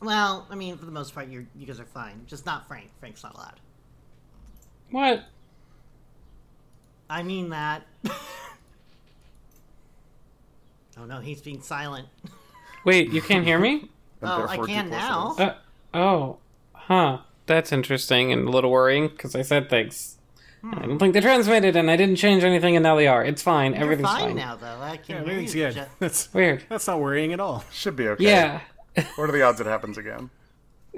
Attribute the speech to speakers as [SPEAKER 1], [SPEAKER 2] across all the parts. [SPEAKER 1] Well, I mean, for the most part, you you guys are fine. Just not Frank. Frank's not allowed.
[SPEAKER 2] What?
[SPEAKER 1] I mean that. oh no, he's being silent.
[SPEAKER 2] Wait, you can't hear me?
[SPEAKER 3] and
[SPEAKER 1] Oh, I
[SPEAKER 3] therefore
[SPEAKER 1] can now.
[SPEAKER 3] duplicitous.
[SPEAKER 2] Uh, oh, huh. That's interesting and a little worrying because I said things.
[SPEAKER 1] Hmm.
[SPEAKER 2] I don't think they transmitted, and I didn't change anything, and now they are. It's fine.
[SPEAKER 1] You're
[SPEAKER 2] Everything's
[SPEAKER 1] fine,
[SPEAKER 2] fine.
[SPEAKER 1] now, though. I can
[SPEAKER 4] Yeah,
[SPEAKER 1] hear
[SPEAKER 4] everything's
[SPEAKER 1] you.
[SPEAKER 4] good.
[SPEAKER 1] Jeff.
[SPEAKER 4] That's
[SPEAKER 2] Weird.
[SPEAKER 4] that's not worrying at all.
[SPEAKER 3] Should be okay.
[SPEAKER 2] Yeah.
[SPEAKER 3] What are the odds it happens again?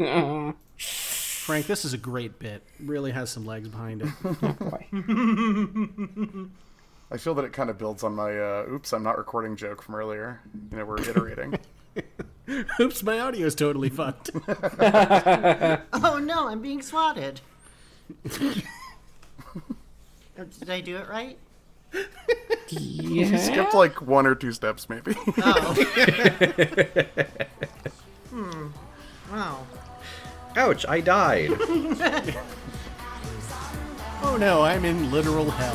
[SPEAKER 2] Uh,
[SPEAKER 4] Frank, this is a great bit. Really has some legs behind it.
[SPEAKER 2] boy.
[SPEAKER 3] I feel that it kind of builds on my uh, "oops, I'm not recording" joke from earlier. You know, we're iterating.
[SPEAKER 4] Oops, my audio is totally fucked.
[SPEAKER 1] Oh no, I'm being swatted. Oh, Did I do it right?
[SPEAKER 2] Yeah.
[SPEAKER 3] Skipped like one or two steps, maybe.
[SPEAKER 1] Oh. hmm. Wow.
[SPEAKER 5] Ouch, I died.
[SPEAKER 4] oh no, I'm in literal hell.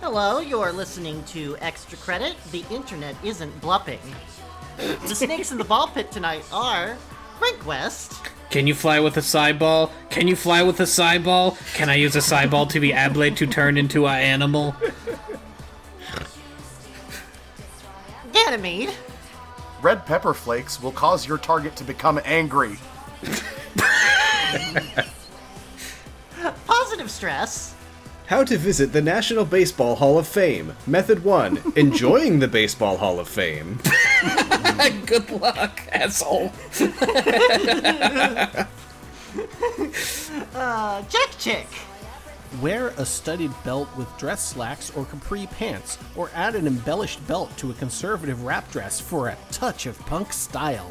[SPEAKER 1] Hello, you're listening to Extra Credit. The internet isn't blupping. The snakes in the ball pit tonight are Frank West,
[SPEAKER 2] Can you fly with a cyball? Can you fly with a cyball? Can I use a cyball to be ablate to turn into an animal?
[SPEAKER 1] Ganymede,
[SPEAKER 3] Red pepper flakes will cause your target to become angry.
[SPEAKER 1] Positive Stress,
[SPEAKER 5] How to visit the National Baseball Hall of Fame. Method 1 Enjoying the Baseball Hall of Fame.
[SPEAKER 2] Good luck, asshole.
[SPEAKER 1] uh, Jack Chick,
[SPEAKER 4] Wear a studded belt with dress slacks or capri pants, or add an embellished belt to a conservative wrap dress for a touch of punk style.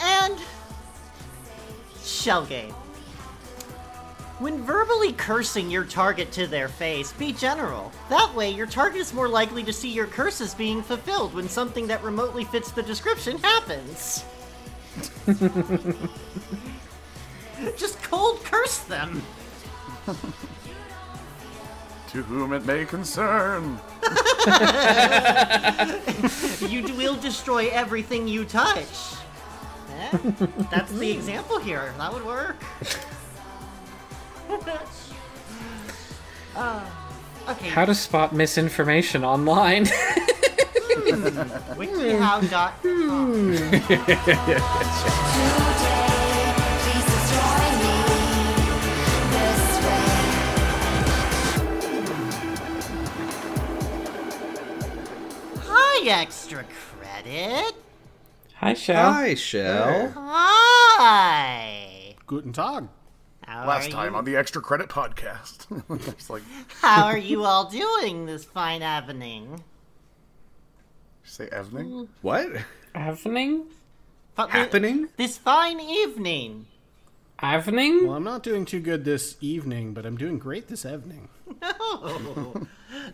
[SPEAKER 1] and Shell Game. When verbally cursing your target to their face, be general. That way, your target is more likely to see your curses being fulfilled when something that remotely fits the description happens. Just cold curse them.
[SPEAKER 3] To whom it may concern.
[SPEAKER 1] You d- will destroy everything you touch. Eh? That's the example here. That would work. uh, okay.
[SPEAKER 2] How to spot misinformation online.
[SPEAKER 1] wikihow.com. Hi, extra credit.
[SPEAKER 2] Hi, Shell.
[SPEAKER 5] Hi, Shell.
[SPEAKER 1] Hi.
[SPEAKER 4] Guten Tag.
[SPEAKER 1] How
[SPEAKER 3] Last
[SPEAKER 1] are
[SPEAKER 3] time
[SPEAKER 1] you?
[SPEAKER 3] on the Extra Credit Podcast. it's like,
[SPEAKER 1] How are you all doing this fine evening?
[SPEAKER 3] say
[SPEAKER 1] Mm.
[SPEAKER 3] evening?
[SPEAKER 5] What?
[SPEAKER 2] Evening?
[SPEAKER 1] But the-
[SPEAKER 5] Happening?
[SPEAKER 1] This fine evening.
[SPEAKER 2] Evening?
[SPEAKER 4] Well, I'm not doing too good this evening, but I'm doing great this evening.
[SPEAKER 1] Oh,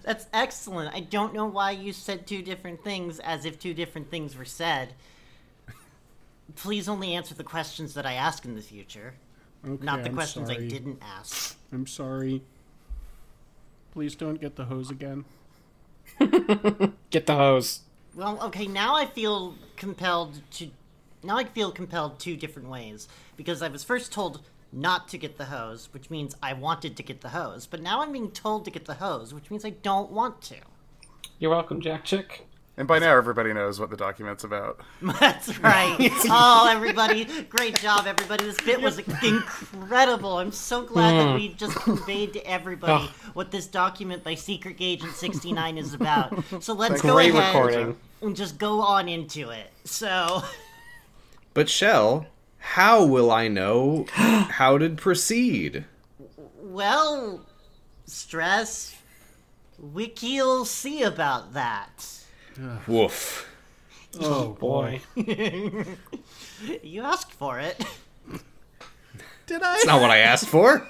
[SPEAKER 1] that's excellent. I don't know why you said two different things as if two different things were said. Please only answer the questions that I ask in the future,
[SPEAKER 4] Okay,
[SPEAKER 1] not the
[SPEAKER 4] I'm
[SPEAKER 1] questions I
[SPEAKER 4] sorry.
[SPEAKER 1] didn't ask.
[SPEAKER 4] I'm sorry. Please don't get the hose again.
[SPEAKER 2] Get the hose.
[SPEAKER 1] Well, okay, now I feel compelled to. Now I feel compelled two different ways because I was first told not to get the hose, which means I wanted to get the hose, but now I'm being told to get the hose, which means I don't want to.
[SPEAKER 2] You're welcome, Jack Chick.
[SPEAKER 3] And by now, everybody knows what the document's about.
[SPEAKER 1] That's right. Oh, everybody, great job, everybody. This bit was incredible. I'm so glad that we just conveyed to everybody what this document by Secret Agent 69 is about. So let's go
[SPEAKER 2] Great
[SPEAKER 1] ahead
[SPEAKER 2] recording.
[SPEAKER 1] and just go on into it. So,
[SPEAKER 5] But, Shell, how will I know how to proceed?
[SPEAKER 1] well, stress, Wiki'll see about that.
[SPEAKER 5] Woof.
[SPEAKER 4] Oh
[SPEAKER 2] Boy.
[SPEAKER 1] You asked for it.
[SPEAKER 4] Did I?
[SPEAKER 5] That's not what I asked for.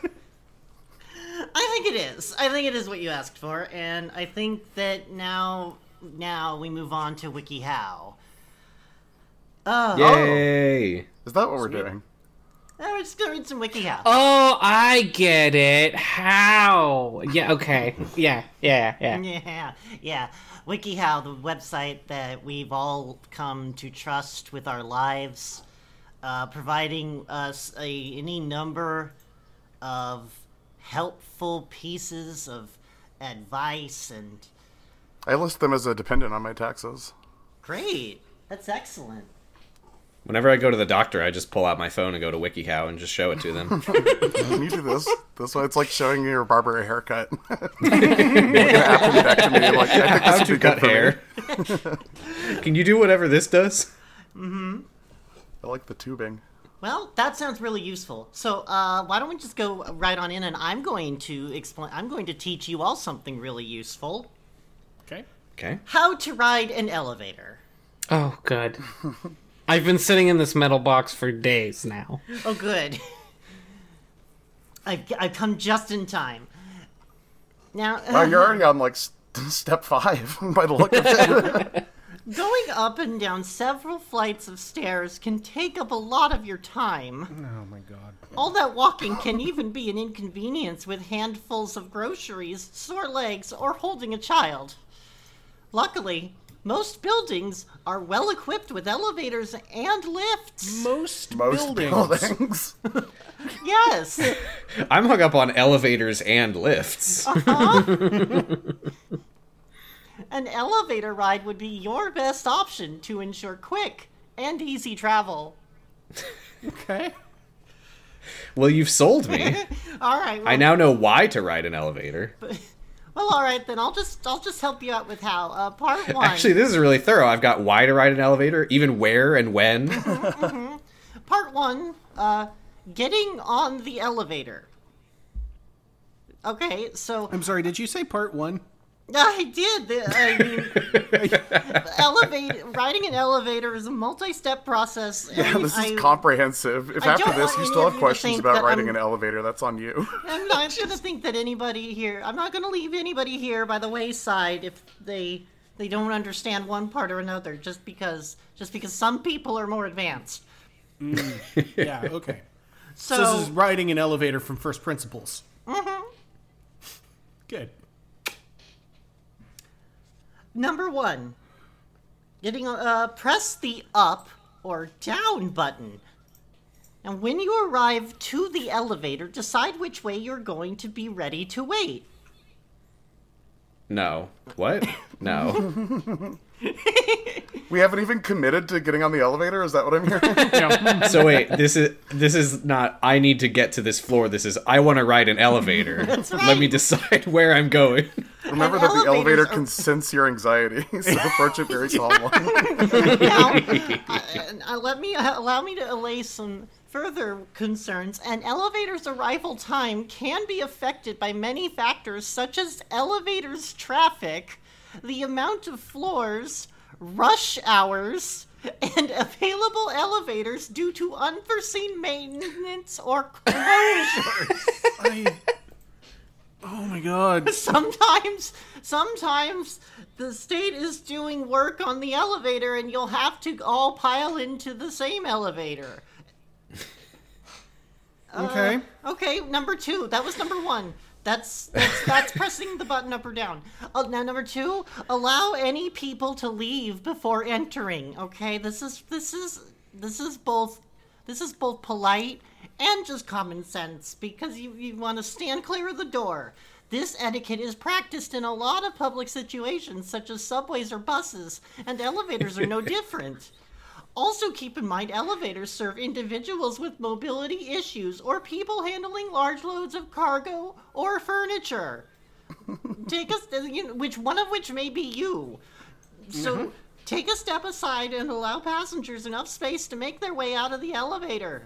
[SPEAKER 1] I think it is. I think it is what you asked for, and I think that now now we move on to WikiHow. Oh,
[SPEAKER 5] Yay!
[SPEAKER 3] Is that what we're doing?
[SPEAKER 1] I was just gonna read some WikiHow.
[SPEAKER 2] Oh, I get it. How? Yeah, okay. Yeah, yeah, yeah.
[SPEAKER 1] Yeah, yeah. WikiHow, the website that we've all come to trust with our lives, uh, providing us a, any number of helpful pieces of advice and
[SPEAKER 3] I list them as a dependent on my taxes.
[SPEAKER 1] great. That's excellent.
[SPEAKER 5] Whenever I go to the doctor, I just pull out my phone and go to WikiHow and just show it to them.
[SPEAKER 3] Can you do this? this way, it's like showing your barber a haircut. Like an appendectomy, like, I think this
[SPEAKER 5] How
[SPEAKER 3] would
[SPEAKER 5] to
[SPEAKER 3] be good
[SPEAKER 5] cut
[SPEAKER 3] for me.
[SPEAKER 5] hair. Can you do whatever this does?
[SPEAKER 3] I like the tubing.
[SPEAKER 1] Well, that sounds really useful. So, uh, why don't we just go right on in, and I'm going to explain. I'm going to teach you all something really useful:
[SPEAKER 4] Okay.
[SPEAKER 5] Okay.
[SPEAKER 1] how to ride an elevator.
[SPEAKER 2] Oh, good. I've been sitting in this metal box for days now.
[SPEAKER 1] Oh, good. I've, I've come just in time. Now,
[SPEAKER 3] Wow, Oh, you're already on like s- step five by the look of it.
[SPEAKER 1] going up and down several flights of stairs can take up a lot of your time.
[SPEAKER 4] Oh my god.
[SPEAKER 1] All that walking can even be an inconvenience with handfuls of groceries, sore legs, or holding a child. Luckily, most buildings are well equipped with elevators and lifts.
[SPEAKER 4] Most,
[SPEAKER 3] Most
[SPEAKER 4] buildings.
[SPEAKER 3] buildings.
[SPEAKER 1] Yes.
[SPEAKER 5] I'm hung up on elevators and lifts.
[SPEAKER 1] An elevator ride would be your best option to ensure quick and easy travel.
[SPEAKER 4] Okay.
[SPEAKER 5] Well, you've sold me.
[SPEAKER 1] All right. Well,
[SPEAKER 5] I now know why to ride an elevator.
[SPEAKER 1] well, all right then. I'll just I'll just help you out with how. Uh, part one.
[SPEAKER 5] Actually, this is really thorough. I've got why to ride an elevator, even where and when.
[SPEAKER 1] part one. Uh, getting on the elevator. Okay, so
[SPEAKER 4] I'm sorry, did you say part one?
[SPEAKER 1] I did. The, I mean, elevate riding an elevator is a multi-step process.
[SPEAKER 3] Yeah,
[SPEAKER 1] and
[SPEAKER 3] this
[SPEAKER 1] I,
[SPEAKER 3] is comprehensive. If
[SPEAKER 1] I
[SPEAKER 3] after
[SPEAKER 1] don't
[SPEAKER 3] this
[SPEAKER 1] want
[SPEAKER 3] you
[SPEAKER 1] any
[SPEAKER 3] still
[SPEAKER 1] of
[SPEAKER 3] have
[SPEAKER 1] you to
[SPEAKER 3] questions
[SPEAKER 1] think
[SPEAKER 3] about
[SPEAKER 1] that
[SPEAKER 3] riding
[SPEAKER 1] I'm-
[SPEAKER 3] an elevator, that's on you.
[SPEAKER 1] I'm not going to think that anybody here. I'm not going to leave anybody here by the wayside if they they don't understand one part or another just because just because some people are more advanced.
[SPEAKER 4] Yeah, okay.
[SPEAKER 1] So,
[SPEAKER 4] so, this is
[SPEAKER 1] Oh.
[SPEAKER 4] riding an elevator from first principles. Mm-hmm. Good.
[SPEAKER 1] number one, getting uh, press the up or down button. And when you arrive to the elevator, decide which way you're going to be ready to wait.
[SPEAKER 5] No. What? No.
[SPEAKER 3] We haven't even committed to getting on the elevator. Is that what I'm hearing?
[SPEAKER 5] So wait, this is this is not I need to get to this floor. This is I want to ride an elevator. Let
[SPEAKER 1] right.
[SPEAKER 5] me decide where I'm going.
[SPEAKER 3] Remember
[SPEAKER 1] And
[SPEAKER 3] that the elevator
[SPEAKER 1] elevators are-
[SPEAKER 3] can sense your anxiety, so approach it very calmly.
[SPEAKER 1] now, uh, uh, let me uh, allow me to allay some further concerns. An elevator's arrival time can be affected by many factors, such as elevator's traffic, the amount of floors, rush hours, and available elevators due to unforeseen maintenance or closure.
[SPEAKER 4] I... Oh my god.
[SPEAKER 1] sometimes sometimes the state is doing work on the elevator and you'll have to all pile into the same elevator
[SPEAKER 4] Okay.
[SPEAKER 1] Uh, okay number two that was number one that's that's, that's pressing the button up or down oh now number two allow any people to leave before entering okay this is this is this is both this is both polite and just common sense because you, you want to stand clear of the door this etiquette is practiced in a lot of public situations such as subways or buses and elevators are no different also, keep in mind elevators serve individuals with mobility issues or people handling large loads of cargo or furniture. take us, you know, which one of which may be you. So, take a step aside and allow passengers enough space to make their way out of the elevator.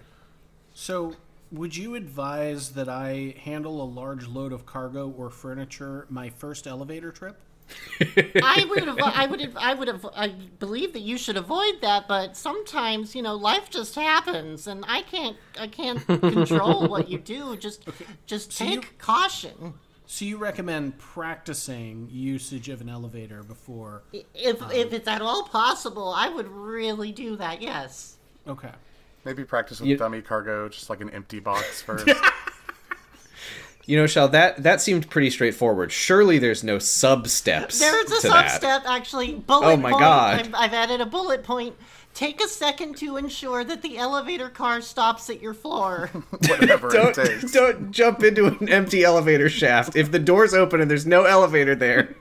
[SPEAKER 4] So, would you advise that I handle a large load of cargo or furniture my first elevator trip?
[SPEAKER 1] I would, have, I would, have, I would, have, I believe that you should avoid that. But sometimes, you know, life just happens, and I can't, I can't control what you do. Just, just
[SPEAKER 4] you-
[SPEAKER 1] take caution.
[SPEAKER 4] So you recommend practicing usage of an elevator before?
[SPEAKER 1] If if it's at all possible, I would really do that. Yes.
[SPEAKER 4] Okay.
[SPEAKER 3] Maybe practice with
[SPEAKER 5] You-
[SPEAKER 3] dummy cargo, just like an empty box first.
[SPEAKER 5] You know, Shell, that that seemed pretty straightforward. Surely there's no sub steps.
[SPEAKER 1] There is a
[SPEAKER 5] to
[SPEAKER 1] sub
[SPEAKER 5] that.
[SPEAKER 1] step actually. Bullet
[SPEAKER 5] Oh my
[SPEAKER 1] point.
[SPEAKER 5] God.
[SPEAKER 1] I've, I've added a bullet point. Take a second to ensure that the elevator car stops at your floor.
[SPEAKER 3] Whatever it
[SPEAKER 5] Don't,
[SPEAKER 3] takes.
[SPEAKER 5] don't jump into an empty elevator shaft. If the door's open and there's no elevator there,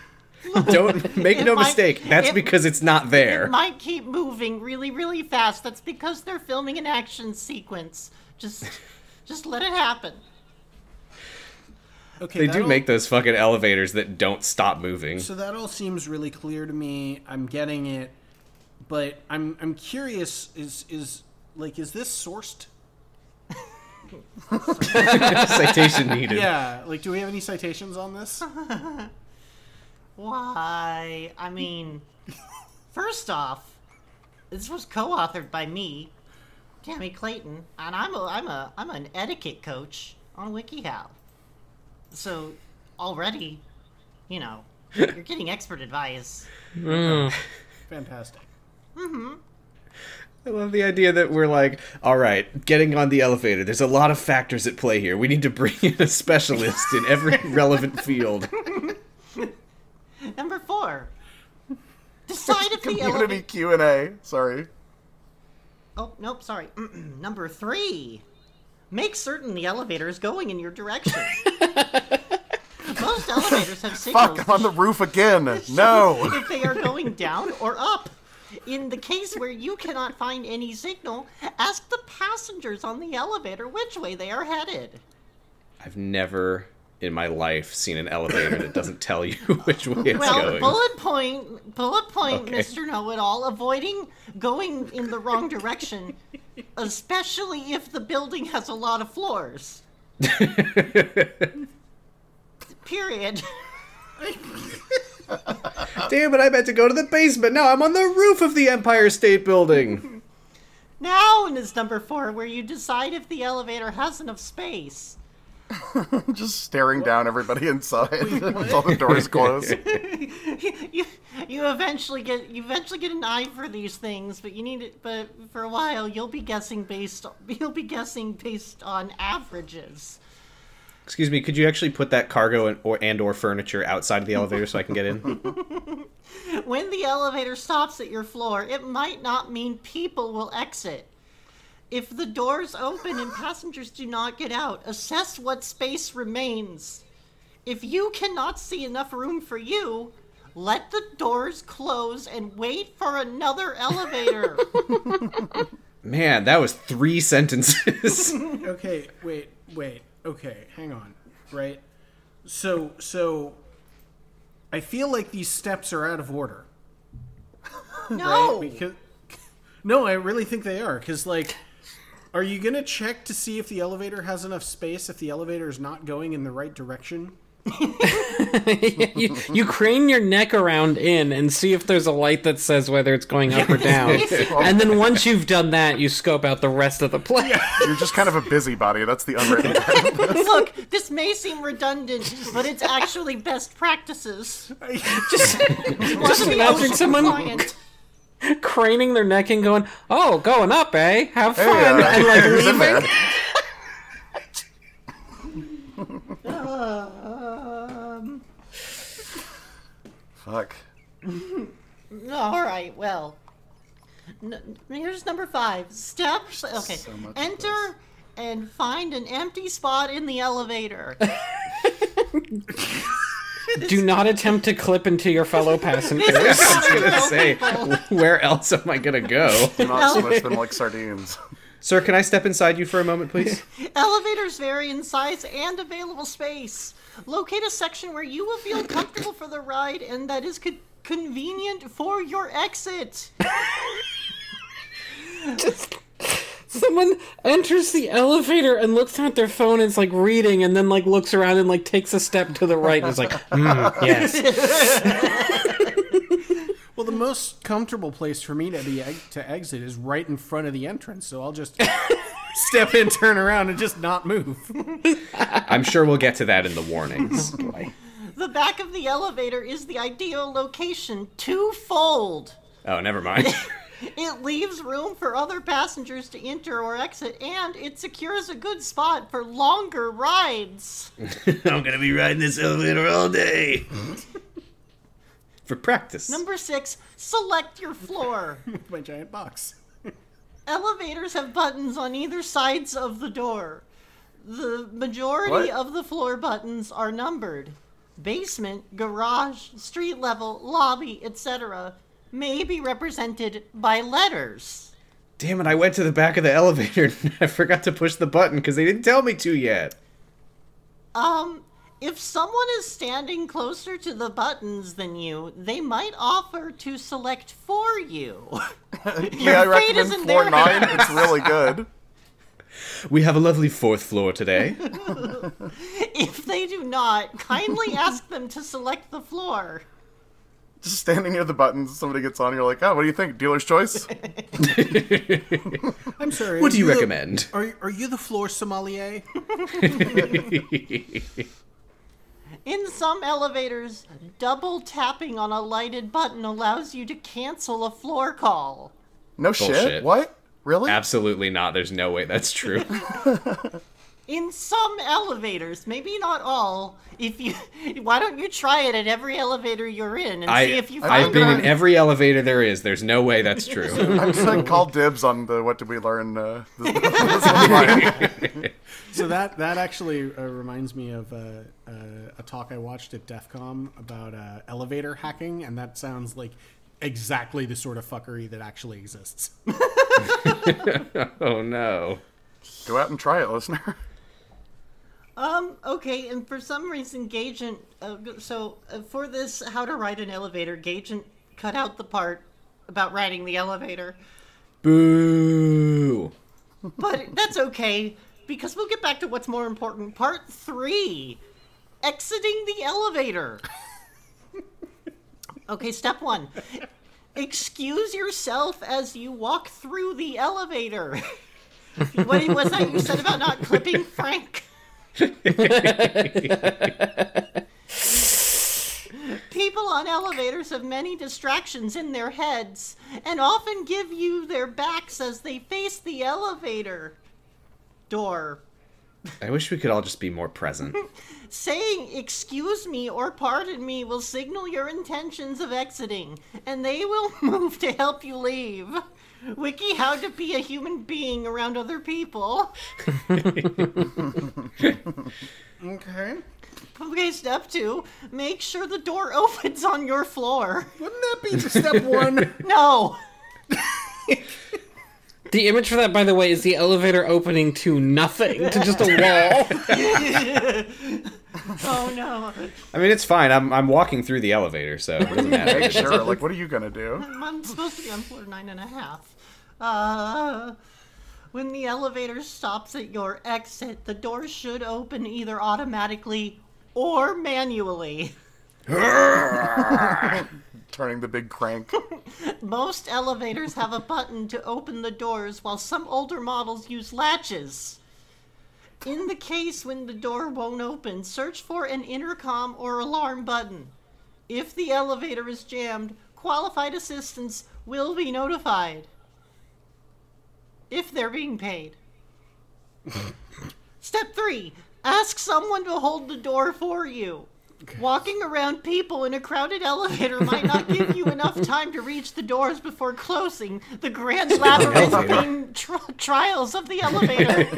[SPEAKER 5] don't make
[SPEAKER 1] It
[SPEAKER 5] no
[SPEAKER 1] might-
[SPEAKER 5] mistake. That's
[SPEAKER 1] it-
[SPEAKER 5] because it's not there.
[SPEAKER 1] Might keep moving really, really fast. That's because they're filming an action sequence. Just, just let it happen.
[SPEAKER 4] Okay.
[SPEAKER 5] They do
[SPEAKER 4] that'll-
[SPEAKER 5] make those fucking elevators that don't stop moving.
[SPEAKER 4] So that all seems really clear to me. I'm getting it, but I'm I'm curious. Is is like is this sourced?
[SPEAKER 5] Citation needed.
[SPEAKER 4] Yeah. Like, do we have any citations on this?
[SPEAKER 1] Why? I mean, first off, this was co-authored by me, Tammy Clayton, and I'm a I'm a I'm an etiquette coach on WikiHow. So already, you know, you're getting expert advice.
[SPEAKER 4] Fantastic.
[SPEAKER 5] I love the idea that we're like, all right, getting on the elevator. There's a lot of factors at play here. We need to bring in a specialist in every relevant field.
[SPEAKER 1] Number four. Decide if the
[SPEAKER 3] Community
[SPEAKER 1] elevator.
[SPEAKER 3] Q and A. Sorry.
[SPEAKER 1] Oh nope, sorry. Number three. Make certain the elevator is going in your direction. Most elevators have signals.
[SPEAKER 3] Fuck! I'm on the roof again. No.
[SPEAKER 1] if they are going down or up. In the case where you cannot find any signal, ask the passengers on the elevator which way they are headed.
[SPEAKER 5] I've never in my life seen an elevator that doesn't tell you which way it's
[SPEAKER 1] Well,
[SPEAKER 5] going.
[SPEAKER 1] bullet point, bullet point,
[SPEAKER 5] Okay.
[SPEAKER 1] Mr. Know It All, avoiding going in the wrong direction, especially if the building has a lot of floors. Period.
[SPEAKER 5] Damn it, I meant to go to the basement. Now I'm on the roof of the Empire State Building.
[SPEAKER 1] Noun is number four, where you decide if the elevator has enough space.
[SPEAKER 3] just staring down everybody inside with all the doors closed.
[SPEAKER 1] you, you eventually get you eventually get an eye for these things, but you need it. But for a while, you'll be guessing based you'll be guessing based on averages.
[SPEAKER 5] Excuse me, could you actually put that cargo and or, and or furniture outside of the elevator so I can get in?
[SPEAKER 1] When the elevator stops at your floor, it might not mean people will exit. If the doors open and passengers do not get out, assess what space remains. If you cannot see enough room for you, let the doors close and wait for another elevator.
[SPEAKER 5] Man, that was three sentences.
[SPEAKER 4] Okay. Wait. Wait. Okay. Hang on. Right. So so, I feel like these steps are out of order.
[SPEAKER 1] no.
[SPEAKER 4] Because, no, I really think they are. Because, like, are you going to check to see if the elevator has enough space if the elevator is not going in the right direction?
[SPEAKER 2] you, you crane your neck around in and see if there's a light that says whether it's going up or down. and then once you've done that, you scope out the rest of the play.
[SPEAKER 3] You're just kind of a busybody. That's the unwritten. rule.
[SPEAKER 1] Look, this may seem redundant, but it's actually best practices.
[SPEAKER 2] Just,
[SPEAKER 1] Just
[SPEAKER 2] imagine someone- craning their neck and going, "Oh, going up, eh? Have fun!"
[SPEAKER 3] uh,
[SPEAKER 2] and like
[SPEAKER 3] who's in there?
[SPEAKER 2] leaving.
[SPEAKER 1] Um,
[SPEAKER 3] Fuck.
[SPEAKER 1] all right, well. N- here's number five. Step. Okay.
[SPEAKER 3] much of this.
[SPEAKER 1] Enter and find an empty spot in the elevator.
[SPEAKER 2] Do not attempt to clip into your fellow
[SPEAKER 5] I
[SPEAKER 2] passenger.
[SPEAKER 5] was gonna say, where else am I gonna go?
[SPEAKER 3] Do not smush them like sardines.
[SPEAKER 5] Sir, can I step inside you for a moment, please?
[SPEAKER 1] Elevators vary in size and available space. Locate a section where you will feel comfortable for the ride and that is co- convenient for your exit.
[SPEAKER 2] Someone enters the elevator and looks at their phone and is like reading, and then like looks around and like takes a step to the right and is like, "Hmm, "Yes."
[SPEAKER 4] Well, the most comfortable place for me to be eg- to exit is right in front of the entrance, so I'll just step in, turn around, and just not move.
[SPEAKER 5] I'm sure we'll get to that in the warnings.
[SPEAKER 1] The back of the elevator is the ideal location twofold.
[SPEAKER 5] oh, never mind.
[SPEAKER 1] It leaves room for other passengers to enter or exit, and it secures a good spot for longer rides.
[SPEAKER 5] I'm gonna be riding this elevator all day. For practice.
[SPEAKER 1] Number six, select your floor.
[SPEAKER 4] My giant box.
[SPEAKER 1] Elevators have buttons on either sides of the door. The majority
[SPEAKER 3] What?
[SPEAKER 1] of the floor buttons are numbered. Basement, garage, street level, lobby, etc. may be represented by letters.
[SPEAKER 5] Damn it, I went to the back of the elevator and I forgot to push the button because they didn't tell me to yet.
[SPEAKER 1] Um, if someone is standing closer to the buttons than you, they might offer to select for you.
[SPEAKER 3] May I
[SPEAKER 1] fate is in
[SPEAKER 3] recommend floor
[SPEAKER 1] their
[SPEAKER 3] nine? It's really good.
[SPEAKER 5] We have a lovely fourth floor today.
[SPEAKER 1] if they do not, kindly ask them to select the floor.
[SPEAKER 3] Just standing near the buttons, somebody gets on, you're like, oh, what do you think? Dealer's choice?
[SPEAKER 4] I'm sorry.
[SPEAKER 5] What
[SPEAKER 4] are
[SPEAKER 5] do you
[SPEAKER 4] the-
[SPEAKER 5] recommend?
[SPEAKER 4] are, are you the floor sommelier?
[SPEAKER 1] In some elevators, double tapping on a lighted button allows you to cancel a floor call.
[SPEAKER 3] No
[SPEAKER 5] Bullshit.
[SPEAKER 3] shit. What? Really?
[SPEAKER 5] Absolutely not. There's no way that's true.
[SPEAKER 1] In some elevators, maybe not all, if you why don't you try it at every elevator you're in and see
[SPEAKER 5] I,
[SPEAKER 1] if you find
[SPEAKER 5] I've been
[SPEAKER 1] one.
[SPEAKER 5] in every elevator there is. There's no way that's true.
[SPEAKER 3] I'm just gonna call dibs on the what did we learn. Uh, this, this online.
[SPEAKER 4] so that that actually uh, reminds me of uh, uh, a talk I watched at DEF CON about uh, elevator hacking, and that sounds like exactly the sort of fuckery that actually exists.
[SPEAKER 5] oh no.
[SPEAKER 3] Go out and try it, listener.
[SPEAKER 1] Um. Okay. And for some reason, Gagent. Uh, g- so uh, for this, how to ride an elevator, Gagent cut out the part about riding the elevator.
[SPEAKER 5] Boo.
[SPEAKER 1] But that's okay because we'll get back to what's more important. Part three: exiting the elevator. okay. Step one: excuse yourself as you walk through the elevator. what was that you said about not clipping Frank? People on elevators have many distractions in their heads and often give you their backs as they face the elevator door.
[SPEAKER 5] I wish we could all just be more present.
[SPEAKER 1] Saying excuse me or pardon me will signal your intentions of exiting, and they will move to help you leave. Wiki How to Be a Human Being Around Other People.
[SPEAKER 4] Okay,
[SPEAKER 1] Okay, step two make sure the door opens on your floor.
[SPEAKER 4] wouldn't that be step one?
[SPEAKER 1] No!
[SPEAKER 2] The image for that, by the way, is the elevator opening to nothing, to just a wall.
[SPEAKER 1] Oh no.
[SPEAKER 5] I mean, it's fine. I'm, I'm walking through the elevator, so it doesn't matter.
[SPEAKER 3] Make sure. Like, what are you gonna do?
[SPEAKER 1] I'm supposed to be on floor nine and a half. Uh, when the elevator stops at your exit, the door should open either automatically or manually.
[SPEAKER 3] Turning the big crank.
[SPEAKER 1] Most elevators have a button to open the doors, while some older models use latches. In the case when the door won't open, search for an intercom or alarm button. If the elevator is jammed, qualified assistance will be notified. If they're being paid. Step 3 Ask someone to hold the door for you. Walking around people in a crowded elevator might not give you enough time to reach the doors before closing the grand labyrinthine tri- trials of the elevator.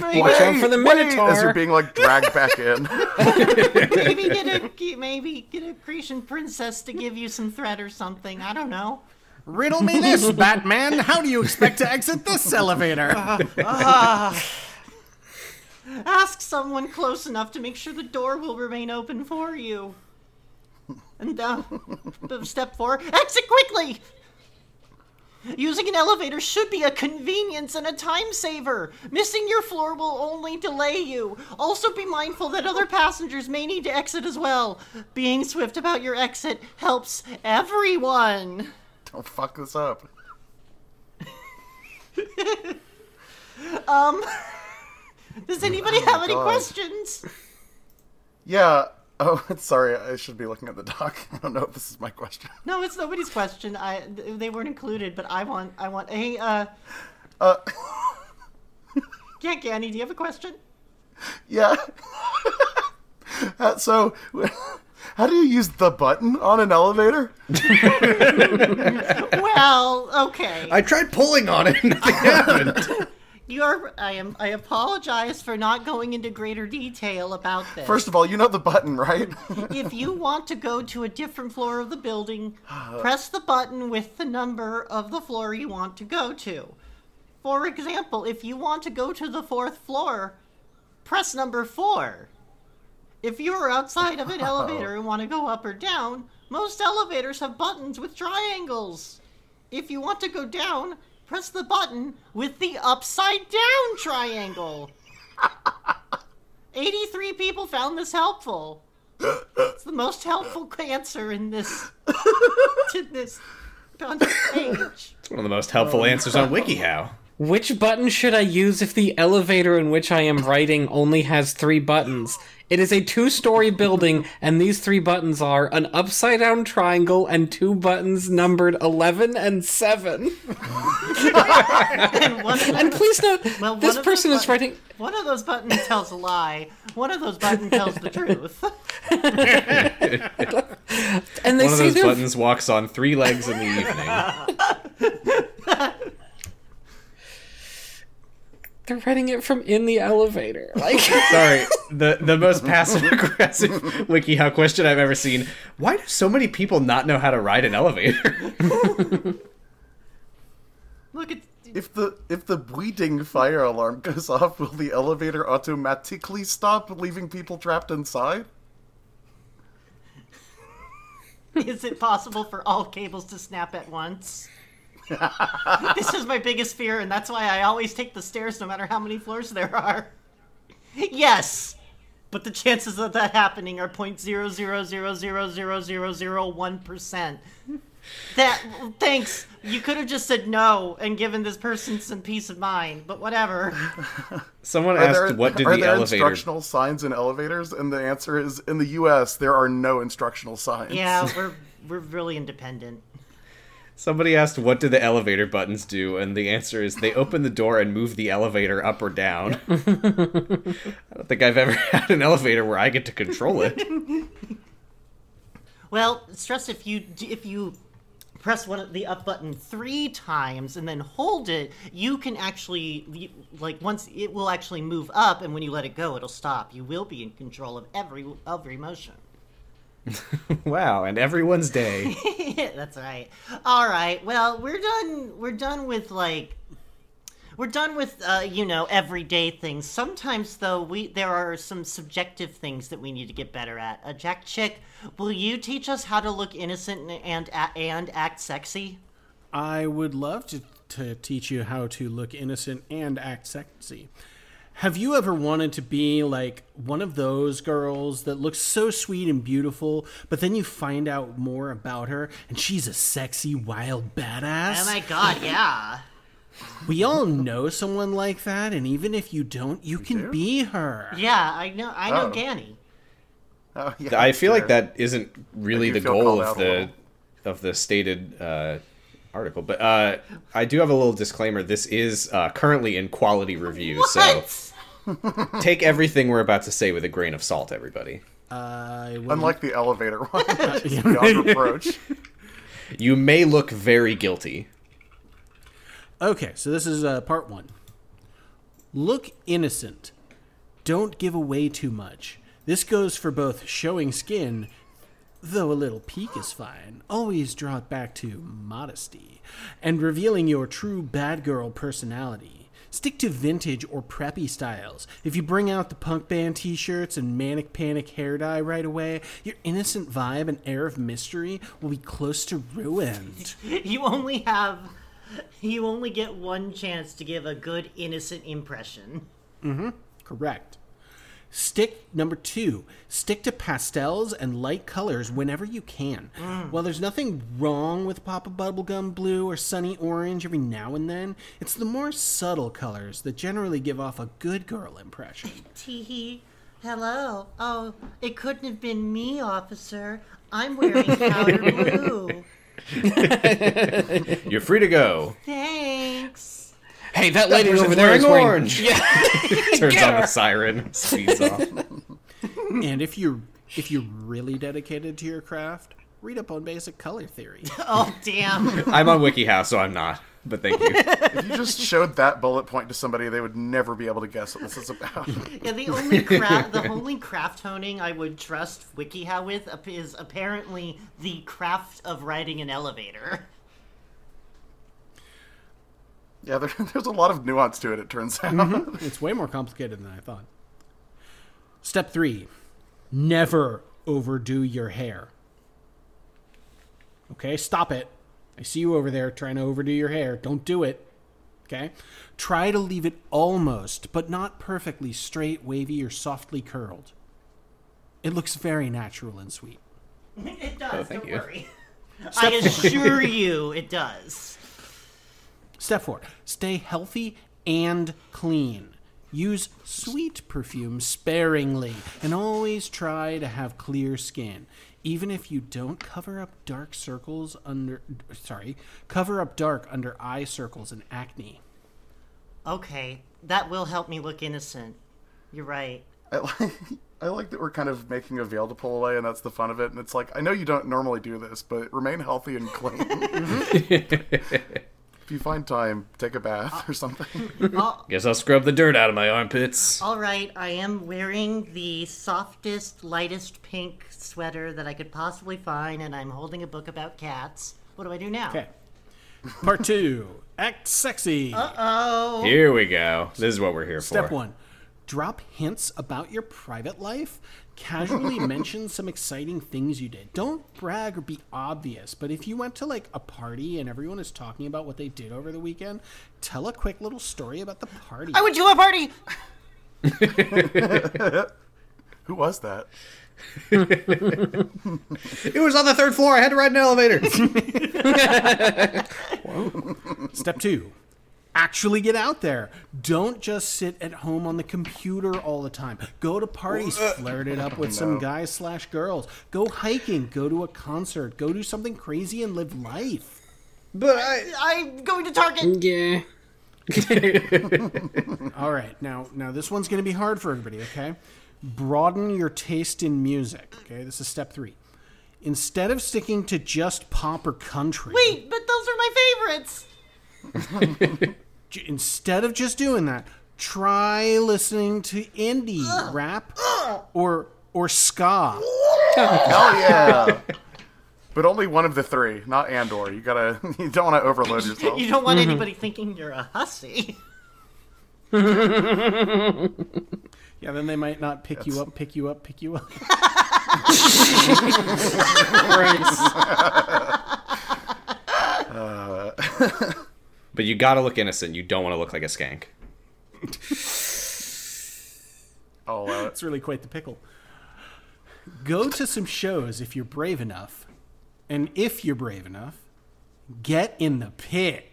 [SPEAKER 1] Maybe-
[SPEAKER 2] Watch out for the
[SPEAKER 3] Wait,
[SPEAKER 2] Minotaur.
[SPEAKER 3] As you're being like dragged back in.
[SPEAKER 1] maybe get a maybe get a Cretan princess to give you some thread or something. I don't know.
[SPEAKER 4] Riddle me this, Batman. How do you expect to exit this elevator?
[SPEAKER 1] Ask someone close enough to make sure the door will remain open for you. And uh, step four: exit quickly. Using an elevator should be a convenience and a time saver. Missing your floor will only delay you. Also, be mindful that other passengers may need to exit as well. Being swift about your exit helps everyone.
[SPEAKER 3] Don't fuck this up.
[SPEAKER 1] Um, does anybody have any
[SPEAKER 3] God.
[SPEAKER 1] questions?
[SPEAKER 3] Yeah. Oh, sorry. I should be looking at the doc. I don't know if this is my question.
[SPEAKER 1] No, it's nobody's question. I th- they weren't included, but I want I want. Hey, uh,
[SPEAKER 3] Uh,
[SPEAKER 1] yeah, Ganny, do you have a question?
[SPEAKER 3] yeah. Uh, so, how do you use the button on an elevator?
[SPEAKER 1] Well, okay.
[SPEAKER 5] I tried pulling on it. and Nothing happened.
[SPEAKER 1] You are. I am. I apologize for not going into greater detail about this.
[SPEAKER 3] First of all, you know the button, right?
[SPEAKER 1] if you want to go to a different floor of the building, press the button with the number of the floor you want to go to. For example, if you want to go to the fourth floor, press number four. If you are outside of an elevator and want to go up or down, most elevators have buttons with triangles. If you want to go down, press the button with the upside down triangle. 83 people found this helpful. It's the most helpful answer in this to this on this page.
[SPEAKER 5] One of the most
[SPEAKER 1] Oh,
[SPEAKER 5] helpful answers on WikiHow.
[SPEAKER 2] Which button should I use if the elevator in which I am riding only has three buttons? It is a two story building, and these three buttons are an upside down triangle and two buttons numbered 11 and 7.
[SPEAKER 1] And one of
[SPEAKER 2] And please note,
[SPEAKER 1] Well, one
[SPEAKER 2] this
[SPEAKER 1] of
[SPEAKER 2] person
[SPEAKER 1] those
[SPEAKER 2] is
[SPEAKER 1] buttons-
[SPEAKER 2] writing.
[SPEAKER 1] One of those buttons tells a lie. One of those buttons tells the truth.
[SPEAKER 2] And they
[SPEAKER 5] One of
[SPEAKER 2] say
[SPEAKER 5] those
[SPEAKER 2] they're.
[SPEAKER 5] buttons walks on three legs in the evening.
[SPEAKER 2] They're writing it from in the elevator. Like,
[SPEAKER 5] Sorry, the the most passive aggressive WikiHow question I've ever seen. Why do so many people not know how to ride an elevator?
[SPEAKER 1] Look at
[SPEAKER 3] if the if the bleeding fire alarm goes off, will the elevator automatically stop, leaving people trapped inside?
[SPEAKER 1] is it possible for all cables to snap at once? this is my biggest fear, and that's why I always take the stairs no matter how many floors there are. Yes! But the chances of that happening are point zero zero zero zero zero zero zero one percent. That thanks. You could have just said no and given this person some peace of mind, but whatever.
[SPEAKER 5] Someone
[SPEAKER 3] Are
[SPEAKER 5] asked,
[SPEAKER 3] there,
[SPEAKER 5] "What did
[SPEAKER 3] are
[SPEAKER 5] the
[SPEAKER 3] there
[SPEAKER 5] elevator?"
[SPEAKER 3] instructional signs in elevators? And the answer is, in the U.S., there are no instructional signs.
[SPEAKER 1] Yeah, we're we're really independent.
[SPEAKER 5] Somebody asked, "What do the elevator buttons do?" And the answer is, they open the door and move the elevator up or down. I don't think I've ever had an elevator where I get to control it.
[SPEAKER 1] Well, stress if you if you press one of the up button three times and then hold it, you can actually like once it will actually move up, and when you let it go, it'll stop. You will be in control of every every motion.
[SPEAKER 5] Wow! And everyone's day.
[SPEAKER 1] That's right. All right. Well, we're done. We're done with like. We're done with uh, you know everyday things. Sometimes though, we there are some subjective things that we need to get better at. Uh, Jack Chick, will you teach us how to look innocent and and, a- and act sexy?
[SPEAKER 4] I would love to, to teach you how to look innocent and act sexy. Have you ever wanted to be like one of those girls that looks so sweet and beautiful, but then you find out more about her and she's a sexy, wild badass?
[SPEAKER 1] Oh my God! Yeah.
[SPEAKER 4] we all know someone like that, and even if you don't, you can be her.
[SPEAKER 1] Yeah, I know. I know
[SPEAKER 3] Oh.
[SPEAKER 1] Ganny.
[SPEAKER 3] Oh, yeah,
[SPEAKER 5] I feel like
[SPEAKER 3] sure.
[SPEAKER 5] that isn't really
[SPEAKER 3] do
[SPEAKER 5] the
[SPEAKER 3] feel
[SPEAKER 5] goal
[SPEAKER 3] called
[SPEAKER 5] of
[SPEAKER 3] out a
[SPEAKER 5] the
[SPEAKER 3] little.
[SPEAKER 5] of the stated uh, article, but uh, I do have a little disclaimer. This is uh, currently in quality review, so
[SPEAKER 1] What?
[SPEAKER 5] take everything we're about to say with a grain of salt, everybody.
[SPEAKER 4] I will
[SPEAKER 3] Unlike the elevator one, it's beyond reproach.
[SPEAKER 5] You may look very guilty.
[SPEAKER 4] Okay, so this is uh, part one. Look innocent. Don't give away too much. This goes for both showing skin, though a little peek is fine. Always draw it back to modesty and revealing your true bad girl personality. Stick to vintage or preppy styles. If you bring out the punk band t shirts and manic panic hair dye right away, your innocent vibe and air of mystery will be close to ruined.
[SPEAKER 1] You only have. You only get one chance to give a good innocent impression.
[SPEAKER 4] Correct. Stick number two, stick to pastels and light colors whenever you can. While there's nothing wrong with a pop of bubblegum blue or sunny orange every now and then, it's the more subtle colors that generally give off a good girl impression.
[SPEAKER 1] Tee hee. Hello. Oh, it couldn't have been me, officer. I'm wearing powder blue.
[SPEAKER 5] You're free to go.
[SPEAKER 1] Thanks.
[SPEAKER 2] Hey, that lady
[SPEAKER 5] Person's
[SPEAKER 2] over there is
[SPEAKER 5] wearing
[SPEAKER 2] wearing
[SPEAKER 5] orange. Turns
[SPEAKER 2] Get
[SPEAKER 5] on
[SPEAKER 2] her.
[SPEAKER 5] the siren, speeds off.
[SPEAKER 4] and if you're if you're really dedicated to your craft, read up on basic color theory.
[SPEAKER 1] Oh, damn.
[SPEAKER 5] I'm on WikiHow, so I'm not. But thank you.
[SPEAKER 3] If you just showed that bullet point to somebody, they would never be able to guess what this is about.
[SPEAKER 1] Yeah, the only craft, the only craft honing I would trust WikiHow with ap- is apparently the craft of riding an elevator.
[SPEAKER 3] yeah, there, there's a lot of nuance to it. It turns out.
[SPEAKER 4] It's way more complicated than I thought. Step three never overdo your hair. Okay, stop it. I see you over there trying to overdo your hair. Don't do it. Okay? Try to leave it almost, but not perfectly straight, wavy, or softly curled. It looks very natural and sweet.
[SPEAKER 1] It does.
[SPEAKER 5] Oh, thank
[SPEAKER 1] don't
[SPEAKER 5] you.
[SPEAKER 1] worry. I assure you, it does.
[SPEAKER 4] Step four, stay healthy and clean. Use sweet perfume sparingly and always try to have clear skin. Even if you don't cover up dark circles under, sorry, cover up dark under eye circles and acne.
[SPEAKER 1] Okay, that will help me look innocent. You're right.
[SPEAKER 3] I like, I like that we're kind of making a veil to pull away, and that's the fun of it. And it's like, I know you don't normally do this, but remain healthy and clean. if you find time, take a bath or something.
[SPEAKER 5] Guess I'll scrub the dirt out of my armpits.
[SPEAKER 1] All right, I am wearing the softest, lightest pink sweater that I could possibly find, and I'm holding a book about cats. What do I do now?
[SPEAKER 4] Okay. Part two, act sexy.
[SPEAKER 1] Oh,
[SPEAKER 5] Here we go. This is what we're here for.
[SPEAKER 4] Step one drop hints about your private life. Casually mention some exciting things you did. Don't brag or be obvious, but if you went to like a party and everyone is talking about what they did over the weekend, tell a quick little story about the party.
[SPEAKER 1] I went to a party.
[SPEAKER 3] Who was that?
[SPEAKER 5] It was on the third floor. I had to ride an elevator.
[SPEAKER 4] Step two. Actually, get out there. Don't just sit at home on the computer all the time. Go to parties, flirt it up with some guys slash girls. Go hiking. Go to a concert. Go do something crazy and live life.
[SPEAKER 5] but I.
[SPEAKER 1] I'm going to Target.
[SPEAKER 2] Yeah.
[SPEAKER 4] All right, now now this one's going to be hard for everybody. Okay, broaden your taste in music. Okay, this is step three. Instead of sticking to just pop or country,
[SPEAKER 1] Wait, but those are my favorites.
[SPEAKER 4] j- instead of just doing that, try listening to indie rap or or ska.
[SPEAKER 3] Hell yeah! but only one of the three, not Andor. You gotta, you don't want to overload yourself.
[SPEAKER 1] You don't want
[SPEAKER 4] Mm-hmm.
[SPEAKER 1] anybody thinking you're a hussy.
[SPEAKER 4] Yeah, then they might not pick you up, pick you up, pick you up.
[SPEAKER 5] But you gotta look innocent. You don't want to look like a skank.
[SPEAKER 3] I'll allow it.
[SPEAKER 4] That's really quite the pickle. Go to some shows if you're brave enough, and if you're brave enough, get in the pit.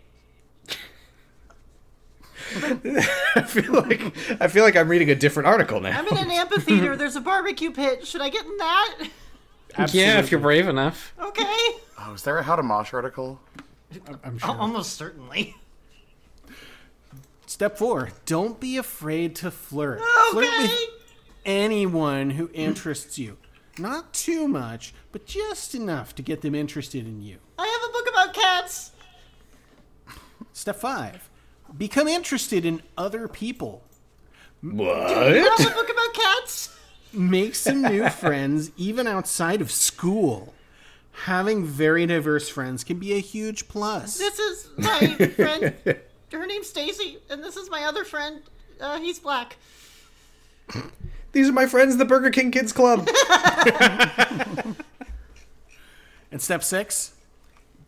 [SPEAKER 5] I feel like I feel like I'm reading a different article now.
[SPEAKER 1] I'm in an amphitheater. There's a barbecue pit. Should I get in that?
[SPEAKER 2] Yeah, if you're brave enough.
[SPEAKER 1] Okay.
[SPEAKER 3] Oh, is there a How to Mosh article?
[SPEAKER 4] I'm
[SPEAKER 1] Oh,
[SPEAKER 4] sure.
[SPEAKER 1] almost certainly.
[SPEAKER 4] Step four, don't be afraid to flirt. Flirt
[SPEAKER 1] Okay.
[SPEAKER 4] with anyone who interests you. Not too much, but just enough to get them interested in you.
[SPEAKER 1] I have a book about cats.
[SPEAKER 4] Step five, become interested in other people.
[SPEAKER 1] I have
[SPEAKER 5] What?
[SPEAKER 1] a book about cats.
[SPEAKER 4] Make some new friends, even outside of school. Having very diverse friends can be a huge plus.
[SPEAKER 1] This is my friend. Her name's Stacy, and this is my other friend. Uh, he's black.
[SPEAKER 5] These are my friends, the Burger King Kids Club.
[SPEAKER 4] And step six,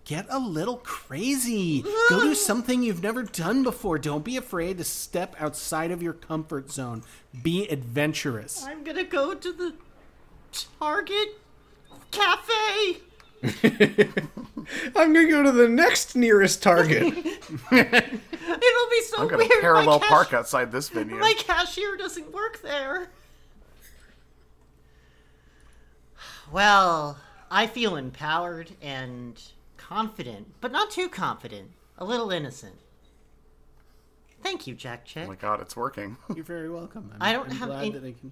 [SPEAKER 4] Get a little crazy. Go do something you've never done before. Don't be afraid to step outside of your comfort zone. Be adventurous.
[SPEAKER 1] I'm gonna go to the Target cafe.
[SPEAKER 5] I'm gonna go to the next nearest Target.
[SPEAKER 1] It'll be so
[SPEAKER 3] I'm gonna
[SPEAKER 1] weird. My
[SPEAKER 3] parallel
[SPEAKER 1] cash-
[SPEAKER 3] park outside this venue.
[SPEAKER 1] My cashier doesn't work there. Well, I feel empowered and confident, but not too confident. A little innocent. Thank you, Jack Chick.
[SPEAKER 3] oh my god, it's working.
[SPEAKER 4] You're very welcome. I'm,
[SPEAKER 1] I don't
[SPEAKER 4] I'm
[SPEAKER 1] have
[SPEAKER 4] glad
[SPEAKER 1] any-
[SPEAKER 4] that I can.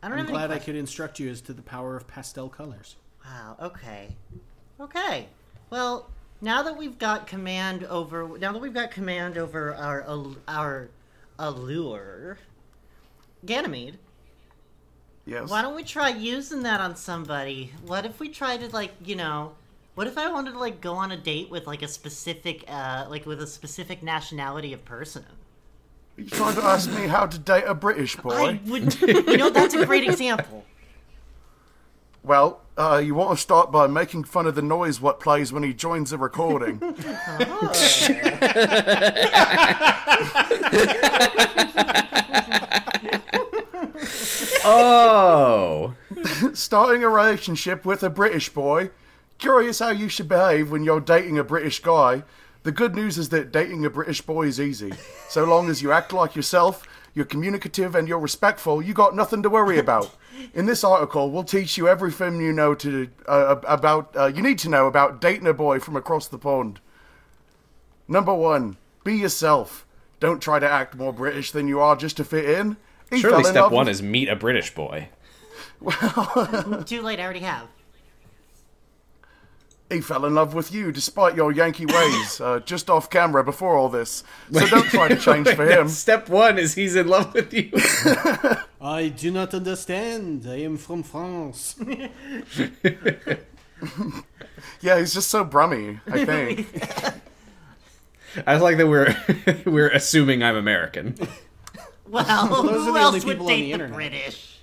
[SPEAKER 1] I don't
[SPEAKER 4] I'm
[SPEAKER 1] have any
[SPEAKER 4] glad I
[SPEAKER 1] questions.
[SPEAKER 4] could instruct you as to the power of pastel colors.
[SPEAKER 1] Wow. Okay. Okay. Well, now that we've got command over, now that we've got command over our al- our allure, Ganymede,
[SPEAKER 3] Yes.
[SPEAKER 1] why don't we try using that on somebody? What if we try to like, you know, what if I wanted to like go on a date with like a specific, uh, like with a specific nationality of person?
[SPEAKER 3] Are you trying to ask me how to date a British boy?
[SPEAKER 1] I would. you know, that's a great example.
[SPEAKER 3] Well, uh, you want to start by making fun of the noise what plays when he joins a recording.
[SPEAKER 5] oh.
[SPEAKER 3] Starting a relationship with a British boy. Curious how you should behave when you're dating a British guy. The good news is that dating a British boy is easy. So long as you act like yourself, you're communicative, and you're respectful, you got nothing to worry about. In this article, we'll teach you everything you know to uh, about uh, you need to know about dating a boy from across the pond. Number one, be yourself. Don't try to act more British than you are just to fit in. He fell
[SPEAKER 5] Surely
[SPEAKER 3] in
[SPEAKER 5] step
[SPEAKER 3] love
[SPEAKER 5] one
[SPEAKER 3] with-
[SPEAKER 5] is meet a British boy.
[SPEAKER 1] Too late. I already have.
[SPEAKER 3] He fell in love with you despite your Yankee ways, uh, just off camera before all this. So don't try to change for him.
[SPEAKER 5] Step one is he's in love with you.
[SPEAKER 4] I do not understand. I am from France.
[SPEAKER 3] Yeah, he's just so brummy, I think.
[SPEAKER 5] I like that we're we're assuming I'm American.
[SPEAKER 1] Well,
[SPEAKER 4] Those are
[SPEAKER 1] who
[SPEAKER 4] the only
[SPEAKER 1] else would
[SPEAKER 4] people on
[SPEAKER 1] date
[SPEAKER 4] the
[SPEAKER 1] the
[SPEAKER 4] internet.
[SPEAKER 1] British?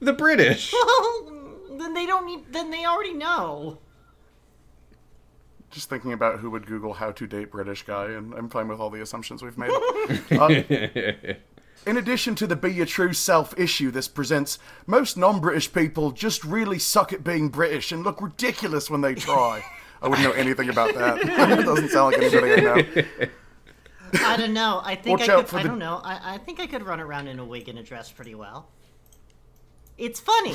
[SPEAKER 5] The British.
[SPEAKER 1] then they don't need. Then they already know.
[SPEAKER 3] Just thinking about who would Google how to date British guy, and I'm fine with all the assumptions we've made. Uh, in addition to the be your true self issue this presents, most non British people just really suck at being British and look ridiculous when they try. I wouldn't know anything about that. it doesn't sound like anybody I know.
[SPEAKER 1] I don't know. I think
[SPEAKER 3] Watch
[SPEAKER 1] I
[SPEAKER 3] out
[SPEAKER 1] could.
[SPEAKER 3] for
[SPEAKER 1] I
[SPEAKER 3] the-
[SPEAKER 1] don't know. I, I think I could run around in a wig and a dress pretty well. It's funny.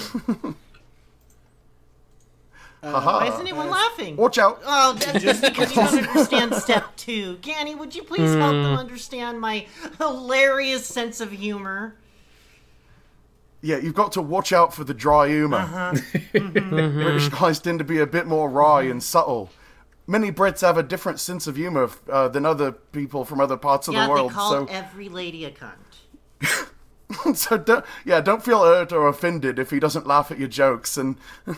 [SPEAKER 1] Why
[SPEAKER 3] Haha.
[SPEAKER 1] isn't anyone laughing?
[SPEAKER 3] Watch out.
[SPEAKER 1] Oh, that's just because you don't understand step two. Ganny, would you please help
[SPEAKER 3] Hmm.
[SPEAKER 1] them understand my hilarious sense of humor?
[SPEAKER 3] Yeah, you've got to watch out for the dry humour. British
[SPEAKER 1] Mm-hmm.
[SPEAKER 3] guys tend to be a bit more wry and subtle. Many Brits have a different sense of humour uh, than other people from other parts of
[SPEAKER 1] Yeah,
[SPEAKER 3] the world.
[SPEAKER 1] they called
[SPEAKER 3] So,
[SPEAKER 1] every lady a cunt.
[SPEAKER 3] so don't, yeah, don't feel hurt or offended if he doesn't laugh at your jokes. And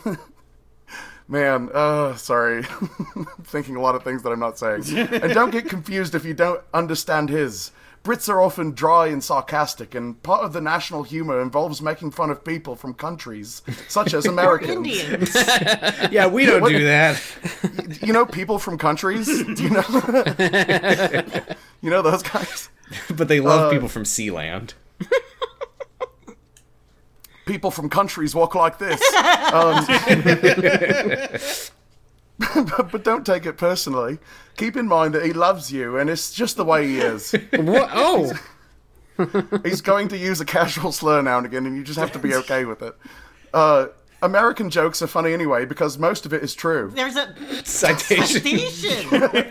[SPEAKER 3] man, uh, sorry, I'm thinking a lot of things that I'm not saying. and don't get confused if you don't understand his. Brits are often dry and sarcastic, and part of the national humour involves making fun of people from countries such as Americans.
[SPEAKER 1] Indians.
[SPEAKER 5] Yeah, we don't do that.
[SPEAKER 3] you know people from countries Do you know you know those guys
[SPEAKER 5] But they
[SPEAKER 3] Uh,
[SPEAKER 5] love people from Sealand.
[SPEAKER 3] people from countries walk like this um, but, but don't take it personally keep in mind that he loves you and it's just the way he is
[SPEAKER 2] What? Oh,
[SPEAKER 3] he's going to use a casual slur now and again and you just have to be okay with it uh, american jokes are funny anyway because most of it is true
[SPEAKER 1] There's a
[SPEAKER 5] Citation.
[SPEAKER 1] station.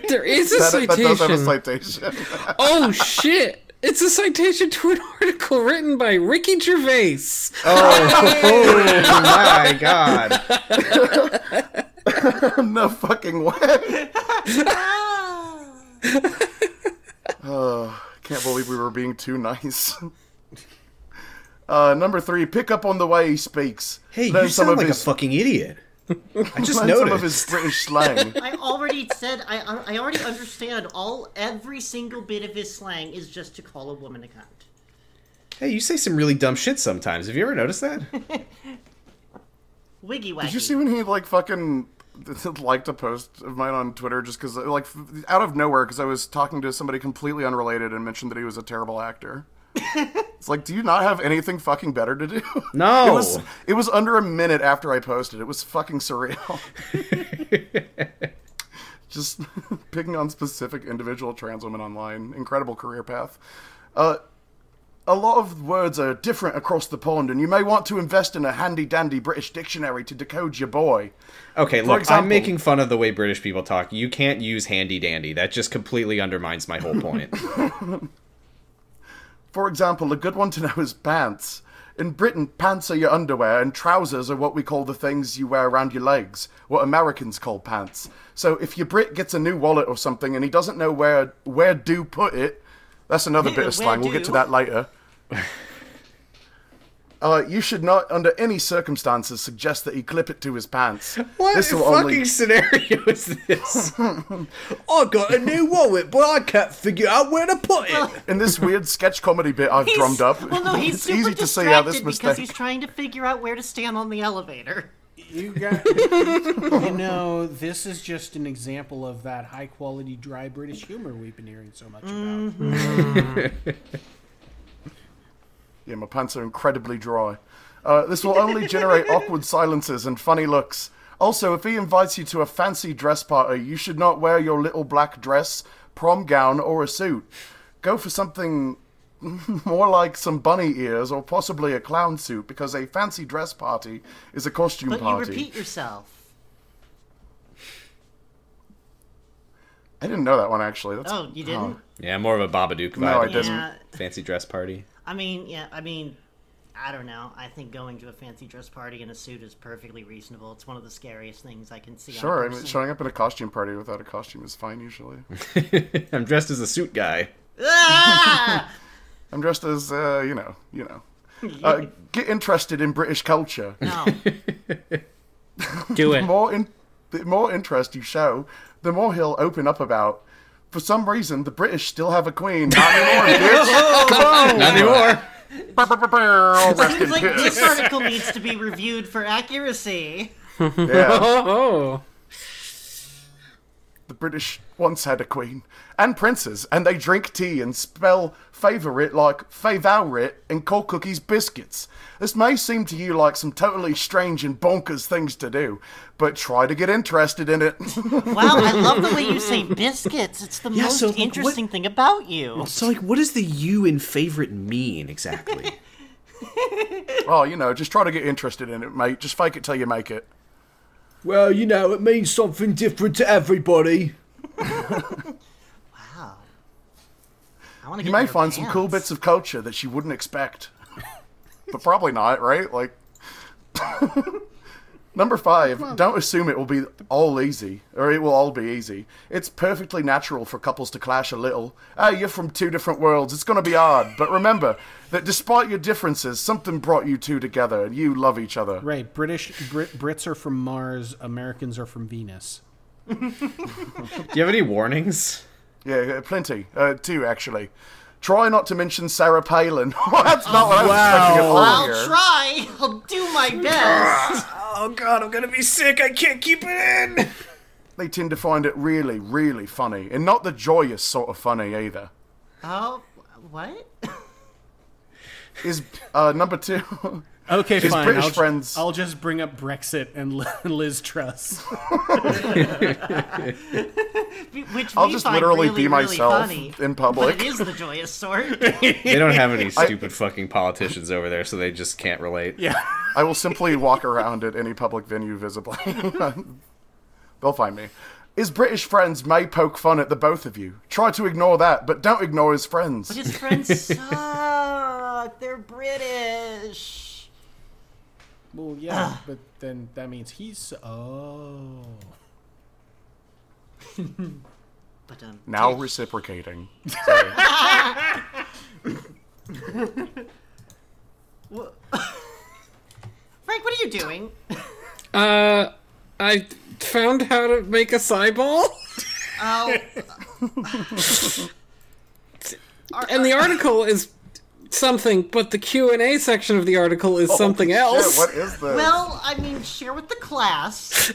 [SPEAKER 2] there is a
[SPEAKER 3] that, that does have a
[SPEAKER 2] citation.
[SPEAKER 3] citation
[SPEAKER 2] oh shit! It's a citation to an article written by Ricky Gervais.
[SPEAKER 5] Oh my god.
[SPEAKER 3] no fucking way
[SPEAKER 1] Ah.
[SPEAKER 3] Oh, Can't believe we were being too nice. uh, number three, pick up on the way he speaks.
[SPEAKER 5] Hey,
[SPEAKER 3] Learn
[SPEAKER 5] you sound like
[SPEAKER 3] his,
[SPEAKER 5] a fucking idiot. I just
[SPEAKER 3] learn some of
[SPEAKER 5] noticed.
[SPEAKER 3] his British slang.
[SPEAKER 1] I already said I I I already understand all every single bit of his slang is just to call a woman a cunt.
[SPEAKER 5] Hey, you say some really dumb shit sometimes. Have you ever noticed that?
[SPEAKER 1] Wiggy waggy.
[SPEAKER 3] Did you see when he like fucking liked a post of mine on Twitter just because, like, f- out of nowhere, because I was talking to somebody completely unrelated and mentioned that he was a terrible actor. it's like, do you not have anything fucking better to do?
[SPEAKER 5] No.
[SPEAKER 3] It was, it was under a minute after I posted. It was fucking surreal. just picking on specific individual trans women online. Incredible career path. Uh, a lot of words are different across the pond, and you may want to invest in a handy dandy British dictionary to decode your boy.
[SPEAKER 5] Okay, look,
[SPEAKER 3] example-
[SPEAKER 5] I'm making fun of the way British people talk. You can't use handy dandy. That just completely undermines my whole point.
[SPEAKER 3] For example, a good one to know is pants. In Britain, pants are your underwear, and trousers are what we call the things you wear around your legs, what Americans call pants. So if your Brit gets a new wallet or something and he doesn't know where where do put it, that's another bit
[SPEAKER 1] Where
[SPEAKER 3] of slang. We'll get to
[SPEAKER 1] do?
[SPEAKER 3] that later. Uh, you should not, under any circumstances, suggest that he clip it to his pants.
[SPEAKER 5] What
[SPEAKER 3] This will
[SPEAKER 5] fucking
[SPEAKER 3] only-
[SPEAKER 5] scenario is this? I got a new wallet, but I can't figure out where to put it.
[SPEAKER 3] in this weird sketch comedy bit I've
[SPEAKER 1] He's-
[SPEAKER 3] drummed up.
[SPEAKER 1] Well, no, he's
[SPEAKER 3] it's
[SPEAKER 1] super
[SPEAKER 3] easy
[SPEAKER 1] distracted
[SPEAKER 3] to see how this
[SPEAKER 1] because he's
[SPEAKER 3] mistake.
[SPEAKER 1] trying to figure out where to stand on the elevator.
[SPEAKER 4] You got, you know, this is just an example of that high quality dry British humor we've been hearing so much
[SPEAKER 1] Mm-hmm.
[SPEAKER 4] about.
[SPEAKER 3] Yeah, my pants are incredibly dry. Uh, this will only generate awkward silences and funny looks. Also, if he invites you to a fancy dress party, you should not wear your little black dress, prom gown, or a suit. Go for something more like some bunny ears or possibly a clown suit, because a fancy dress party is a costume
[SPEAKER 1] But you
[SPEAKER 3] party.
[SPEAKER 1] repeat yourself.
[SPEAKER 3] I didn't know that one actually. That's,
[SPEAKER 1] Oh, you didn't?
[SPEAKER 5] Yeah, more of a Babadook vibe.
[SPEAKER 3] No, I
[SPEAKER 5] than
[SPEAKER 3] didn't.
[SPEAKER 1] yeah.
[SPEAKER 5] Fancy dress party.
[SPEAKER 1] I mean, yeah, I mean, I don't know. I think going to a fancy dress party in a suit is perfectly reasonable. It's one of the scariest things I can see. on a
[SPEAKER 3] Sure, I mean,
[SPEAKER 1] person.
[SPEAKER 3] showing up in a costume party without a costume is fine usually.
[SPEAKER 5] I'm dressed as a suit guy.
[SPEAKER 1] Ah!
[SPEAKER 3] I'm dressed as, uh, you know, you know. Uh, get interested in British culture.
[SPEAKER 1] no.
[SPEAKER 2] Do it.
[SPEAKER 3] the more in, the more interest you show, the more he'll open up about. For some reason, the British still have a queen. Not anymore, bitch. Come
[SPEAKER 5] Not anymore.
[SPEAKER 3] on. Rest in
[SPEAKER 1] Seems like
[SPEAKER 3] peace.
[SPEAKER 1] this article needs to be reviewed for accuracy.
[SPEAKER 3] Yeah,
[SPEAKER 2] Oh,
[SPEAKER 3] the British once had a queen and princes, and they drink tea and spell favourite like favourit and call cookies biscuits. This may seem to you like some totally strange and bonkers things to do, but try to get interested in it.
[SPEAKER 1] Wow, I love the way you say biscuits. It's the most
[SPEAKER 5] so, like, what-
[SPEAKER 1] interesting thing about you.
[SPEAKER 5] So, like, what does the you in favorite mean exactly?
[SPEAKER 3] oh, you know, just try to get interested in it, mate. Just fake it till you make it.
[SPEAKER 5] well, you know, it means something different to everybody.
[SPEAKER 1] Wow. I want to
[SPEAKER 3] You may find some cool bits of culture that you wouldn't expect. but probably not, right? Like. Number five, don't assume it will be all easy, or it will all be easy. It's perfectly natural for couples to clash a little. Hey, you're from two different worlds, it's gonna be hard. But remember that despite your differences, something brought you two together, and you love each other.
[SPEAKER 4] Right, British Brit, Brits are from Mars, Americans are from Venus.
[SPEAKER 5] Do you have any warnings?
[SPEAKER 3] Yeah, Yeah, plenty. Uh, two, actually. Try not to mention Sarah Palin. That's not what I was expecting at all
[SPEAKER 1] I'll
[SPEAKER 3] here.
[SPEAKER 1] try. I'll do my best.
[SPEAKER 5] Oh god, I'm gonna be sick. I can't keep it in.
[SPEAKER 3] they tend to find it really, really funny, and not the joyous sort of funny either.
[SPEAKER 1] oh, what?
[SPEAKER 3] Is uh, number two?
[SPEAKER 4] Okay, fine.
[SPEAKER 3] British
[SPEAKER 4] I'll, ju-
[SPEAKER 3] friends-
[SPEAKER 4] I'll just bring up Brexit and Li- Liz Truss.
[SPEAKER 1] Which
[SPEAKER 3] I'll
[SPEAKER 1] we
[SPEAKER 3] just
[SPEAKER 1] find
[SPEAKER 3] literally
[SPEAKER 1] really,
[SPEAKER 3] be myself
[SPEAKER 1] really funny.
[SPEAKER 3] in
[SPEAKER 1] But
[SPEAKER 3] public.
[SPEAKER 1] it is the joyous sort.
[SPEAKER 5] They don't have any stupid fucking politicians over there, so they just can't relate.
[SPEAKER 4] yeah.
[SPEAKER 3] I will simply walk around at any public venue visibly. They'll find me. His British friends may poke fun at the both of you. Try to ignore that, but don't ignore his friends.
[SPEAKER 1] His friends suck. They're British.
[SPEAKER 4] Well,
[SPEAKER 3] Ah.
[SPEAKER 4] yeah, but then that means he's oh.
[SPEAKER 1] But um,
[SPEAKER 3] Now reciprocating.
[SPEAKER 1] Frank, what are you doing?
[SPEAKER 2] oh. Uh, I found how to make a cyball.
[SPEAKER 1] Oh,
[SPEAKER 2] and the article is something, but the Q and A section of the article is something
[SPEAKER 3] Oh, Shit,
[SPEAKER 2] else.
[SPEAKER 3] what is this?
[SPEAKER 1] well, I mean, share with the class.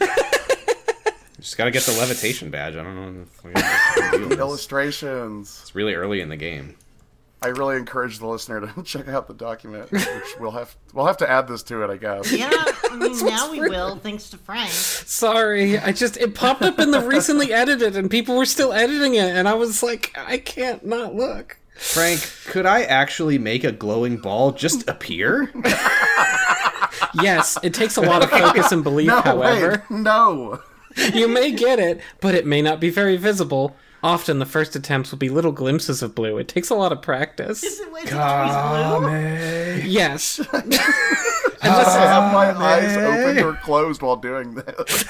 [SPEAKER 5] Just gotta get the levitation badge. I don't know. if we- if we do this.
[SPEAKER 3] Illustrations.
[SPEAKER 5] It's really early in the game.
[SPEAKER 3] I really encourage the listener to check out the document, which we'll have we'll have to add this to it, I guess.
[SPEAKER 1] Yeah, I mean, now we will, thanks to Frank.
[SPEAKER 2] Sorry, I just it popped up in the recently edited, and people were still editing it, and I was like, I can't not look.
[SPEAKER 5] Frank, could I actually make a glowing ball just appear?
[SPEAKER 2] Yes, it takes a lot of focus and belief.
[SPEAKER 3] No,
[SPEAKER 2] however,
[SPEAKER 3] wait, no.
[SPEAKER 2] you may get it, but it may not be very visible. Often, the first attempts will be little glimpses of blue. It takes a lot of practice.
[SPEAKER 1] Is it wait, is it always blue?
[SPEAKER 2] Yes,
[SPEAKER 3] I have my eyes open or closed while doing this.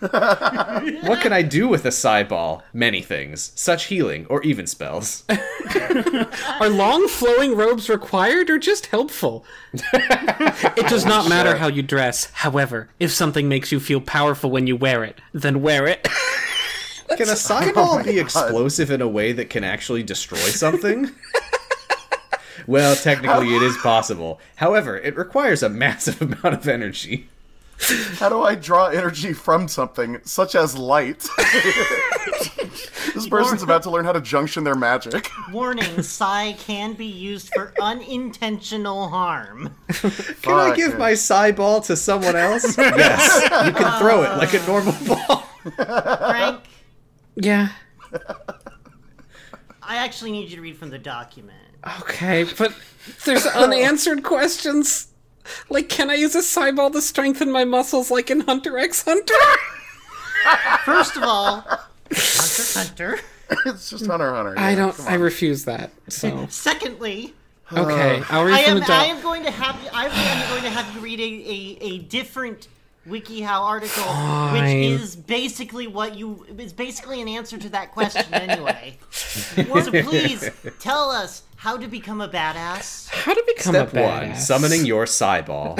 [SPEAKER 5] What can I do with a psi ball? Many things, such healing or even spells.
[SPEAKER 2] are long flowing robes required or just helpful? it does not matter how you dress. However, if something makes you feel powerful when you wear it, then wear it.
[SPEAKER 5] Can a psi ball be explosive in a way that can actually destroy something? well, technically it is possible. However, it requires a massive amount of energy.
[SPEAKER 3] How do I draw energy from something, such as light? this person's about to learn how to junction their magic.
[SPEAKER 1] Warning, psi can be used for unintentional harm.
[SPEAKER 5] Can
[SPEAKER 3] Oh,
[SPEAKER 5] I give my psi ball to someone else? yes. You can throw it like a normal ball.
[SPEAKER 1] Frank,
[SPEAKER 2] Yeah.
[SPEAKER 1] I actually need you to read from the document.
[SPEAKER 2] Okay, but there's unanswered questions. Like, can I use a cyball to strengthen my muscles like in Hunter x Hunter?
[SPEAKER 1] First of all, Hunter Hunter.
[SPEAKER 3] It's just Hunter Hunter.
[SPEAKER 2] I
[SPEAKER 3] yeah,
[SPEAKER 2] don't.
[SPEAKER 3] come
[SPEAKER 2] I
[SPEAKER 3] on.
[SPEAKER 2] refuse that. So
[SPEAKER 1] Secondly,
[SPEAKER 2] okay, I'll read
[SPEAKER 1] I
[SPEAKER 2] from the
[SPEAKER 1] am, I am
[SPEAKER 2] doc.
[SPEAKER 1] going to have you, I am going to have you read a, a, a different WikiHow article,
[SPEAKER 2] Fine.
[SPEAKER 1] which is basically what you is basically an answer to that question anyway. so please tell us how to become a badass.
[SPEAKER 2] How to become
[SPEAKER 5] Step
[SPEAKER 2] a badass?
[SPEAKER 5] one, summoning your psi ball.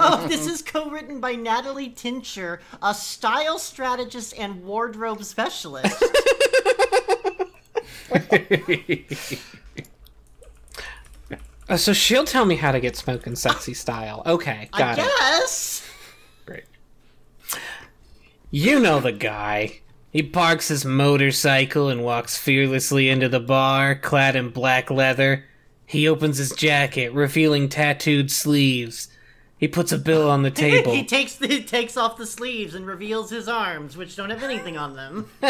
[SPEAKER 1] Oh, this is co-written by Natalie Tincher, a style strategist and wardrobe specialist.
[SPEAKER 2] Oh, so she'll tell me how to get smoking sexy style. Okay,
[SPEAKER 1] I
[SPEAKER 2] got it.
[SPEAKER 1] guess.
[SPEAKER 5] Great.
[SPEAKER 2] You know the guy. He parks his motorcycle and walks fearlessly into the bar, clad in black leather. He opens his jacket, revealing tattooed sleeves. He puts a bill on the
[SPEAKER 1] He
[SPEAKER 2] table.
[SPEAKER 1] takes the, he takes off the sleeves and reveals his arms, which don't have anything on them.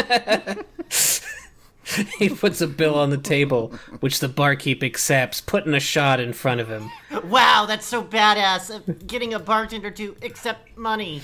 [SPEAKER 2] he puts a bill on the table, which the barkeep accepts, putting a shot in front of him.
[SPEAKER 1] Wow, that's so badass. uh, Getting a bartender to accept money.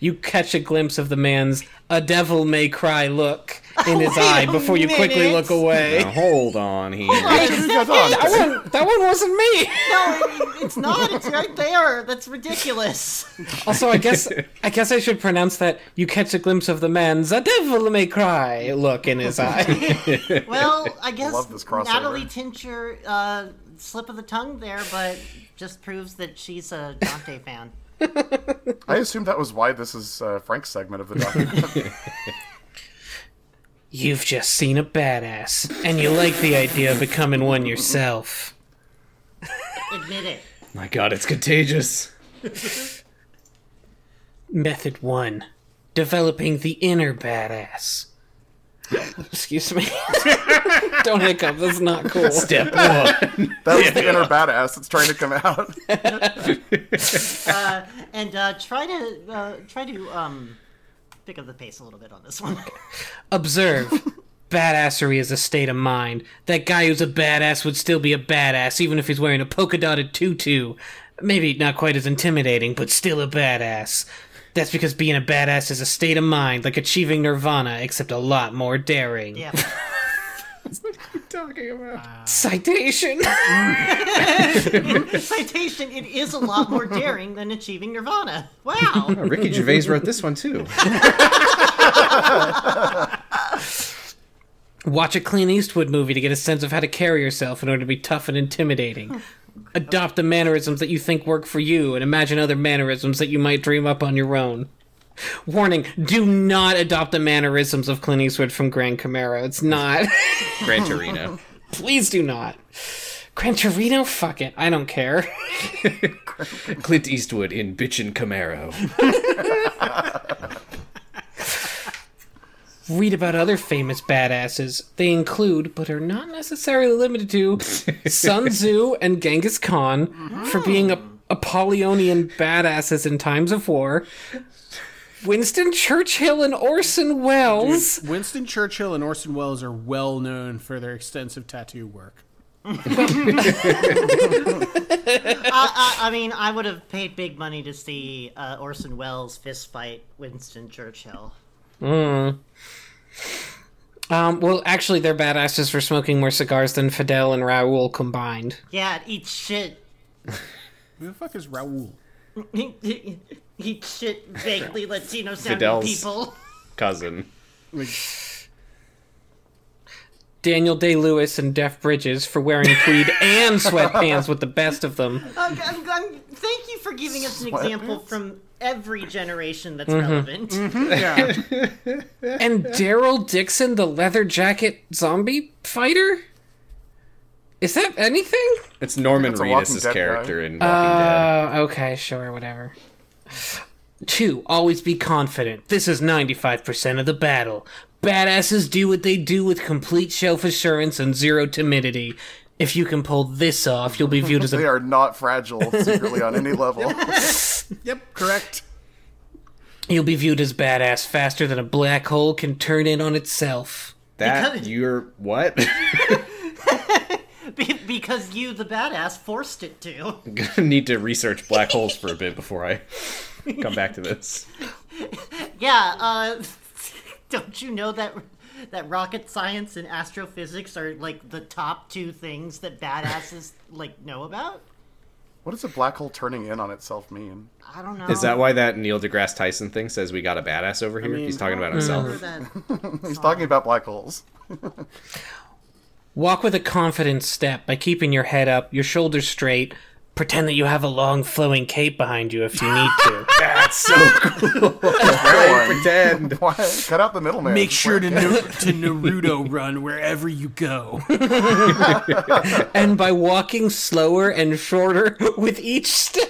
[SPEAKER 2] You catch a glimpse of the man's a devil may cry look in his
[SPEAKER 1] Wait
[SPEAKER 2] eye
[SPEAKER 1] a
[SPEAKER 2] before you quickly
[SPEAKER 1] minute.
[SPEAKER 2] look away.
[SPEAKER 5] Now, hold on here.
[SPEAKER 2] That one, that one wasn't me.
[SPEAKER 1] No, it- it's not. It's right there. That's ridiculous.
[SPEAKER 2] Also, I guess I guess I should pronounce that. You catch a glimpse of the man's a devil may cry look in his eye.
[SPEAKER 1] Well, I guess
[SPEAKER 3] Love this crossover.
[SPEAKER 1] Natalie Tincher, uh, slip of the tongue there, but just proves that she's a Dante fan.
[SPEAKER 3] I assume that was why this is uh, Frank's segment of the document.
[SPEAKER 2] You've just seen a badass, and you like the idea of becoming one yourself.
[SPEAKER 1] Admit it.
[SPEAKER 5] My god, it's contagious.
[SPEAKER 2] Method one: developing the inner badass. Excuse me. Don't hiccup. That's not cool.
[SPEAKER 5] Step one.
[SPEAKER 3] that was the inner badass that's trying to come out.
[SPEAKER 1] And uh, try to uh, try to um, pick up the pace a little bit on this one.
[SPEAKER 2] Observe. Badassery is a state of mind. That guy who's a badass would still be a badass, even if he's wearing a polka dotted tutu. Maybe not quite as intimidating, but still a badass. That's because being a badass is a state of mind, like achieving nirvana, except a lot more daring.
[SPEAKER 1] Yeah.
[SPEAKER 5] talking about?
[SPEAKER 2] Citation!
[SPEAKER 1] Citation: It is a lot more daring than achieving nirvana. Wow.
[SPEAKER 5] Ricky Gervais wrote this one too.
[SPEAKER 2] Watch a Clint Eastwood movie to get a sense of how to carry yourself in order to be tough and intimidating. Adopt the mannerisms that you think work for you and imagine other mannerisms that you might dream up on your own. Warning, do not adopt the mannerisms of Clint Eastwood from Gran Camaro. It's not.
[SPEAKER 5] Gran Torino.
[SPEAKER 2] Please do not. Gran Torino? Fuck it. I don't care.
[SPEAKER 5] Clint Eastwood in Bitchin' Camaro.
[SPEAKER 2] Read about other famous badasses. They include, but are not necessarily limited to, Sun Tzu and Genghis Khan for being a Apollonian badasses in times of war. Winston Churchill and Orson Welles.
[SPEAKER 4] Winston Churchill and Orson Welles are well known for their extensive tattoo work.
[SPEAKER 1] I, I, I mean, I would have paid big money to see uh, Orson Welles fist fight Winston Churchill.
[SPEAKER 2] Um, well, actually, they're badasses for smoking more cigars than Fidel and Raoul combined.
[SPEAKER 1] Yeah, eat shit.
[SPEAKER 4] Who the fuck is Raoul?
[SPEAKER 1] eat shit, vaguely Latino sounding
[SPEAKER 5] Fidel's-
[SPEAKER 1] people.
[SPEAKER 5] Cousin.
[SPEAKER 4] Like,
[SPEAKER 2] Daniel Day Lewis and Def Bridges for wearing tweed and sweatpants with the best of them.
[SPEAKER 1] I'm, I'm, I'm- thank you for giving us an example from every generation that's relevant.
[SPEAKER 4] yeah.
[SPEAKER 2] And Daryl Dixon, the leather jacket zombie fighter? Is that anything?
[SPEAKER 5] It's Norman
[SPEAKER 3] It's a Walking
[SPEAKER 5] Reedus'
[SPEAKER 3] Dead
[SPEAKER 5] character
[SPEAKER 3] guy.
[SPEAKER 5] in Walking
[SPEAKER 2] Uh, okay, sure, whatever. Two, always be confident. This is 95% of the battle. Badasses do what they do with complete self assurance and zero timidity. If you can pull this off, you'll be viewed as
[SPEAKER 3] They
[SPEAKER 2] a.
[SPEAKER 3] are not fragile secretly on any level.
[SPEAKER 4] Yep, correct.
[SPEAKER 2] You'll be viewed as badass faster than a black hole can turn in on itself.
[SPEAKER 5] Dead. That
[SPEAKER 1] Because-
[SPEAKER 5] you're what?
[SPEAKER 1] Be- because you, the badass, forced it to.
[SPEAKER 5] Gonna need to research black holes for a bit before I come back to this.
[SPEAKER 1] Yeah, uh, don't you know that that rocket science and astrophysics are like the top two things that badasses like know about?
[SPEAKER 3] What does a black hole turning in on itself mean?
[SPEAKER 1] I don't know.
[SPEAKER 5] Is that why that Neil deGrasse Tyson thing says we got a badass over here? He's talking
[SPEAKER 3] uh,
[SPEAKER 5] about himself.
[SPEAKER 3] He's talking about black holes.
[SPEAKER 2] Walk with a confident step by keeping your head up, your shoulders straight. Pretend that you have a long flowing cape behind you if you need to.
[SPEAKER 5] That's so cool. Pretend.
[SPEAKER 3] Why? Cut out the middleman.
[SPEAKER 4] Make sure to Nar- to Naruto run wherever you go.
[SPEAKER 2] and by walking slower and shorter with each step,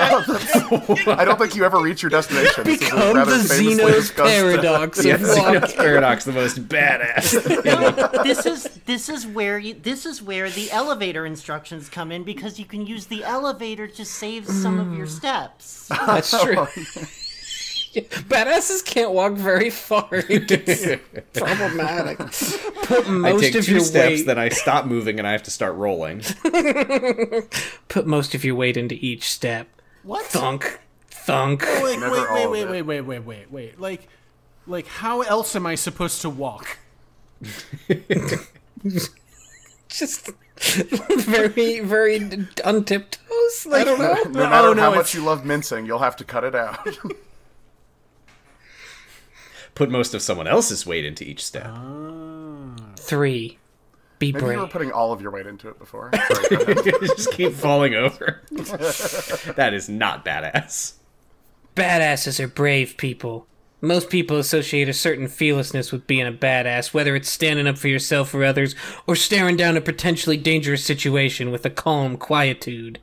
[SPEAKER 3] I don't think you ever reach your destination. This is a
[SPEAKER 2] become
[SPEAKER 3] rather
[SPEAKER 2] the
[SPEAKER 3] famously
[SPEAKER 2] Xeno's
[SPEAKER 3] discussed-
[SPEAKER 2] paradox.
[SPEAKER 5] Yeah,
[SPEAKER 2] of walking.
[SPEAKER 5] Xenos Paradox, the most badass.
[SPEAKER 1] this is this is where you, this is where the elevator instructions come in because you can use the elevator to save some of your
[SPEAKER 2] Mm.
[SPEAKER 1] steps.
[SPEAKER 2] That's true. Badasses can't walk very far. It's problematic. Put
[SPEAKER 5] I
[SPEAKER 2] most
[SPEAKER 5] take
[SPEAKER 2] of
[SPEAKER 5] two
[SPEAKER 2] your
[SPEAKER 5] steps,
[SPEAKER 2] weight.
[SPEAKER 5] then I stop moving and I have to start rolling.
[SPEAKER 2] Put most of your weight into each step.
[SPEAKER 4] What?
[SPEAKER 2] Thunk, thunk.
[SPEAKER 4] Like,
[SPEAKER 3] Never
[SPEAKER 4] wait,
[SPEAKER 3] all
[SPEAKER 4] wait,
[SPEAKER 3] of
[SPEAKER 4] wait,
[SPEAKER 3] it.
[SPEAKER 4] wait, wait, wait, wait, wait. Like, like, how else am I supposed to walk?
[SPEAKER 2] Just very, very on tiptoes. Like, I don't know.
[SPEAKER 3] No matter
[SPEAKER 4] Oh, no,
[SPEAKER 3] how much
[SPEAKER 4] it's-
[SPEAKER 3] you love mincing, you'll have to cut it out.
[SPEAKER 5] Put most of someone else's weight into each step.
[SPEAKER 3] Uh.
[SPEAKER 2] Three, be
[SPEAKER 3] Maybe you were
[SPEAKER 2] brave.
[SPEAKER 3] putting all of your weight into it before. Sorry, go ahead.
[SPEAKER 5] just keep falling over. that is not badass.
[SPEAKER 2] Badasses are brave people. Most people associate a certain fearlessness with being a badass, whether it's standing up for yourself or others, or staring down a potentially dangerous situation with a calm quietude.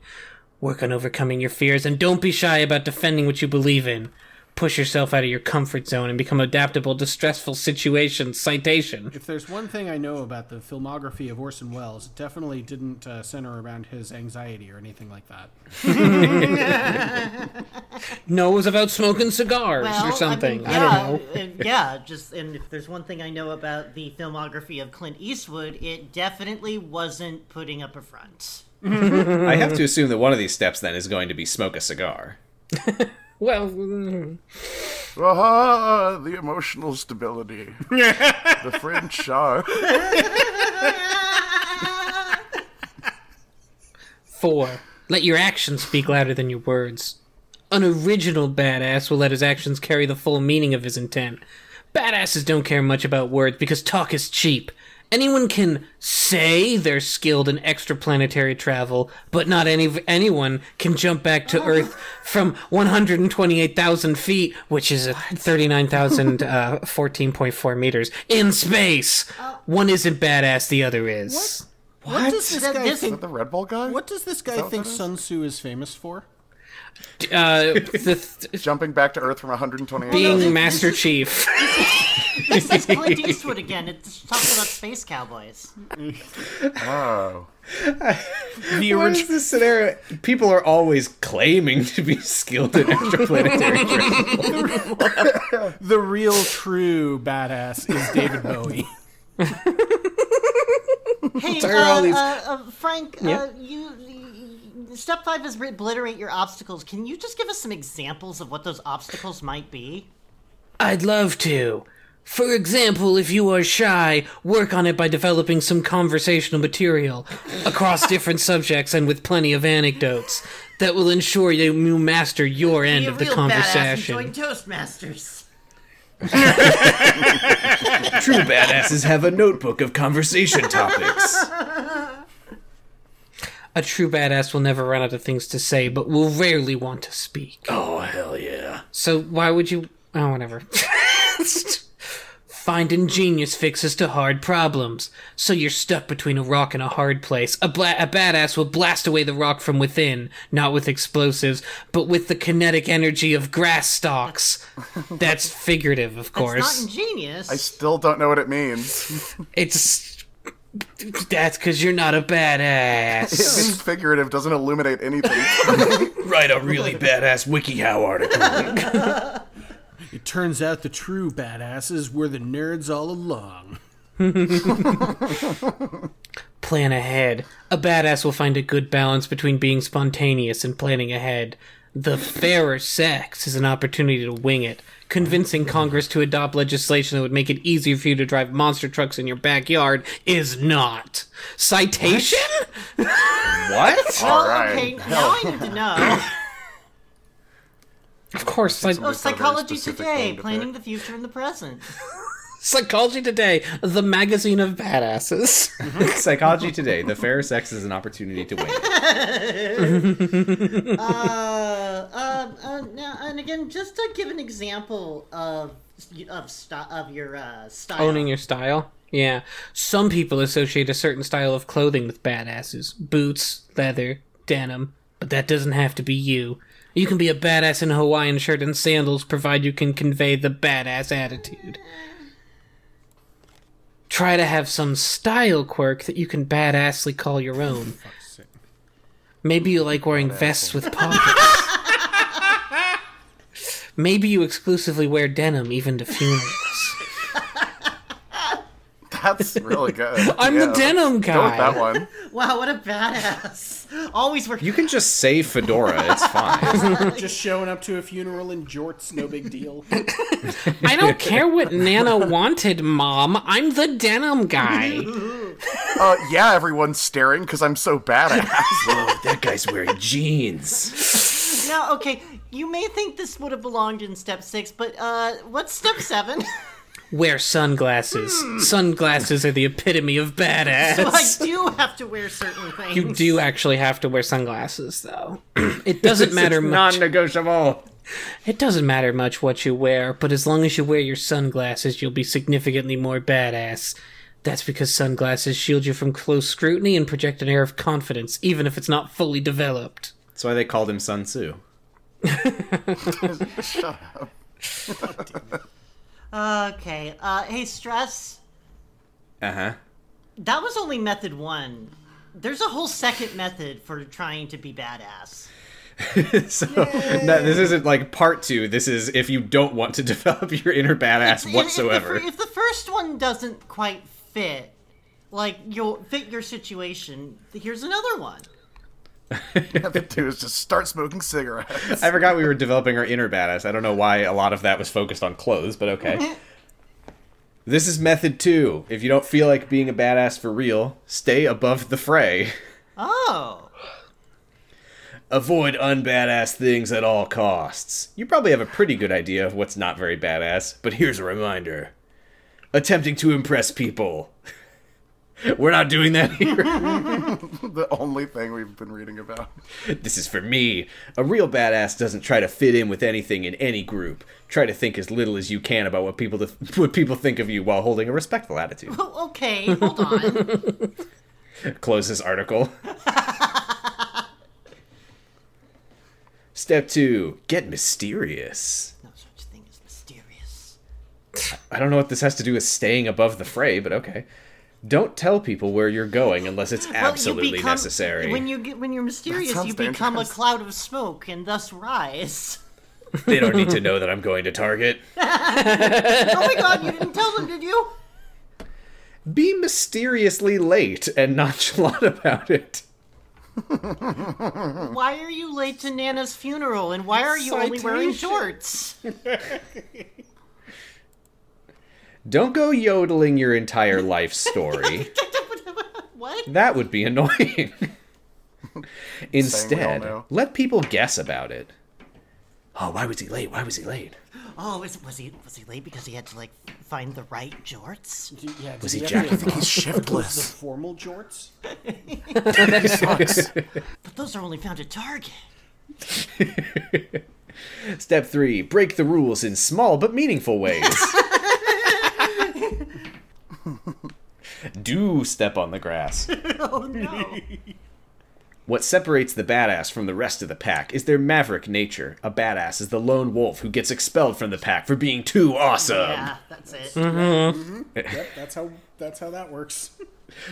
[SPEAKER 2] Work on overcoming your fears and don't be shy about defending what you believe in. Push yourself out of your comfort zone and become adaptable to stressful situations. Citation.
[SPEAKER 4] If there's one thing I know about the filmography of Orson Welles, it definitely didn't uh, center around his anxiety or anything like that.
[SPEAKER 2] No, it was about smoking cigars
[SPEAKER 1] Well,
[SPEAKER 2] or something.
[SPEAKER 1] I, mean,
[SPEAKER 2] I
[SPEAKER 1] yeah,
[SPEAKER 2] don't know.
[SPEAKER 1] and- yeah, just and if there's one thing I know about the filmography of Clint Eastwood, it definitely wasn't putting up a front.
[SPEAKER 3] Hmm.
[SPEAKER 5] I have to assume that one of these steps then is going to be smoke a cigar.
[SPEAKER 2] Well, mm,
[SPEAKER 3] Ah, the emotional stability. the French are.
[SPEAKER 2] Four. Let your actions speak louder than your words. An original badass will let his actions carry the full meaning of his intent. Badasses don't care much about words because talk is cheap. Anyone can say they're skilled in extraplanetary travel, but not any anyone can jump back to Earth from 128,000 feet, which is a uh, 39,014.4 meters, in space. One isn't badass, the other is.
[SPEAKER 1] What, does
[SPEAKER 4] This
[SPEAKER 1] that-
[SPEAKER 4] guy
[SPEAKER 1] this-
[SPEAKER 3] Is that the Red Bull guy?
[SPEAKER 4] What does this guy
[SPEAKER 3] that what
[SPEAKER 4] think
[SPEAKER 3] that is?
[SPEAKER 4] Sun Tzu is famous for?
[SPEAKER 2] Uh, the th-
[SPEAKER 3] Jumping back to Earth from 128.
[SPEAKER 2] being Master Chief.
[SPEAKER 1] this is Clint Eastwood again. It's talking about space cowboys.
[SPEAKER 3] Oh.
[SPEAKER 2] The
[SPEAKER 5] What
[SPEAKER 2] orig-
[SPEAKER 5] is this scenario? People are always claiming to be skilled in extraplanetary travel.
[SPEAKER 4] The real true badass is David Bowie.
[SPEAKER 1] Hey,
[SPEAKER 2] Sorry, all
[SPEAKER 1] uh,
[SPEAKER 2] these-
[SPEAKER 1] uh, uh, Frank,
[SPEAKER 2] Yeah.
[SPEAKER 1] uh, you, you- Step five is obliterate your obstacles. Can you just give us some examples of what those obstacles might be?
[SPEAKER 2] I'd love to. For example, if you are shy, work on it by developing some conversational material across different subjects and with plenty of anecdotes that will ensure that you master your end
[SPEAKER 1] Be a
[SPEAKER 2] of the
[SPEAKER 1] real badass
[SPEAKER 2] conversation.
[SPEAKER 1] and join Toastmasters.
[SPEAKER 5] True badasses have a notebook of conversation topics.
[SPEAKER 2] A true badass will never run out of things to say, but will rarely want to speak.
[SPEAKER 5] Oh, hell yeah.
[SPEAKER 2] So why would you? Oh, whatever. Find ingenious fixes to hard problems. So you're stuck between a rock and a hard place. A, bla- a badass will blast away the rock from within, not with explosives, but with the kinetic energy of grass stalks. That's figurative, of
[SPEAKER 1] It's
[SPEAKER 2] course.
[SPEAKER 1] not ingenious.
[SPEAKER 3] I still don't know what it means.
[SPEAKER 2] It's that's because you're not a badass.
[SPEAKER 3] It's figurative, doesn't illuminate anything.
[SPEAKER 5] Write a really badass WikiHow article.
[SPEAKER 4] It turns out the true badasses were the nerds all along.
[SPEAKER 2] plan ahead. A badass will find a good balance between being spontaneous and planning ahead. The fairer sex is an opportunity to wing it, convincing Congress to adopt legislation that would make it easier for you to drive monster trucks in your backyard is not. Citation?
[SPEAKER 5] what?
[SPEAKER 1] well,
[SPEAKER 3] Alright.
[SPEAKER 1] okay, now I need to know.
[SPEAKER 2] Of course, like
[SPEAKER 1] Oh,
[SPEAKER 3] It's not a very
[SPEAKER 1] psychology
[SPEAKER 3] specific
[SPEAKER 1] today,
[SPEAKER 3] thing to
[SPEAKER 1] planning
[SPEAKER 3] pick.
[SPEAKER 1] the future and the present.
[SPEAKER 2] Psychology Today, the magazine of badasses.
[SPEAKER 5] Psychology Today. The fair sex is an opportunity to win.
[SPEAKER 1] Uh, uh, uh, now, and again, just to give an example of of sti- of your uh, style.
[SPEAKER 2] Owning your style. Yeah. Some people associate a certain style of clothing with badasses boots, leather, denim, but that doesn't have to be you. You can be a badass in a Hawaiian shirt and sandals, provided you can convey the badass attitude. Try to have some style quirk that you can badassly call your own. Maybe you like wearing vests with pockets. Maybe you exclusively wear denim even to funerals.
[SPEAKER 3] That's really good.
[SPEAKER 2] I'm the denim
[SPEAKER 3] Go with that
[SPEAKER 2] guy.
[SPEAKER 3] one.
[SPEAKER 1] Wow, what a badass! Always working.
[SPEAKER 5] You can just say fedora. It's fine.
[SPEAKER 4] Just showing up to a funeral in jorts, no big deal.
[SPEAKER 2] I don't care what Nana wanted, Mom. I'm the denim guy.
[SPEAKER 3] Uh, yeah, everyone's staring because I'm so badass.
[SPEAKER 5] Whoa, that guy's wearing jeans.
[SPEAKER 1] Now, okay, you may think this would have belonged in step six, but uh, what's step seven?
[SPEAKER 2] Wear sunglasses. Sunglasses are the epitome of
[SPEAKER 1] so I
[SPEAKER 2] badass.
[SPEAKER 1] do have to wear certain things.
[SPEAKER 2] You do actually have to wear sunglasses, though. It doesn't matter much.
[SPEAKER 5] Non-negotiable.
[SPEAKER 2] It doesn't matter much what you wear, but as long as you wear your sunglasses, you'll be significantly more badass. That's because sunglasses shield you from close scrutiny and project an air of confidence, even if it's not fully developed.
[SPEAKER 5] That's why they called him Sun Tzu.
[SPEAKER 1] Okay. Uh, hey, stress.
[SPEAKER 5] Uh huh.
[SPEAKER 1] That was only method one. There's a whole second method for trying to be badass.
[SPEAKER 5] So no, this isn't like part two. This is if you don't want to develop your inner badass
[SPEAKER 1] If- if the
[SPEAKER 5] whatsoever.
[SPEAKER 1] fir- If the, first one doesn't quite fit, like you'll fit your situation, here's another one.
[SPEAKER 3] the two is just start smoking cigarettes.
[SPEAKER 5] I forgot we were developing our inner badass. I don't know why a lot of that was focused on clothes, but okay. this is method two. If you don't feel like being a badass for real, stay above the fray.
[SPEAKER 1] Oh,
[SPEAKER 5] Avoid unbadass things at all costs. You probably have a pretty good idea of what's not very badass, but here's a reminder attempting to impress people. We're not doing that here.
[SPEAKER 3] the only thing we've been reading about.
[SPEAKER 5] this is for me. A real badass doesn't try to fit in with anything in any group. Try to think as little as you can about what people what people think of you while holding a respectful attitude.
[SPEAKER 1] Oh, okay, hold on.
[SPEAKER 5] Close this article. Step two, get mysterious.
[SPEAKER 1] No such thing as mysterious.
[SPEAKER 5] I don't know what this has to do with staying above the fray, but okay. Don't tell people where you're going unless it's
[SPEAKER 1] Well, you
[SPEAKER 5] absolutely
[SPEAKER 1] become-
[SPEAKER 5] necessary.
[SPEAKER 1] When you get when you're mysterious,
[SPEAKER 3] sounds
[SPEAKER 1] you become
[SPEAKER 3] dangerous.
[SPEAKER 1] a cloud of smoke and thus rise.
[SPEAKER 5] They don't need to know that I'm going to Target.
[SPEAKER 1] oh my god, you didn't tell them, did you?
[SPEAKER 5] Be mysteriously late and nonchalant about it.
[SPEAKER 1] Why are you late to Nana's funeral and why are you only wearing shorts?
[SPEAKER 5] Don't go yodeling your entire life story.
[SPEAKER 1] What?
[SPEAKER 5] that would be annoying. Instead,
[SPEAKER 3] know.
[SPEAKER 5] let people guess about it. Oh, why was he late? Why was he late?
[SPEAKER 1] Oh, is, was he was he late because he had to like find the right jorts?
[SPEAKER 4] Yeah,
[SPEAKER 5] Was he Jack? I think
[SPEAKER 3] he's
[SPEAKER 4] The
[SPEAKER 3] shiftless.
[SPEAKER 4] formal jorts.
[SPEAKER 1] But those are only found at Target.
[SPEAKER 5] Step three: break the rules in small but meaningful ways. Do step on the grass.
[SPEAKER 1] Oh no.
[SPEAKER 5] What separates the badass from the rest of the pack is their maverick nature. A badass is the lone wolf who gets expelled from the pack for being too awesome.
[SPEAKER 1] yeah, that's it.
[SPEAKER 5] mm-hmm.
[SPEAKER 4] Yep, that's how that's how that works.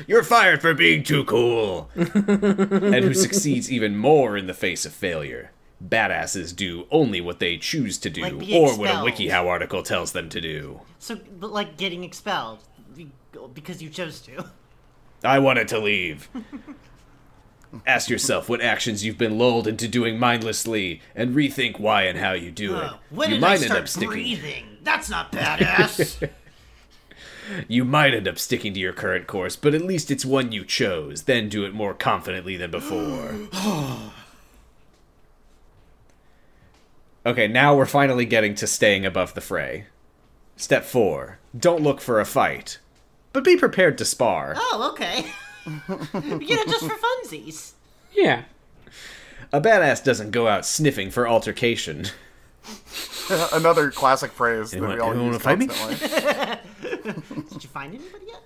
[SPEAKER 5] You're fired for being too cool. and who succeeds even more in the face of failure. Badasses do only what they choose to do,
[SPEAKER 1] Like be
[SPEAKER 5] or what a
[SPEAKER 1] expelled.
[SPEAKER 5] WikiHow article tells them to do.
[SPEAKER 1] So but, like getting expelled be- because you chose to.
[SPEAKER 5] I wanted to leave. Ask yourself what actions you've been lulled into doing mindlessly, and rethink why and how you do it.
[SPEAKER 1] Uh, when
[SPEAKER 5] you
[SPEAKER 1] did I start breathing? That's not badass.
[SPEAKER 5] You might end up sticking to your current course, but at least it's one you chose. Then do it more confidently than before. okay, now we're finally getting to staying above the fray. Step 4 Don't look for a fight, but be prepared to spar.
[SPEAKER 1] oh, okay. you know, just for funsies.
[SPEAKER 2] Yeah.
[SPEAKER 5] A badass doesn't go out sniffing for altercation.
[SPEAKER 3] Another classic phrase that
[SPEAKER 5] Anyone-
[SPEAKER 3] we all
[SPEAKER 5] anyone
[SPEAKER 3] use
[SPEAKER 5] wanna fight me?
[SPEAKER 3] constantly.
[SPEAKER 1] Did you find anybody yet?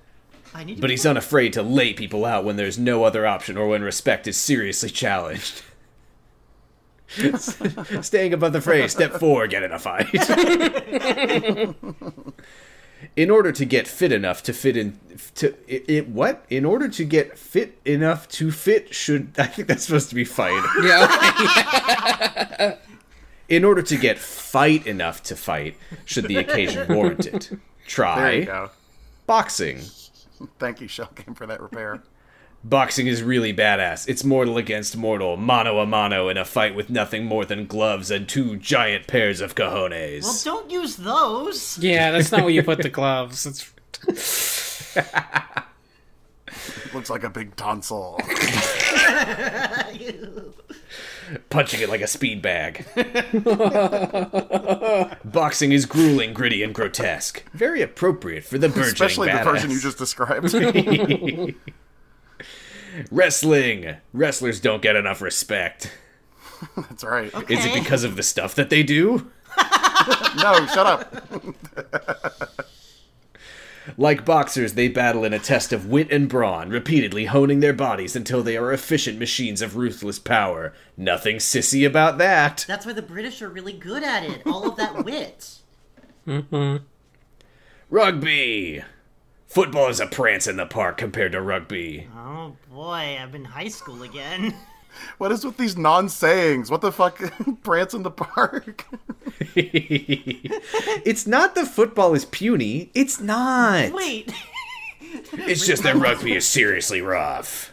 [SPEAKER 1] I need to
[SPEAKER 5] But
[SPEAKER 1] be
[SPEAKER 5] he's unafraid to lay people out when there's no other option or when respect is seriously challenged. Staying above the fray, step four, get in a fight. in order to get fit enough to fit in, to it, it what? In order to get fit enough to fit, should I think that's supposed to be fight?
[SPEAKER 2] Yeah. okay.
[SPEAKER 5] In order to get fight enough to fight, should the occasion warrant it.
[SPEAKER 3] There you
[SPEAKER 5] Try
[SPEAKER 3] go.
[SPEAKER 5] boxing.
[SPEAKER 3] Thank you, Shell Game, for that repair.
[SPEAKER 5] Boxing is really badass. It's mortal against mortal, mano a mano in a fight with nothing more than gloves and two giant pairs of cojones.
[SPEAKER 1] Well, don't use those.
[SPEAKER 2] Yeah, that's not where you put the gloves. It's
[SPEAKER 3] Looks like a big tonsil.
[SPEAKER 5] punching it like a speed bag. Boxing is grueling, gritty, and grotesque. Very appropriate for the burgeoning
[SPEAKER 3] Especially the
[SPEAKER 5] badass.
[SPEAKER 3] person you just described.
[SPEAKER 5] Wrestling. Wrestlers don't get enough respect.
[SPEAKER 3] That's right.
[SPEAKER 5] Is it
[SPEAKER 1] Okay.
[SPEAKER 5] because of the stuff that they do?
[SPEAKER 3] No, shut up.
[SPEAKER 5] Like boxers, they battle in a test of wit and brawn, repeatedly honing their bodies until they are efficient machines of ruthless power. Nothing sissy about that.
[SPEAKER 1] That's why the British are really good at it. All of that wit.
[SPEAKER 5] Rugby! Football is a prance in the park compared to rugby.
[SPEAKER 1] Oh boy, I'm in high school again.
[SPEAKER 3] What is with these non sayings? What the fuck? Prance in the park?
[SPEAKER 5] it's not that football is puny. It's not.
[SPEAKER 1] Wait,
[SPEAKER 5] It's just that rugby is seriously rough.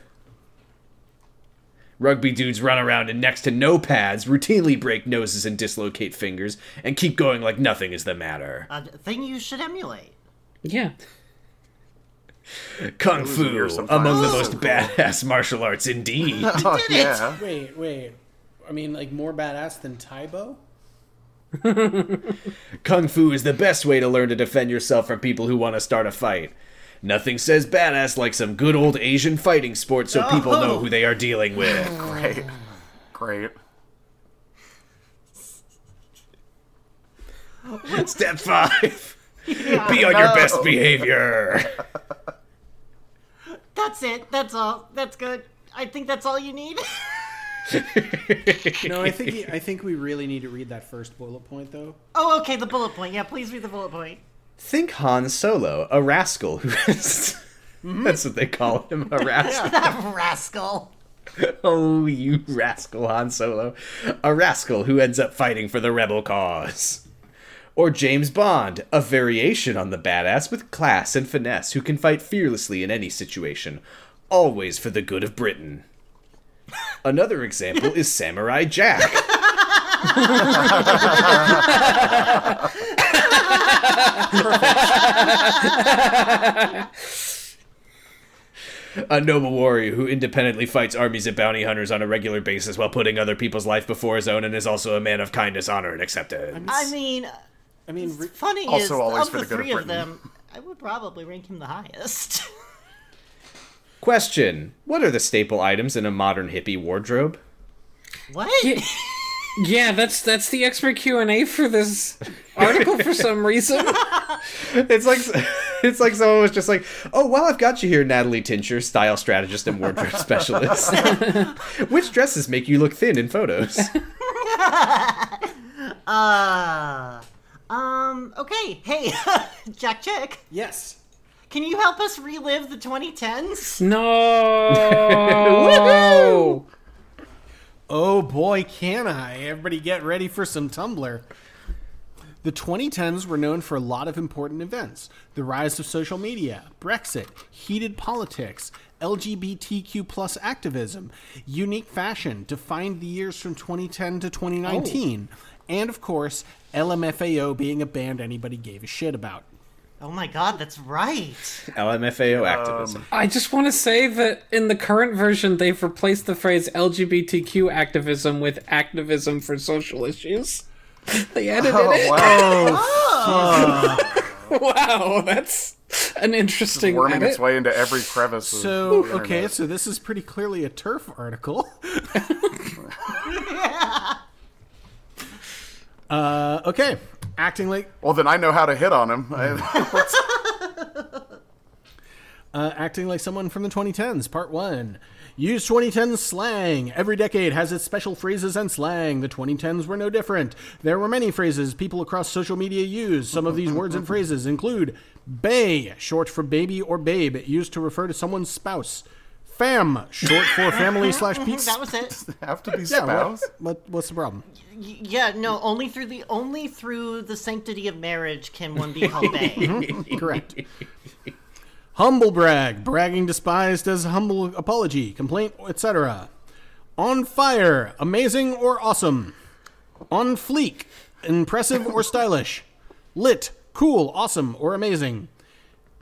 [SPEAKER 5] Rugby dudes run around in next to no pads, routinely break noses and dislocate fingers, and keep going like nothing is the matter.
[SPEAKER 1] a thing you should emulate.
[SPEAKER 2] yeah.
[SPEAKER 5] Kung
[SPEAKER 3] was weird
[SPEAKER 5] Fu,
[SPEAKER 3] sometimes.
[SPEAKER 5] among the
[SPEAKER 3] Oh.
[SPEAKER 5] most
[SPEAKER 3] So cool.
[SPEAKER 5] badass martial arts indeed.
[SPEAKER 3] Oh,
[SPEAKER 1] did it!
[SPEAKER 3] yeah.
[SPEAKER 4] Wait, wait. I mean, like more badass than Tybo?
[SPEAKER 5] Kung Fu is the best way to learn to defend yourself from people who want to start a fight. Nothing says badass like some good old Asian fighting sport so people know
[SPEAKER 1] Oh.
[SPEAKER 5] who they are dealing with.
[SPEAKER 3] Great. Great.
[SPEAKER 5] Step 5 Be on your best behavior.
[SPEAKER 1] That that's it. That's all. That's good. I think that's all you need.
[SPEAKER 4] No, I think he- I think we really need to read that first bullet point though.
[SPEAKER 1] oh, okay. The bullet point. Yeah, please read the bullet point.
[SPEAKER 5] Think Han Solo, a rascal who is. That's what they call him, a rascal.
[SPEAKER 1] That rascal.
[SPEAKER 5] Oh, you rascal, Han Solo. A rascal who ends up fighting for the rebel cause. Or James Bond, a variation on the badass with class and finesse who can fight fearlessly in any situation, always for the good of Britain. Another example is Samurai Jack. a noble warrior who independently fights armies of bounty hunters on a regular basis while putting other people's life before his own and is also a man of kindness, honor, and acceptance.
[SPEAKER 1] I mean,
[SPEAKER 4] I mean, re-
[SPEAKER 1] funny
[SPEAKER 3] Also
[SPEAKER 1] is
[SPEAKER 3] always
[SPEAKER 1] of
[SPEAKER 3] for
[SPEAKER 1] the
[SPEAKER 3] the good of
[SPEAKER 1] three of,
[SPEAKER 3] Britain.
[SPEAKER 1] them, I would probably rank him the highest.
[SPEAKER 5] Question What are the staple items in a modern hippie wardrobe?
[SPEAKER 1] what?
[SPEAKER 2] Yeah, that's that's the expert Q and A for this article for some reason.
[SPEAKER 5] It's like it's like someone was just like, "Oh, well, I've got you here, Natalie Tincher, style strategist and wardrobe specialist. Which dresses make you look thin in photos?"
[SPEAKER 1] Uh, um. Okay. Hey, Jack Chick,
[SPEAKER 4] yes.
[SPEAKER 1] can you help us relive the 2010s?
[SPEAKER 2] No.
[SPEAKER 4] Oh boy, can I! Everybody, get ready for some Tumblr. The 2010s were known for a lot of important events the rise of social media, Brexit, heated politics, LGBTQ plus activism, unique fashion defined the years from 2010 to 2019, and of course, LMFAO being a band anybody gave a shit about.
[SPEAKER 1] Oh my God, that's right.
[SPEAKER 3] Um,
[SPEAKER 5] LMFAO activism.
[SPEAKER 2] I just want to say that in the current version, they've replaced the phrase LGBTQ activism with activism for social issues. They edited
[SPEAKER 3] Oh,
[SPEAKER 2] it.
[SPEAKER 3] wow.
[SPEAKER 5] Oh,
[SPEAKER 2] Wow, that's an interesting
[SPEAKER 3] Worming
[SPEAKER 2] edit.
[SPEAKER 3] its way into every crevice. of
[SPEAKER 4] So,
[SPEAKER 3] the
[SPEAKER 4] okay,
[SPEAKER 3] internet.
[SPEAKER 4] so this is pretty clearly a turf article. uh, okay, acting like
[SPEAKER 3] Well, then I know how to hit on him. I- let's-
[SPEAKER 4] uh, acting like someone from the 2010s, part one. Use 2010s slang. Every decade has its special phrases and slang. The 2010s were no different. There were many phrases people across social media used. Some of these words and phrases include bay, short for baby or babe, used to refer to someone's spouse. Fam, short for family slash peace.
[SPEAKER 1] That was it.
[SPEAKER 3] have to be
[SPEAKER 4] Yeah, what,
[SPEAKER 3] spouse.
[SPEAKER 4] what- what's the problem?
[SPEAKER 1] Y- Yeah, no, only through the only through the sanctity of marriage can one be called
[SPEAKER 4] Mhm.
[SPEAKER 1] bae.
[SPEAKER 4] Correct. humble brag, bragging disguised as humble apology, complaint, etc. On fire, amazing or awesome. On fleek, impressive or stylish. Lit, cool, awesome, or amazing.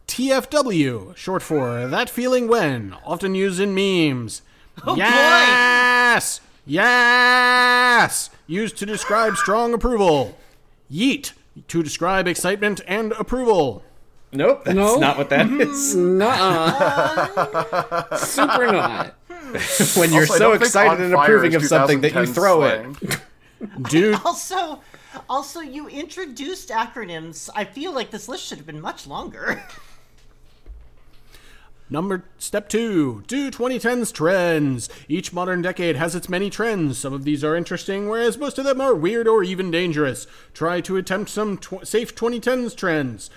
[SPEAKER 4] TFW, short for that feeling when, often used in memes.
[SPEAKER 1] boy.
[SPEAKER 4] yes! Yes! Used to describe strong approval. Yeet, to describe excitement and approval.
[SPEAKER 5] Nope, that's
[SPEAKER 2] No.
[SPEAKER 5] not what that is.
[SPEAKER 2] Nuh-uh. Super not.
[SPEAKER 5] When you're
[SPEAKER 3] Also, I
[SPEAKER 5] so
[SPEAKER 3] don't think
[SPEAKER 5] excited
[SPEAKER 3] on
[SPEAKER 5] and
[SPEAKER 3] fire
[SPEAKER 5] approving
[SPEAKER 3] is
[SPEAKER 5] of something that you
[SPEAKER 3] 2010
[SPEAKER 5] throw
[SPEAKER 3] slang.
[SPEAKER 5] it.
[SPEAKER 4] Dude,
[SPEAKER 1] also, also you introduced acronyms. I feel like this list should have been much longer.
[SPEAKER 4] Number step two, do 2010s trends. Each modern decade has its many trends. Some of these are interesting, whereas most of them are weird or even dangerous. Try to attempt some tw- safe 2010s trends.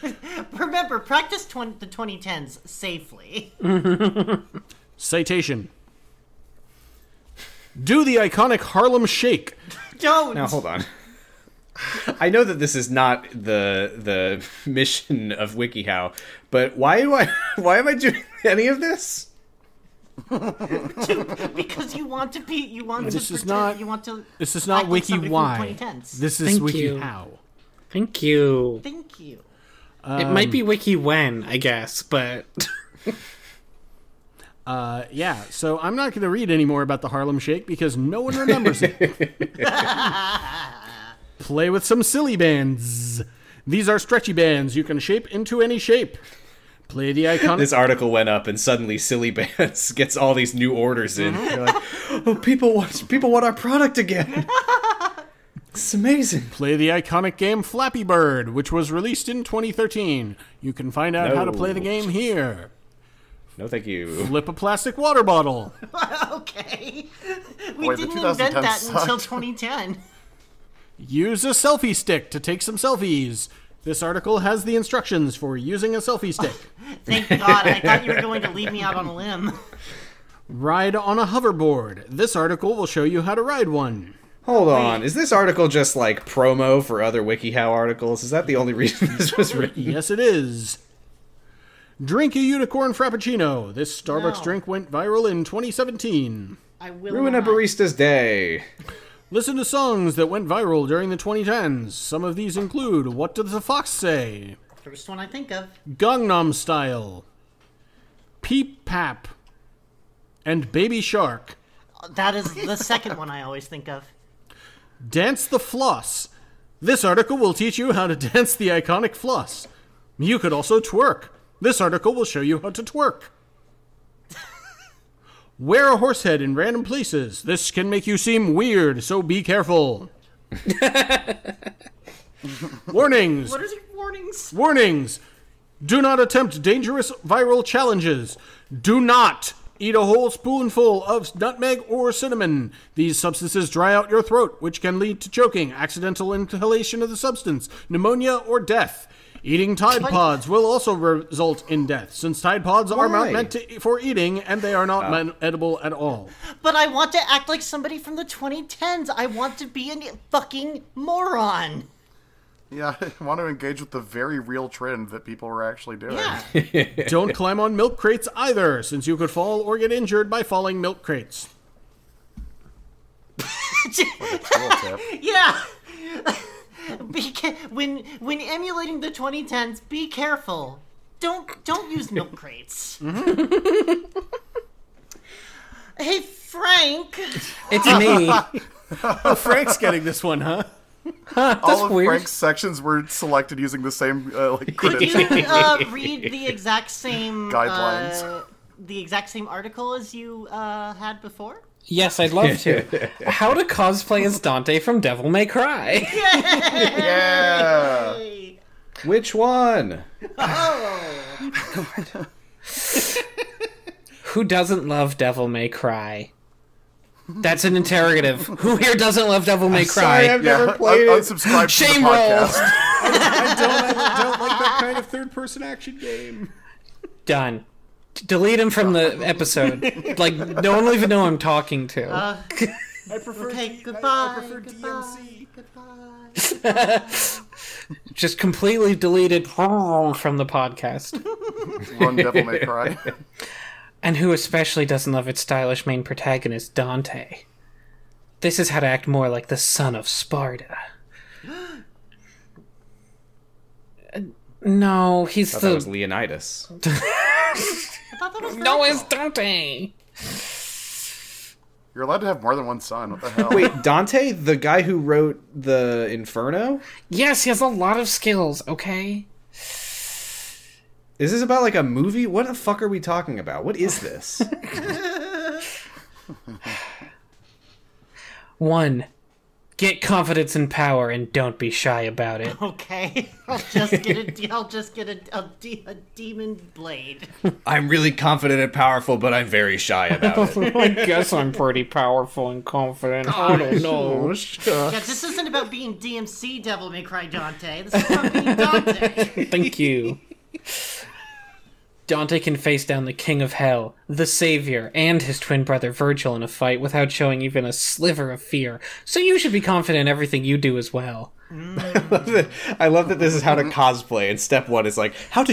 [SPEAKER 1] Remember, practice twen- the 2010s safely.
[SPEAKER 4] Mm. Citation. Do the iconic Harlem Shake.
[SPEAKER 1] Don't.
[SPEAKER 5] Now hold on. I know that this is not the the mission of WikiHow, but why do I why am I doing any of this?
[SPEAKER 1] because you want to be you want
[SPEAKER 4] This
[SPEAKER 1] to
[SPEAKER 4] is
[SPEAKER 1] pretend-
[SPEAKER 4] not-
[SPEAKER 1] you want to
[SPEAKER 4] This is not
[SPEAKER 1] act like
[SPEAKER 4] Wiki
[SPEAKER 1] somebody from
[SPEAKER 4] Why.
[SPEAKER 1] 2010s.
[SPEAKER 4] This is
[SPEAKER 2] Thank
[SPEAKER 4] Wiki
[SPEAKER 2] you.
[SPEAKER 4] How.
[SPEAKER 2] Thank you. Um,
[SPEAKER 1] thank you
[SPEAKER 2] it might be wiki when, I guess, but
[SPEAKER 4] Uh, yeah, so I'm not going to read any more about the Harlem Shake because no one remembers it. Play with some silly bands. These are stretchy bands you can shape into any shape. Play the iconic.
[SPEAKER 5] This article went up, and suddenly Silly Bands gets all these new orders in. They're like, oh, people want people want our product again. It's amazing.
[SPEAKER 4] Play the iconic game Flappy Bird, which was released in 2013. You can find out how to
[SPEAKER 5] No.
[SPEAKER 4] play the game here.
[SPEAKER 5] No, thank you.
[SPEAKER 4] Flip a plastic water bottle.
[SPEAKER 1] okay. We
[SPEAKER 3] Boy, the
[SPEAKER 1] didn't
[SPEAKER 3] 2010
[SPEAKER 1] invent that until
[SPEAKER 3] sucked.
[SPEAKER 1] 2010.
[SPEAKER 4] Use a selfie stick to take some selfies. This article has the instructions for using a selfie stick.
[SPEAKER 1] Thank God. I thought you were going to leave me out on a limb.
[SPEAKER 4] Ride on a hoverboard. This article will show you how to ride one.
[SPEAKER 5] Hold on. Is this article just like promo for other WikiHow articles? Is that the only reason this was written?
[SPEAKER 4] Yes, it is. Drink a unicorn frappuccino. This Starbucks
[SPEAKER 1] No.
[SPEAKER 4] drink went viral in 2017.
[SPEAKER 1] I will
[SPEAKER 5] Ruin a
[SPEAKER 1] not.
[SPEAKER 5] barista's day.
[SPEAKER 4] Listen to songs that went viral during the 2010s. Some of these include What Does the Fox Say?
[SPEAKER 1] First one I think of.
[SPEAKER 4] Gangnam Style, Peep Pap, and Baby Shark.
[SPEAKER 1] That is the second one I always think of.
[SPEAKER 4] Dance the Floss. This article will teach you how to dance the iconic floss. You could also twerk. This article will show you how to twerk. Wear a horse head in random places. This can make you seem weird, so be careful. Warnings!
[SPEAKER 1] What are your warnings?
[SPEAKER 4] Warnings! Do not attempt dangerous viral challenges. Do not eat a whole spoonful of nutmeg or cinnamon. These substances dry out your throat, which can lead to choking, accidental inhalation of the substance, pneumonia, or death. Eating Tide Pods will also result in death, since Tide Pods are
[SPEAKER 5] Why?
[SPEAKER 4] not meant to, for eating and they are not men- edible at all.
[SPEAKER 1] But I want to act like somebody from the 2010s. I want to be a fucking moron.
[SPEAKER 3] Yeah, I want to engage with the very real trend that people were actually doing.
[SPEAKER 1] Yeah.
[SPEAKER 4] Don't climb on milk crates either, since you could fall or get injured by falling milk crates.
[SPEAKER 3] Cool tip.
[SPEAKER 1] yeah. be ca- when when emulating the 2010s, be careful. Don't don't use milk crates. hey Frank,
[SPEAKER 2] It's me.
[SPEAKER 4] Frank's getting this one, huh?
[SPEAKER 2] That's
[SPEAKER 3] All of
[SPEAKER 2] weird.
[SPEAKER 3] Frank's sections were selected using the same uh, like
[SPEAKER 1] could you
[SPEAKER 3] credentials.
[SPEAKER 1] uh, read the exact same
[SPEAKER 3] Guidelines.
[SPEAKER 1] uh, the exact same article as you uh, had before?
[SPEAKER 2] Yes, I'd love to. How to cosplay as Dante from Devil May Cry.
[SPEAKER 3] Yeah.
[SPEAKER 1] Hey.
[SPEAKER 5] Which one?
[SPEAKER 2] Who doesn't love Devil May Cry? That's an interrogative. Who here doesn't love Devil May
[SPEAKER 5] Sorry,
[SPEAKER 2] Cry?
[SPEAKER 5] I've
[SPEAKER 3] Yeah,
[SPEAKER 5] never played
[SPEAKER 3] un-
[SPEAKER 5] it.
[SPEAKER 3] unsubscribe from
[SPEAKER 2] Shame
[SPEAKER 3] the
[SPEAKER 2] roll.
[SPEAKER 3] podcast.
[SPEAKER 4] I don't, I don't like that kind of third person action game.
[SPEAKER 2] Done. D- Delete him from the episode. Like no one will even know who I'm talking to.
[SPEAKER 4] I prefer,
[SPEAKER 1] Okay,
[SPEAKER 4] D- I-
[SPEAKER 1] goodbye,
[SPEAKER 4] I, prefer
[SPEAKER 1] goodbye.
[SPEAKER 4] DMC.
[SPEAKER 1] Goodbye.
[SPEAKER 2] Just completely deleted from the podcast.
[SPEAKER 3] Run Devil May Cry.
[SPEAKER 2] And who especially doesn't love its stylish main protagonist, Dante? This is how to act more like the son of Sparta. Uh, No, he's
[SPEAKER 5] I thought it was
[SPEAKER 2] the.
[SPEAKER 5] Leonidas.
[SPEAKER 1] I thought that was
[SPEAKER 2] No,
[SPEAKER 1] Frank.
[SPEAKER 2] it's Dante!
[SPEAKER 3] You're allowed to have more than one son. What the hell?
[SPEAKER 5] Wait, Dante, the guy who wrote the Inferno,
[SPEAKER 2] Yes, he has a lot of skills, okay?
[SPEAKER 5] is this about like a movie? What the fuck are we talking about? What is this?
[SPEAKER 2] One, get confidence and power and don't be shy about it.
[SPEAKER 1] Okay, I'll just get a de- I'll just get a, a, de- a demon blade.
[SPEAKER 5] I'm really confident and powerful, but I'm very shy about it.
[SPEAKER 2] I guess I'm pretty powerful and confident. I don't know.
[SPEAKER 1] Yeah, this isn't about being DMC Devil May Cry Dante. This is about being Dante.
[SPEAKER 2] Thank you. Dante can face down the King of Hell, the Savior, and his twin brother Virgil in a fight without showing even a sliver of fear. So you should be confident in everything you do as well.
[SPEAKER 5] I love that this is how to
[SPEAKER 1] Mm-hmm.
[SPEAKER 5] cosplay, and step one is like how to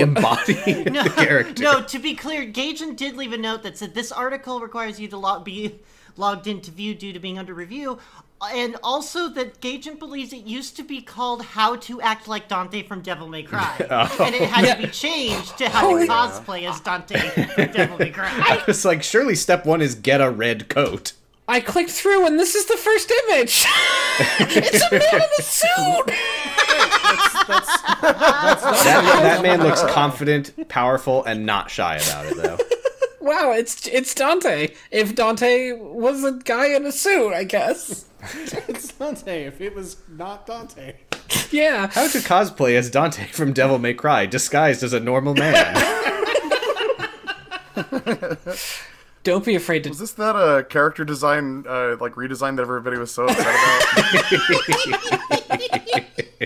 [SPEAKER 5] embody the character.
[SPEAKER 1] No, to be clear, Gajan did leave a note that said this article requires you to log- be logged into view due to being under review, and also that Gajan believes it used to be called How to Act Like Dante from Devil May Cry, and it had to be changed to How to Cosplay as Dante from Devil May Cry.
[SPEAKER 5] It's like surely step one is get a red coat.
[SPEAKER 2] I clicked through, and this is the first image. it's a man in a suit.
[SPEAKER 5] That, that man looks confident, powerful, and not shy about it though.
[SPEAKER 2] Wow, it's it's Dante. If Dante was a guy in a suit, I guess.
[SPEAKER 4] It's Dante if it was not Dante.
[SPEAKER 2] Yeah.
[SPEAKER 5] How to cosplay as Dante from Devil May Cry disguised as a normal man.
[SPEAKER 2] Don't be afraid
[SPEAKER 3] Is
[SPEAKER 2] to.
[SPEAKER 3] this that uh, character design, uh, like redesign that everybody was so upset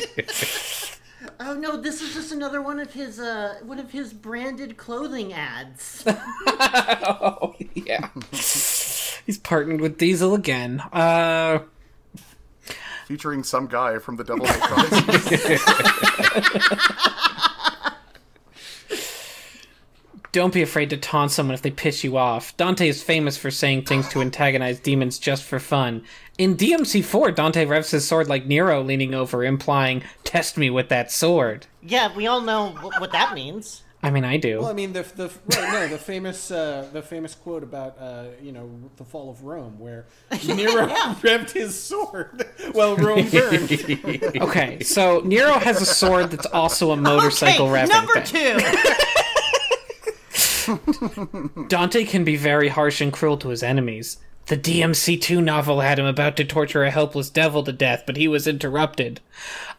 [SPEAKER 3] about?
[SPEAKER 1] Oh no, this is just another one of his uh one of his branded clothing ads.
[SPEAKER 2] Oh, yeah. He's partnered with Diesel again. Uh,
[SPEAKER 3] Featuring some guy from the Devil May Cry.
[SPEAKER 2] don't be afraid to taunt someone if they piss you off. Dante is famous for saying things to antagonize demons just for fun. In DMC4, Dante revs his sword like Nero leaning over, implying, Test me with that sword.
[SPEAKER 1] yeah, we all know wh- what that means.
[SPEAKER 2] I mean, I do.
[SPEAKER 4] Well, I mean, the the right, no, the famous uh, the famous quote about uh, you know the fall of Rome, where Nero revved his sword while Rome burned.
[SPEAKER 2] Okay, so Nero has a sword that's also a motorcycle
[SPEAKER 1] okay,
[SPEAKER 2] revving
[SPEAKER 1] number
[SPEAKER 2] thing.
[SPEAKER 1] two.
[SPEAKER 2] Dante can be very harsh and cruel to his enemies. The DMC2 novel had him about to torture a helpless devil to death, but he was interrupted.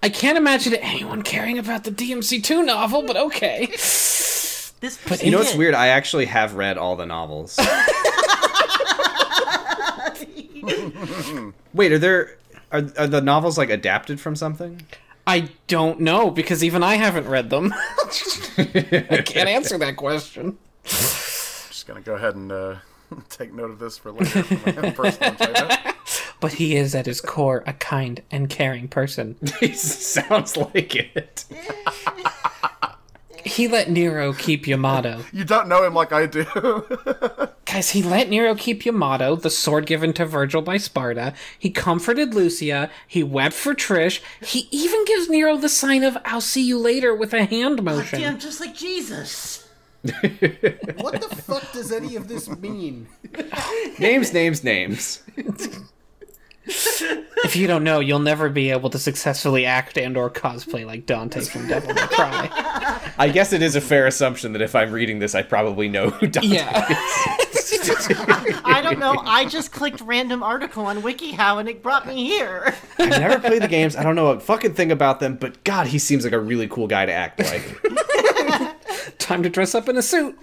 [SPEAKER 2] I can't imagine anyone caring about the DMC2 novel, but okay.
[SPEAKER 1] This
[SPEAKER 5] You know what's
[SPEAKER 1] proceeded-
[SPEAKER 5] weird? I actually have read all the novels. Wait, are there are, are the novels like adapted from something?
[SPEAKER 2] I don't know because even I haven't read them. I can't answer that question.
[SPEAKER 3] Just gonna go ahead and uh, take note of this for later for my own personal enjoyment.
[SPEAKER 2] But he is at his core a kind and caring person.
[SPEAKER 5] Sounds like it.
[SPEAKER 2] He let Nero keep Yamato.
[SPEAKER 3] You don't know him like I do.
[SPEAKER 2] Guys, he let Nero keep Yamato, the sword given to Virgil by Sparta. He comforted Lucia. He wept for Trish. He even gives Nero the sign of I'll see you later with a hand motion.
[SPEAKER 1] Damn, just like Jesus.
[SPEAKER 4] What the fuck does any of this mean?
[SPEAKER 5] Names, names, names.
[SPEAKER 2] If you don't know, you'll never be able to successfully act and or cosplay like Dante from Devil May Cry.
[SPEAKER 5] I guess it is a fair assumption that if I'm reading this, I probably know who Dante
[SPEAKER 2] Yeah.
[SPEAKER 1] I don't know. I just clicked random article on WikiHow and it brought me here.
[SPEAKER 5] I've never played the games. I don't know a fucking thing about them, but God, he seems like a really cool guy to act like.
[SPEAKER 2] Time to dress up in a suit.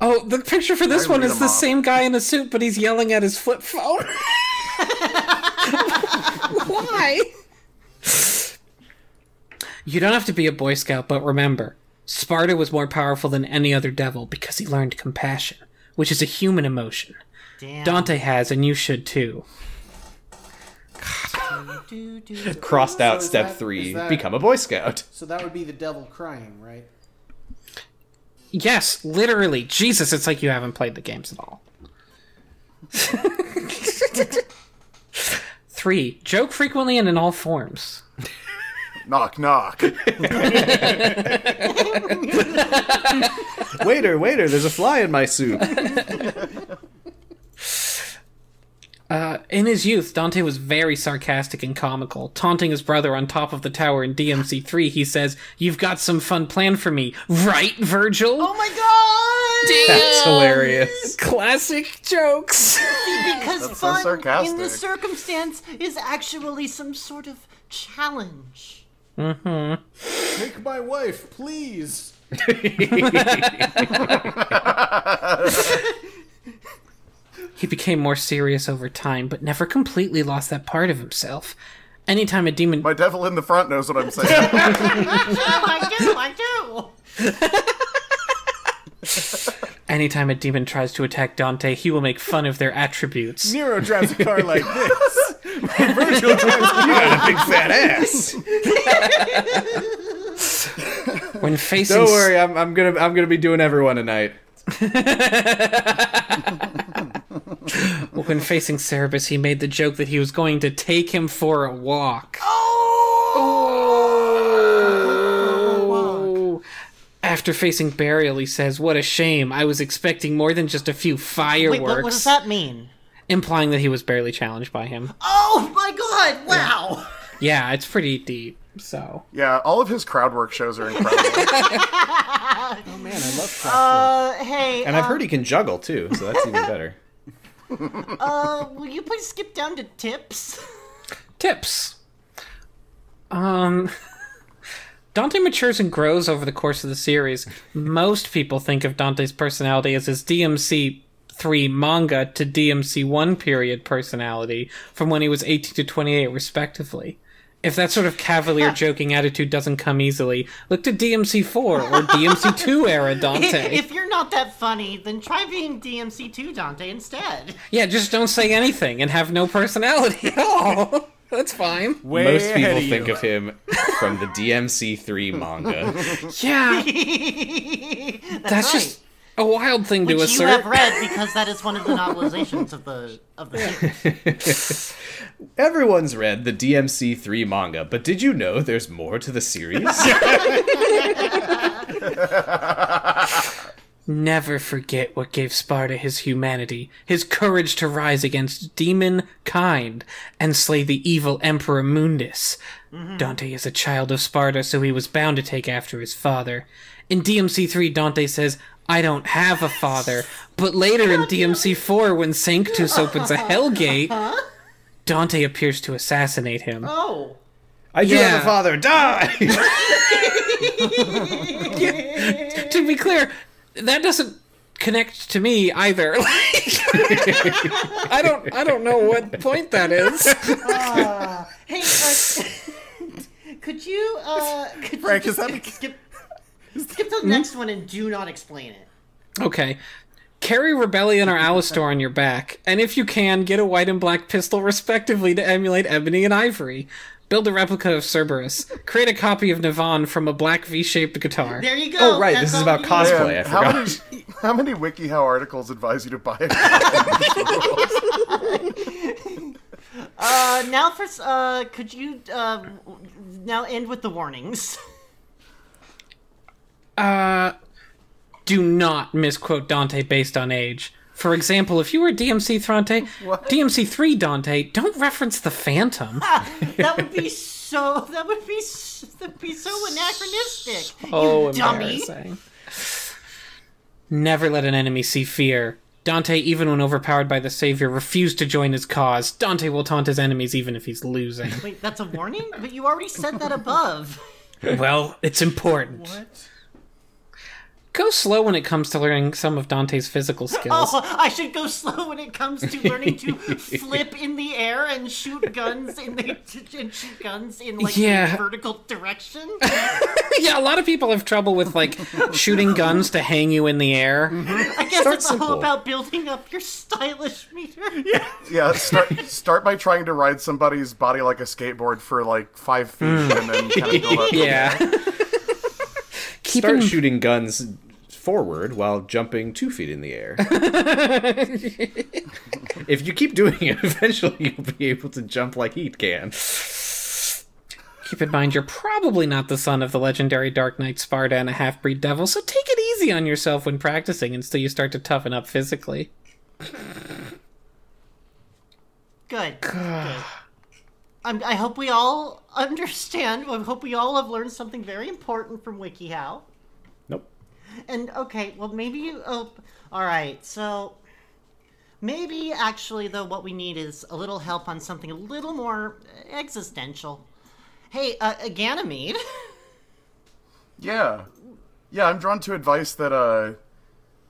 [SPEAKER 2] oh, the picture for this
[SPEAKER 3] I
[SPEAKER 2] one
[SPEAKER 3] read
[SPEAKER 2] is
[SPEAKER 3] them
[SPEAKER 2] the
[SPEAKER 3] off.
[SPEAKER 2] same guy in a suit, but he's yelling at his flip phone. Why? You don't have to be a Boy Scout, but remember, Sparta was more powerful than any other devil because he learned compassion, which is a human emotion.
[SPEAKER 1] Damn.
[SPEAKER 2] Dante has, and you should too.
[SPEAKER 1] Do, do, do.
[SPEAKER 5] Crossed out
[SPEAKER 4] So is
[SPEAKER 5] step
[SPEAKER 4] that-
[SPEAKER 5] three,
[SPEAKER 4] is that-
[SPEAKER 5] become a Boy Scout.
[SPEAKER 4] So that would be the devil crying, right?
[SPEAKER 2] Yes, literally. Jesus, it's like you haven't played the games at all. Three, joke frequently and in all forms.
[SPEAKER 3] knock, knock.
[SPEAKER 5] Waiter, waiter, there's a fly in my soup.
[SPEAKER 2] In his youth, Dante was very sarcastic and comical. Taunting his brother on top of the tower in DMC3, he says, You've got some fun planned for me, right, Virgil?
[SPEAKER 1] Oh my god!
[SPEAKER 5] That's hilarious.
[SPEAKER 2] Classic jokes.
[SPEAKER 1] Because
[SPEAKER 3] so
[SPEAKER 1] fun in
[SPEAKER 3] sarcastic.
[SPEAKER 1] this circumstance is actually some sort of challenge.
[SPEAKER 4] Take my wife, please.
[SPEAKER 2] He became more serious over time, but never completely lost that part of himself. Anytime a demon.
[SPEAKER 3] My devil in the front knows what I'm saying.
[SPEAKER 1] oh, I do, I do.
[SPEAKER 2] Anytime a demon tries to attack Dante, he will make fun of their attributes.
[SPEAKER 4] Nero drives a car like this.
[SPEAKER 5] Big fat ass.
[SPEAKER 2] When facing
[SPEAKER 5] Don't worry, I'm, I'm gonna I'm gonna be doing everyone tonight.
[SPEAKER 2] when facing Cerebus, he made the joke that he was going to take him for a walk. Oh! After facing Burial, he says, "What a shame! I was expecting more than just a few fireworks."
[SPEAKER 1] Wait, what, what does that mean?
[SPEAKER 2] Implying that he was barely challenged by him.
[SPEAKER 1] Oh my god, wow!
[SPEAKER 2] Yeah, it's pretty deep. So
[SPEAKER 3] yeah, all of his crowd work shows are incredible.
[SPEAKER 4] Oh man, I love crack.
[SPEAKER 1] Uh, hey,
[SPEAKER 5] And I've heard he can juggle too, so that's even better.
[SPEAKER 1] uh, will you please skip down to tips?
[SPEAKER 2] tips. Um, Dante matures and grows over the course of the series. Most people think of Dante's personality as his DMC 3 manga to DMC 1 period personality from when he was 18 to 28, respectively. If that sort of cavalier joking attitude doesn't come easily, look to DMC 4 or DMC 2 era Dante.
[SPEAKER 1] If you're not that funny, then try being DMC2 Dante instead.
[SPEAKER 2] Yeah, just don't say anything and have no personality at all. That's fine.
[SPEAKER 4] Way
[SPEAKER 5] Most
[SPEAKER 4] ahead
[SPEAKER 5] people
[SPEAKER 4] of you.
[SPEAKER 5] think of him from the DMC3 manga.
[SPEAKER 2] Yeah,
[SPEAKER 1] That's,
[SPEAKER 2] that's
[SPEAKER 1] right.
[SPEAKER 2] just a wild thing to
[SPEAKER 1] Which you
[SPEAKER 2] assert.
[SPEAKER 1] have read because that is one of the novelizations of the of the series.
[SPEAKER 5] Everyone's read the DMC3 manga, but did you know there's more to the series?
[SPEAKER 2] Never forget what gave Sparta his humanity, his courage to rise against demon kind and slay the evil Emperor Mundus. Dante is a child of Sparta, so he was bound to take after his father. In DMC3, Dante says, I don't have a father. But later in DMC4, when Sanctus opens a hellgate, Dante appears to assassinate him.
[SPEAKER 1] Oh.
[SPEAKER 5] I do
[SPEAKER 2] Yeah.
[SPEAKER 5] have a father. Die!
[SPEAKER 2] to be clear, that doesn't connect to me either. Like, I don't I don't know what point that is.
[SPEAKER 1] Hey, uh, could you uh could
[SPEAKER 3] Frank,
[SPEAKER 1] you
[SPEAKER 3] is that-
[SPEAKER 1] skip skip to the next one and do not explain it.
[SPEAKER 2] Okay. Carry Rebellion or Alistor on your back, and if you can, get a white and black pistol respectively to emulate Ebony and Ivory. Build a replica of Cerberus. Create a copy of Nivon from a black V-shaped guitar.
[SPEAKER 1] There you go.
[SPEAKER 5] Oh, right,
[SPEAKER 1] That's
[SPEAKER 5] this is
[SPEAKER 1] all
[SPEAKER 5] about
[SPEAKER 1] you
[SPEAKER 5] cosplay.
[SPEAKER 1] need.
[SPEAKER 5] Boy, I
[SPEAKER 3] how many
[SPEAKER 5] forgot.
[SPEAKER 3] how many WikiHow articles advise you to buy? A
[SPEAKER 1] Uh, now for s- uh, could you uh, now end with the warnings?
[SPEAKER 2] do not misquote Dante based on age. For example, if you were DMC Dante, DMC three Dante, don't reference the Phantom.
[SPEAKER 1] that would be so. That would be s- that would be so anachronistic.
[SPEAKER 2] Oh,
[SPEAKER 1] dummy.
[SPEAKER 2] embarrassing. Never let an enemy see fear. Dante, even when overpowered by the Savior, refused to join his cause. Dante will taunt his enemies even if he's losing.
[SPEAKER 1] Wait, that's a warning? But you already said that above.
[SPEAKER 2] well, it's important.
[SPEAKER 4] What?
[SPEAKER 2] Go slow when it comes to learning some of Dante's physical skills.
[SPEAKER 1] Oh, I should go slow when it comes to learning to flip in the air and shoot guns in the and shoot guns in like
[SPEAKER 2] Yeah.
[SPEAKER 1] a vertical direction.
[SPEAKER 2] yeah, a lot of people have trouble with like shooting guns to hang you in the air.
[SPEAKER 1] I guess
[SPEAKER 5] Start
[SPEAKER 1] it's
[SPEAKER 5] simple.
[SPEAKER 1] all about building up your stylish meter.
[SPEAKER 3] yeah, start start by trying to ride somebody's body like a skateboard for like five feet,
[SPEAKER 5] Hmm.
[SPEAKER 3] and then kind of build up.
[SPEAKER 2] Yeah. Keep
[SPEAKER 5] Start
[SPEAKER 2] in-
[SPEAKER 5] shooting guns forward while jumping two feet in the air. if you keep doing it, eventually you'll be able to jump like he can.
[SPEAKER 2] Keep in mind, you're probably not the son of the legendary Dark Knight Sparta and a half breed devil, so take it easy on yourself when practicing until you start to toughen up physically.
[SPEAKER 1] Good. Good. I'm, I hope we all understand. I hope we all have learned something very important from WikiHow.
[SPEAKER 5] Nope.
[SPEAKER 1] And okay, well maybe you. Oh, all right. So maybe actually though, what we need is a little help on something a little more existential. Hey, uh, uh, Ganymede.
[SPEAKER 3] Yeah, yeah. I'm drawn to advice that uh,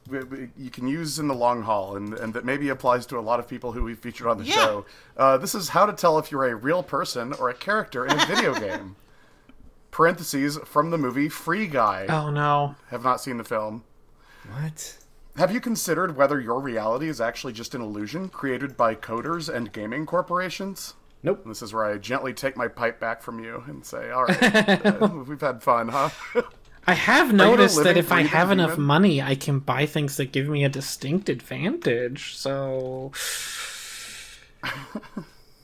[SPEAKER 3] we, we, you can use in the long haul, and, and that maybe applies to a lot of people who we've featured on the
[SPEAKER 1] Yeah.
[SPEAKER 3] show. Uh, this is how to tell if you're a real person or a character in a video game. Parentheses from the movie Free Guy.
[SPEAKER 2] Oh no.
[SPEAKER 3] Have not seen the film.
[SPEAKER 5] What?
[SPEAKER 3] Have you considered whether your reality is actually just an illusion created by coders and gaming corporations?
[SPEAKER 5] Nope.
[SPEAKER 3] This is where I gently take my pipe back from you and say, "All right, uh, we've had fun, huh?"
[SPEAKER 2] I have noticed that
[SPEAKER 3] living,
[SPEAKER 2] if I
[SPEAKER 3] breathing
[SPEAKER 2] have enough
[SPEAKER 3] human?
[SPEAKER 2] money, I can buy things that give me a distinct advantage, so.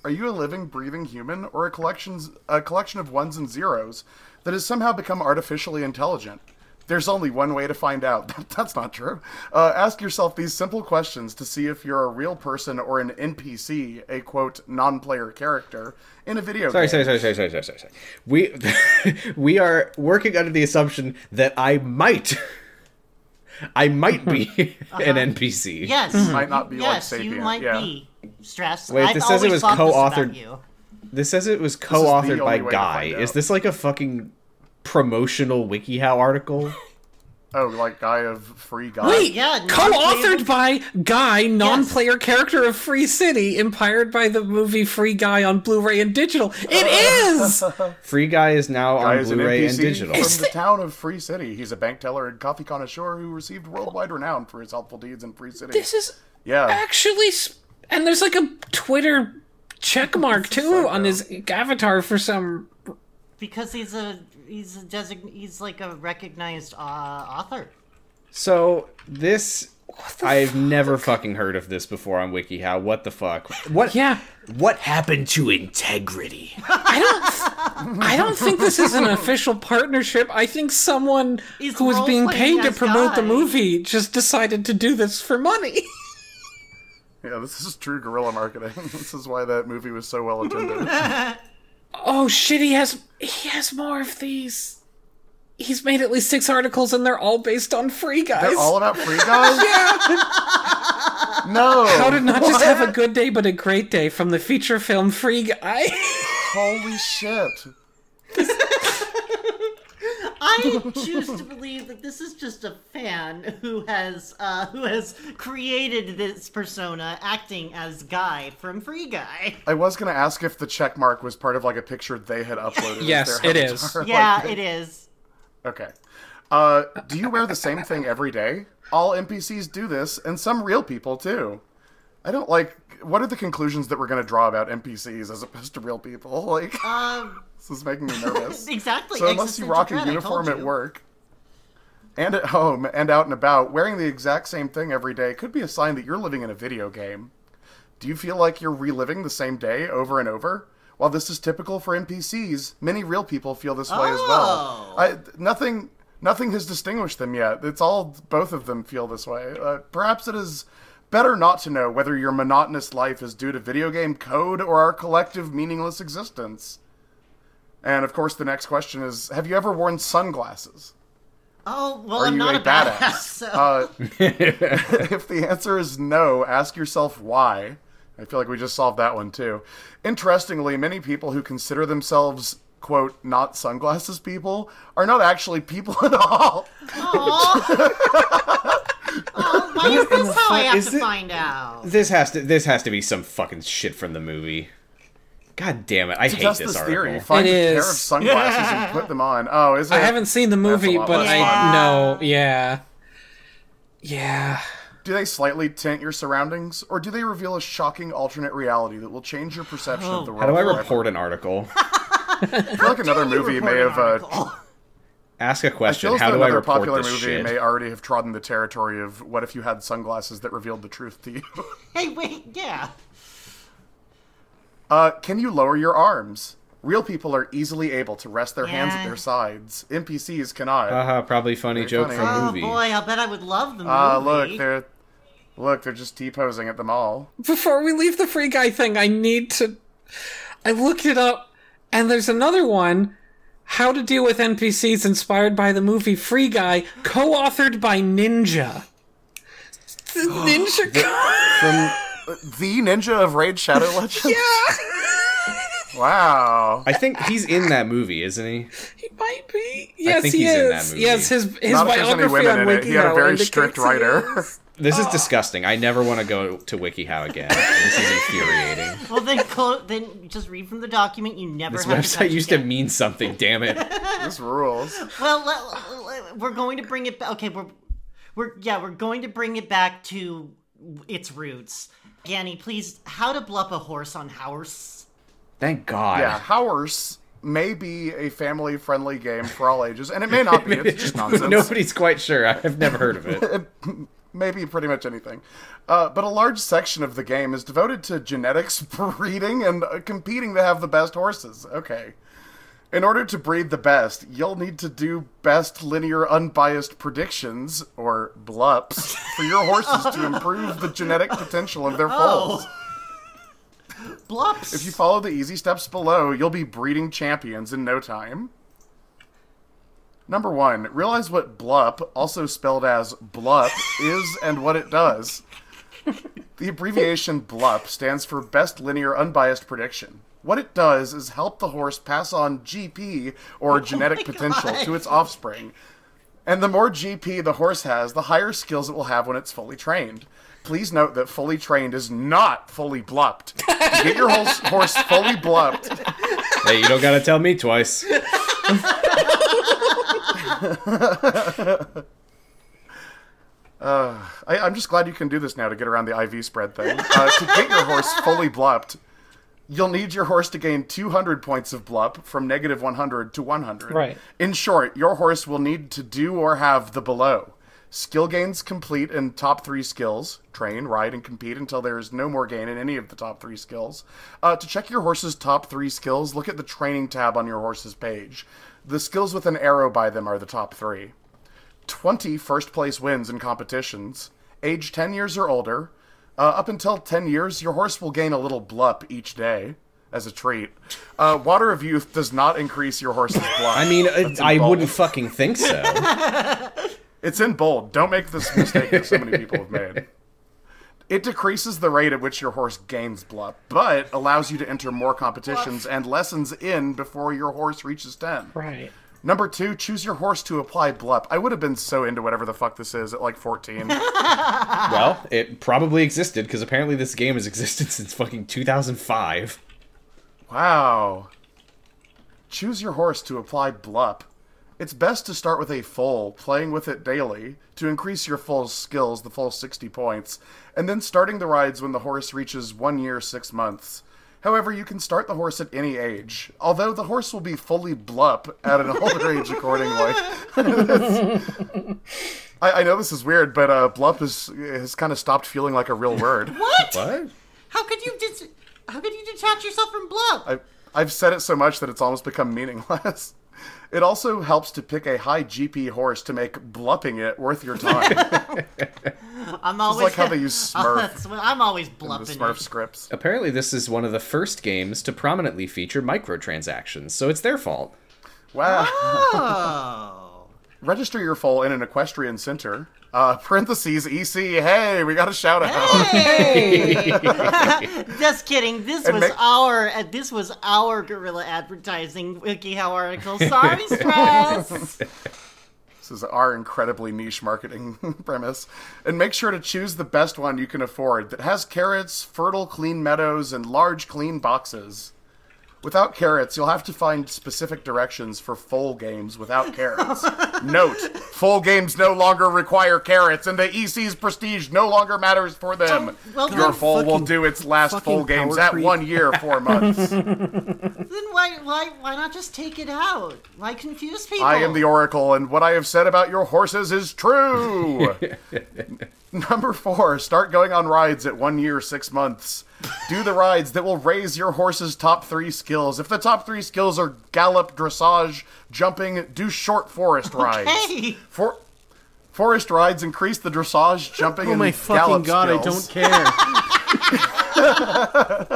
[SPEAKER 3] Are you a living, breathing human, or a collections a collection of ones and zeros that has somehow become artificially intelligent? There's only one way to find out. That- That's not true. Uh, ask yourself these simple questions to see if you're a real person or an NPC, a quote non-player character in a video
[SPEAKER 5] Sorry,
[SPEAKER 3] game.
[SPEAKER 5] sorry, sorry, sorry, sorry, sorry, sorry. sorry. We we are working under the assumption that I might, I might be
[SPEAKER 3] Uh-huh.
[SPEAKER 5] an NPC.
[SPEAKER 1] Yes.
[SPEAKER 3] Might not be
[SPEAKER 1] yes,
[SPEAKER 3] like
[SPEAKER 1] you
[SPEAKER 3] sapient,
[SPEAKER 1] might
[SPEAKER 3] yeah.
[SPEAKER 1] be. Stress.
[SPEAKER 5] Wait,
[SPEAKER 1] I've
[SPEAKER 5] this says it
[SPEAKER 1] always
[SPEAKER 5] was
[SPEAKER 1] thought this about
[SPEAKER 5] co-authored-
[SPEAKER 1] you.
[SPEAKER 5] This says it was
[SPEAKER 3] the
[SPEAKER 5] co-authored by
[SPEAKER 3] only way to
[SPEAKER 5] Guy.
[SPEAKER 3] find out.
[SPEAKER 5] Is this like a fucking promotional WikiHow article.
[SPEAKER 3] Oh, like guy of free guy.
[SPEAKER 2] Wait,
[SPEAKER 1] Yeah,
[SPEAKER 2] co-authored
[SPEAKER 1] non-player-
[SPEAKER 2] by Guy, non-player character of Free City, empired by the movie Free Guy on Blu-ray and digital. It is.
[SPEAKER 5] Free Guy is now
[SPEAKER 3] Guy
[SPEAKER 5] on
[SPEAKER 3] is an
[SPEAKER 5] Blu-ray and
[SPEAKER 3] NPC
[SPEAKER 5] digital.
[SPEAKER 3] from the town of Free City. He's a bank teller and coffee connoisseur who received worldwide renown for his helpful deeds in Free City.
[SPEAKER 2] This is
[SPEAKER 3] yeah,
[SPEAKER 2] actually, sp- and there's like a Twitter check mark too on his avatar for some.
[SPEAKER 1] because he's a he's a design he's like a recognized uh, author.
[SPEAKER 5] So this I've never fucking heard of this before on WikiHow. What the fuck? What
[SPEAKER 2] Yeah,
[SPEAKER 5] what happened to integrity?
[SPEAKER 2] I don't. I don't think this is an official partnership. I think someone
[SPEAKER 1] He's
[SPEAKER 2] who was being
[SPEAKER 1] role-playing
[SPEAKER 2] paid to
[SPEAKER 1] as
[SPEAKER 2] promote the
[SPEAKER 1] Guy.
[SPEAKER 2] movie just decided to do this for money.
[SPEAKER 3] yeah. This is true guerrilla marketing. this is why that movie was so well attended.
[SPEAKER 2] Oh shit, he has he has more of these. He's made at least six articles and they're all based on free guys.
[SPEAKER 3] They're all about free guys. No.
[SPEAKER 2] How to not just have a good day but a great day from the feature film Free Guy.
[SPEAKER 3] Holy shit.
[SPEAKER 1] I choose to believe that this is just a fan who has uh, who has created this persona, acting as Guy from Free Guy.
[SPEAKER 3] I was gonna ask if the check mark was part of like a picture they had uploaded. as
[SPEAKER 2] Yes,
[SPEAKER 3] their
[SPEAKER 2] it
[SPEAKER 3] avatar.
[SPEAKER 2] is.
[SPEAKER 3] Like,
[SPEAKER 1] Yeah, it is.
[SPEAKER 3] Okay. Uh, do you wear the same thing every day? All NPCs do this, and some real people too. I don't like. What are the conclusions that we're going to draw about NPCs as opposed to real people? Like,
[SPEAKER 1] Um,
[SPEAKER 3] this is making me nervous.
[SPEAKER 1] exactly.
[SPEAKER 3] So unless you
[SPEAKER 1] existential
[SPEAKER 3] rock a
[SPEAKER 1] dread, I told
[SPEAKER 3] uniform at
[SPEAKER 1] you.
[SPEAKER 3] work and at home and out and about, wearing the exact same thing every day could be a sign that you're living in a video game. Do you feel like you're reliving the same day over and over? While this is typical for NPCs, many real people feel this way as
[SPEAKER 1] Oh.
[SPEAKER 3] well. I, nothing, nothing has distinguished them yet. It's all both of them feel this way. Uh, perhaps it is better not to know whether your monotonous life is due to video game code or our collective meaningless existence. And of course, the next question is: Have you ever worn sunglasses?
[SPEAKER 1] Oh well,
[SPEAKER 3] Are
[SPEAKER 1] I'm
[SPEAKER 3] you
[SPEAKER 1] not
[SPEAKER 3] a,
[SPEAKER 1] a
[SPEAKER 3] badass?
[SPEAKER 1] so
[SPEAKER 3] Uh, if the answer is no, ask yourself why. I feel like we just solved that one too. Interestingly, many people who consider themselves quote not sunglasses people are not actually people at all.
[SPEAKER 1] Aw.
[SPEAKER 3] Oh.
[SPEAKER 1] Aw, why is this how I
[SPEAKER 5] fuck
[SPEAKER 1] have
[SPEAKER 5] is
[SPEAKER 1] to
[SPEAKER 5] it?
[SPEAKER 1] find out?
[SPEAKER 5] This has to this has to be some fucking shit from the movie. God damn it! I hate
[SPEAKER 3] Just
[SPEAKER 5] this,
[SPEAKER 3] this
[SPEAKER 5] article.
[SPEAKER 3] theory. Find
[SPEAKER 2] It
[SPEAKER 3] a pair of
[SPEAKER 2] is.
[SPEAKER 3] sunglasses and put them on. Oh, is it?
[SPEAKER 2] I haven't seen the movie,
[SPEAKER 3] a lot
[SPEAKER 2] but
[SPEAKER 3] less
[SPEAKER 2] I
[SPEAKER 1] fun.
[SPEAKER 2] know. Yeah. Yeah.
[SPEAKER 3] Do they slightly tint your surroundings, or do they reveal a shocking alternate reality that will change your perception
[SPEAKER 2] Oh.
[SPEAKER 3] of the world?
[SPEAKER 5] How do I
[SPEAKER 3] forever?
[SPEAKER 5] report an article?
[SPEAKER 3] I feel like another movie may have uh,
[SPEAKER 5] Ask a question.
[SPEAKER 3] Feels
[SPEAKER 5] How
[SPEAKER 3] that
[SPEAKER 5] do I
[SPEAKER 3] another
[SPEAKER 5] report
[SPEAKER 3] popular
[SPEAKER 5] this
[SPEAKER 3] movie
[SPEAKER 5] shit?
[SPEAKER 3] may already have trodden the territory of what if you had sunglasses that revealed the truth to you?
[SPEAKER 1] hey, wait, yeah.
[SPEAKER 3] uh, can you lower your arms? Real people are easily able to rest their hands at
[SPEAKER 1] Yeah.
[SPEAKER 3] their sides. NPCs cannot. Uh,
[SPEAKER 5] Haha, probably funny joke
[SPEAKER 3] funny.
[SPEAKER 5] from
[SPEAKER 1] Oh
[SPEAKER 5] movie.
[SPEAKER 1] boy, I bet I would love the movie.
[SPEAKER 3] Uh, Ah, look, they're look, they're just t posing at the mall.
[SPEAKER 2] before we leave the free guy thing, I need to. I looked it up, and there's another one. How to deal with NPCs inspired by the movie Free Guy, co-authored by Ninja. The Ninja. co-
[SPEAKER 3] uh, The ninja of Raid Shadow Legends. Wow.
[SPEAKER 5] I think he's in that movie, isn't he?
[SPEAKER 2] he might be. Yes,
[SPEAKER 5] think
[SPEAKER 2] he
[SPEAKER 5] he's
[SPEAKER 2] is.
[SPEAKER 5] in that movie.
[SPEAKER 2] Yes, his his
[SPEAKER 3] Not if there's any
[SPEAKER 2] biography
[SPEAKER 3] women
[SPEAKER 2] on
[SPEAKER 3] in it. He had a
[SPEAKER 2] WikiHow
[SPEAKER 3] very
[SPEAKER 2] indicates
[SPEAKER 3] strict
[SPEAKER 2] he
[SPEAKER 3] writer.
[SPEAKER 2] is.
[SPEAKER 5] This
[SPEAKER 1] Oh.
[SPEAKER 5] is disgusting. I never want to go to WikiHow again. This is infuriating.
[SPEAKER 1] Well, then, clo- then just read from the document. You never
[SPEAKER 5] This
[SPEAKER 1] have to touch
[SPEAKER 5] website used
[SPEAKER 1] again.
[SPEAKER 5] to mean something, damn it.
[SPEAKER 3] This rules.
[SPEAKER 1] Well, let- let- let- we're going to bring it back. Okay, we're we're yeah, we're going to bring it back to its roots. Ganny, please, how to bluff a horse on house?
[SPEAKER 5] Thank God.
[SPEAKER 3] Yeah, Howarse may be a family friendly game for all ages, and it may not be. It's just nonsense.
[SPEAKER 5] Nobody's quite sure. I've never heard of it.
[SPEAKER 3] maybe pretty much anything. Uh, but a large section of the game is devoted to genetics, breeding, and uh, competing to have the best horses. Okay. In order to breed the best, you'll need to do best linear unbiased predictions, or blups, for your horses to improve the genetic potential of their foals.
[SPEAKER 1] Blups.
[SPEAKER 3] If you follow the easy steps below, you'll be breeding champions in no time. Number one, realize what blup, also spelled as blup, is and what it does. The abbreviation blup stands for Best Linear Unbiased Prediction. What it does is help the horse pass on GP or genetic potential
[SPEAKER 1] God.
[SPEAKER 3] to its offspring. And the more GP the horse has, the higher skills it will have when it's fully trained. Please note that fully trained is not fully blupped. To get your horse, horse fully blupped.
[SPEAKER 5] Hey, you don't gotta tell me twice.
[SPEAKER 3] I, I'm just glad you can do this now to get around the IV spread thing. Uh, to get your horse fully blupped, you'll need your horse to gain 200 points of blup from negative 100 to 100.
[SPEAKER 2] Right.
[SPEAKER 3] In short, your horse will need to do or have the below. Skill gains complete in top three skills. Train, ride, and compete until there is no more gain in any of the top three skills. Uh, to check your horse's top three skills, look at the training tab on your horse's page. The skills with an arrow by them are the top three. 20 first place wins in competitions, age 10 years or older. Uh, up until 10 years, your horse will gain a little blup each day as a treat. Uh, Water of Youth does not increase your horse's blup.
[SPEAKER 5] I mean, uh,
[SPEAKER 3] That's in
[SPEAKER 5] I
[SPEAKER 3] bold.
[SPEAKER 5] wouldn't fucking think so.
[SPEAKER 3] It's in bold. Don't make this mistake that so many people have made. It decreases the rate at which your horse gains blup, but allows you to enter more competitions and lessons in before your horse reaches 10.
[SPEAKER 2] Right.
[SPEAKER 3] Number two, choose your horse to apply blup. I would have been so into whatever the fuck this is at like 14.
[SPEAKER 5] Well, it probably existed because apparently this game has existed since fucking 2005.
[SPEAKER 3] Wow. Choose your horse to apply blup. It's best to start with a foal, playing with it daily to increase your foal's skills, the full 60 points, and then starting the rides when the horse reaches one year, six months. However, you can start the horse at any age, although the horse will be fully blup at an older age accordingly. I, I know this is weird, but uh, blup is, has kind of stopped feeling like a real word.
[SPEAKER 1] What?
[SPEAKER 5] What?
[SPEAKER 1] How could you dis- How could you detach yourself from Blub?
[SPEAKER 3] I, I've said it so much that it's almost become meaningless. It also helps to pick a high GP horse to make blupping it worth your time.
[SPEAKER 1] I'm always
[SPEAKER 3] like how they use
[SPEAKER 1] Oh,
[SPEAKER 3] Smurf
[SPEAKER 1] that's what- I'm always
[SPEAKER 3] the
[SPEAKER 1] bluffing.
[SPEAKER 3] Smurf scripts.
[SPEAKER 5] Apparently, this is one of the first games to prominently feature microtransactions, so it's their fault.
[SPEAKER 3] Wow.
[SPEAKER 1] Oh.
[SPEAKER 3] Register your foal in an equestrian center. Uh, parentheses EC. Hey, we got a shout out.
[SPEAKER 1] Hey! Just kidding. This was
[SPEAKER 3] make-
[SPEAKER 1] our uh, this was our guerrilla advertising WikiHow article. Sorry, stress.
[SPEAKER 3] This is our incredibly niche marketing premise. And make sure to choose the best one you can afford that has carrots, fertile, clean meadows, and large, clean boxes. Without carrots, you'll have to find specific directions for full games without carrots. Note, full games no longer require carrots, and the EC's prestige no longer matters for them.
[SPEAKER 1] well,
[SPEAKER 3] Your
[SPEAKER 1] then
[SPEAKER 3] full will
[SPEAKER 4] fucking-
[SPEAKER 3] do its last
[SPEAKER 4] fucking
[SPEAKER 3] full games
[SPEAKER 4] power
[SPEAKER 3] at
[SPEAKER 4] creep.
[SPEAKER 3] one year, four months.
[SPEAKER 1] then why why why not just take it out? Why confuse people?
[SPEAKER 3] I am the Oracle, and what I have said about your horses is true. Number four, start going on rides at one year, six months. Do the rides that will raise your horse's top three skills. If the top three skills are gallop, dressage, jumping, do short forest rides.
[SPEAKER 1] Hey.
[SPEAKER 3] For- forest rides increase the dressage, jumping,
[SPEAKER 4] Oh
[SPEAKER 3] and
[SPEAKER 4] my fucking
[SPEAKER 3] gallop
[SPEAKER 4] god! I
[SPEAKER 3] skills.
[SPEAKER 4] don't care.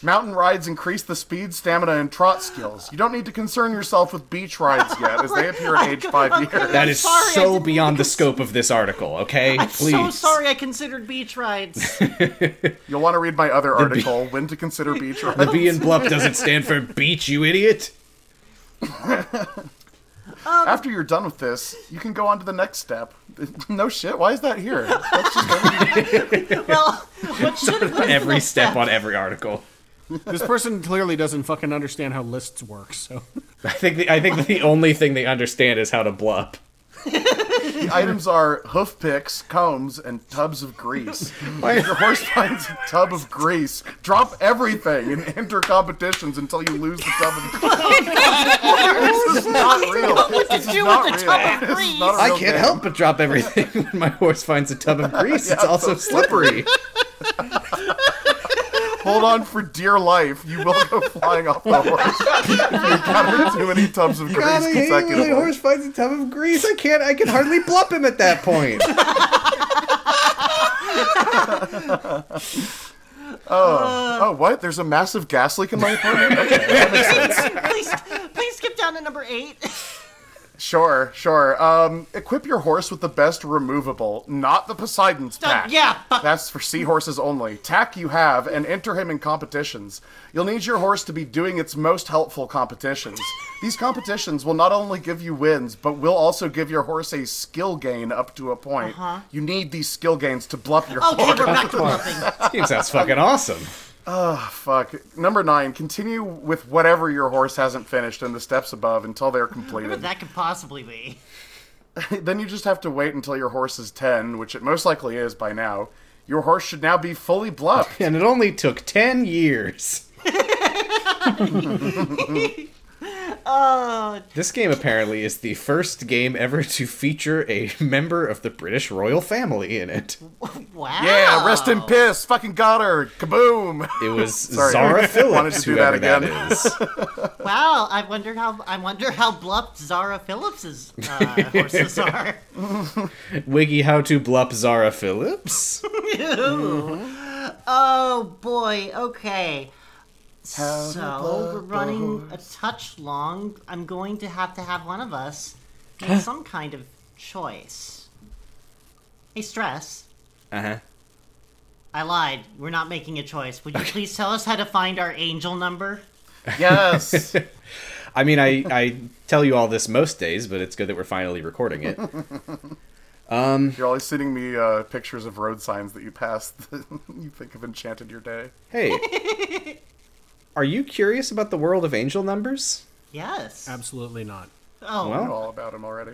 [SPEAKER 3] Mountain rides increase the speed, stamina, and trot skills. You don't need to concern yourself with beach rides yet, as they appear
[SPEAKER 4] Oh
[SPEAKER 3] at age five years.
[SPEAKER 5] That is
[SPEAKER 1] sorry, I
[SPEAKER 5] so
[SPEAKER 1] didn't
[SPEAKER 5] beyond the scope of this article, okay? Please.
[SPEAKER 1] So sorry, I considered beach rides.
[SPEAKER 3] You'll want to read my other article, When to Consider Beach
[SPEAKER 5] The
[SPEAKER 3] Rides.
[SPEAKER 5] B in Bluff doesn't stand for beach, you idiot.
[SPEAKER 3] After you're done with this, you can go on to the next step. No shit, why is that here? That's just everything.
[SPEAKER 1] well, what should what is the
[SPEAKER 5] Every
[SPEAKER 1] next
[SPEAKER 5] step on every article.
[SPEAKER 4] this person clearly doesn't fucking understand how lists work. So
[SPEAKER 5] I think the, I think the only thing they understand is how to blup.
[SPEAKER 3] the items are hoof picks, combs, and tubs of grease. If your horse finds a tub of grease, drop everything and enter competitions until you lose the tub of grease. this is not real.
[SPEAKER 1] What to
[SPEAKER 3] This is
[SPEAKER 1] do
[SPEAKER 3] not
[SPEAKER 1] with the
[SPEAKER 3] real.
[SPEAKER 1] tub of
[SPEAKER 3] This is not a
[SPEAKER 1] grease?
[SPEAKER 5] I
[SPEAKER 3] real
[SPEAKER 5] can't
[SPEAKER 3] game.
[SPEAKER 5] help but drop everything when my horse finds a tub of grease. it's also slippery.
[SPEAKER 3] Hold on for dear life. You will go flying off the horse. You've got too many tubs of grease consecutively.
[SPEAKER 5] finds a tub of grease. I can't. I can hardly blup him at that point.
[SPEAKER 3] Oh, what? There's a massive gas leak in my apartment? Okay.
[SPEAKER 1] please, please skip down to number eight.
[SPEAKER 3] Sure, sure. Um, equip your horse with the best removable, not the Poseidon's pack.
[SPEAKER 1] yeah, fuck.
[SPEAKER 3] that's for seahorses only. Tack you have, and enter him in competitions. You'll need your horse to be doing its most helpful competitions. These competitions will not only give you wins, but will also give your horse a skill gain up to a point. You need these skill gains to bluff your
[SPEAKER 1] Uh-huh. Okay,
[SPEAKER 3] horse.
[SPEAKER 1] we're back to bluffing.
[SPEAKER 5] Team sounds fucking awesome.
[SPEAKER 3] Fuck. Number nine. Continue with whatever your horse hasn't finished in the steps above until they're completed.
[SPEAKER 1] that could possibly be.
[SPEAKER 3] then you just have to wait until your horse is 10, which it most likely is by now. Your horse should now be fully bluffed.
[SPEAKER 5] And it only took 10 years. This game apparently is the first game ever to feature a member of the British royal family in it.
[SPEAKER 1] Wow.
[SPEAKER 3] Yeah, rest in piss. Fucking got her. Kaboom.
[SPEAKER 5] It was
[SPEAKER 3] Sorry.
[SPEAKER 5] Zara Phillips,
[SPEAKER 3] Wanted to do that
[SPEAKER 5] whoever that
[SPEAKER 3] again.
[SPEAKER 5] is.
[SPEAKER 1] Wow, I wonder how I wonder how bluffed Zara Phillips's uh, horses are.
[SPEAKER 5] Wiggy how to blup Zara Phillips.
[SPEAKER 1] Oh boy. Okay. so we're running a touch long. I'm going to have to have one of us make some kind of choice. Hey, stress.
[SPEAKER 5] Uh-huh.
[SPEAKER 1] I lied. We're not making a choice. Would you please tell us how to find our angel number?
[SPEAKER 3] Yes.
[SPEAKER 5] I mean, I, I tell you all this most days, but it's good that we're finally recording it.
[SPEAKER 3] You're always sending me uh, pictures of road signs that you pass that you think have enchanted your day.
[SPEAKER 5] Hey, are you curious about the world of angel numbers?
[SPEAKER 1] Yes.
[SPEAKER 4] Absolutely not.
[SPEAKER 1] Oh,
[SPEAKER 3] I know
[SPEAKER 5] Well,
[SPEAKER 3] all about him already.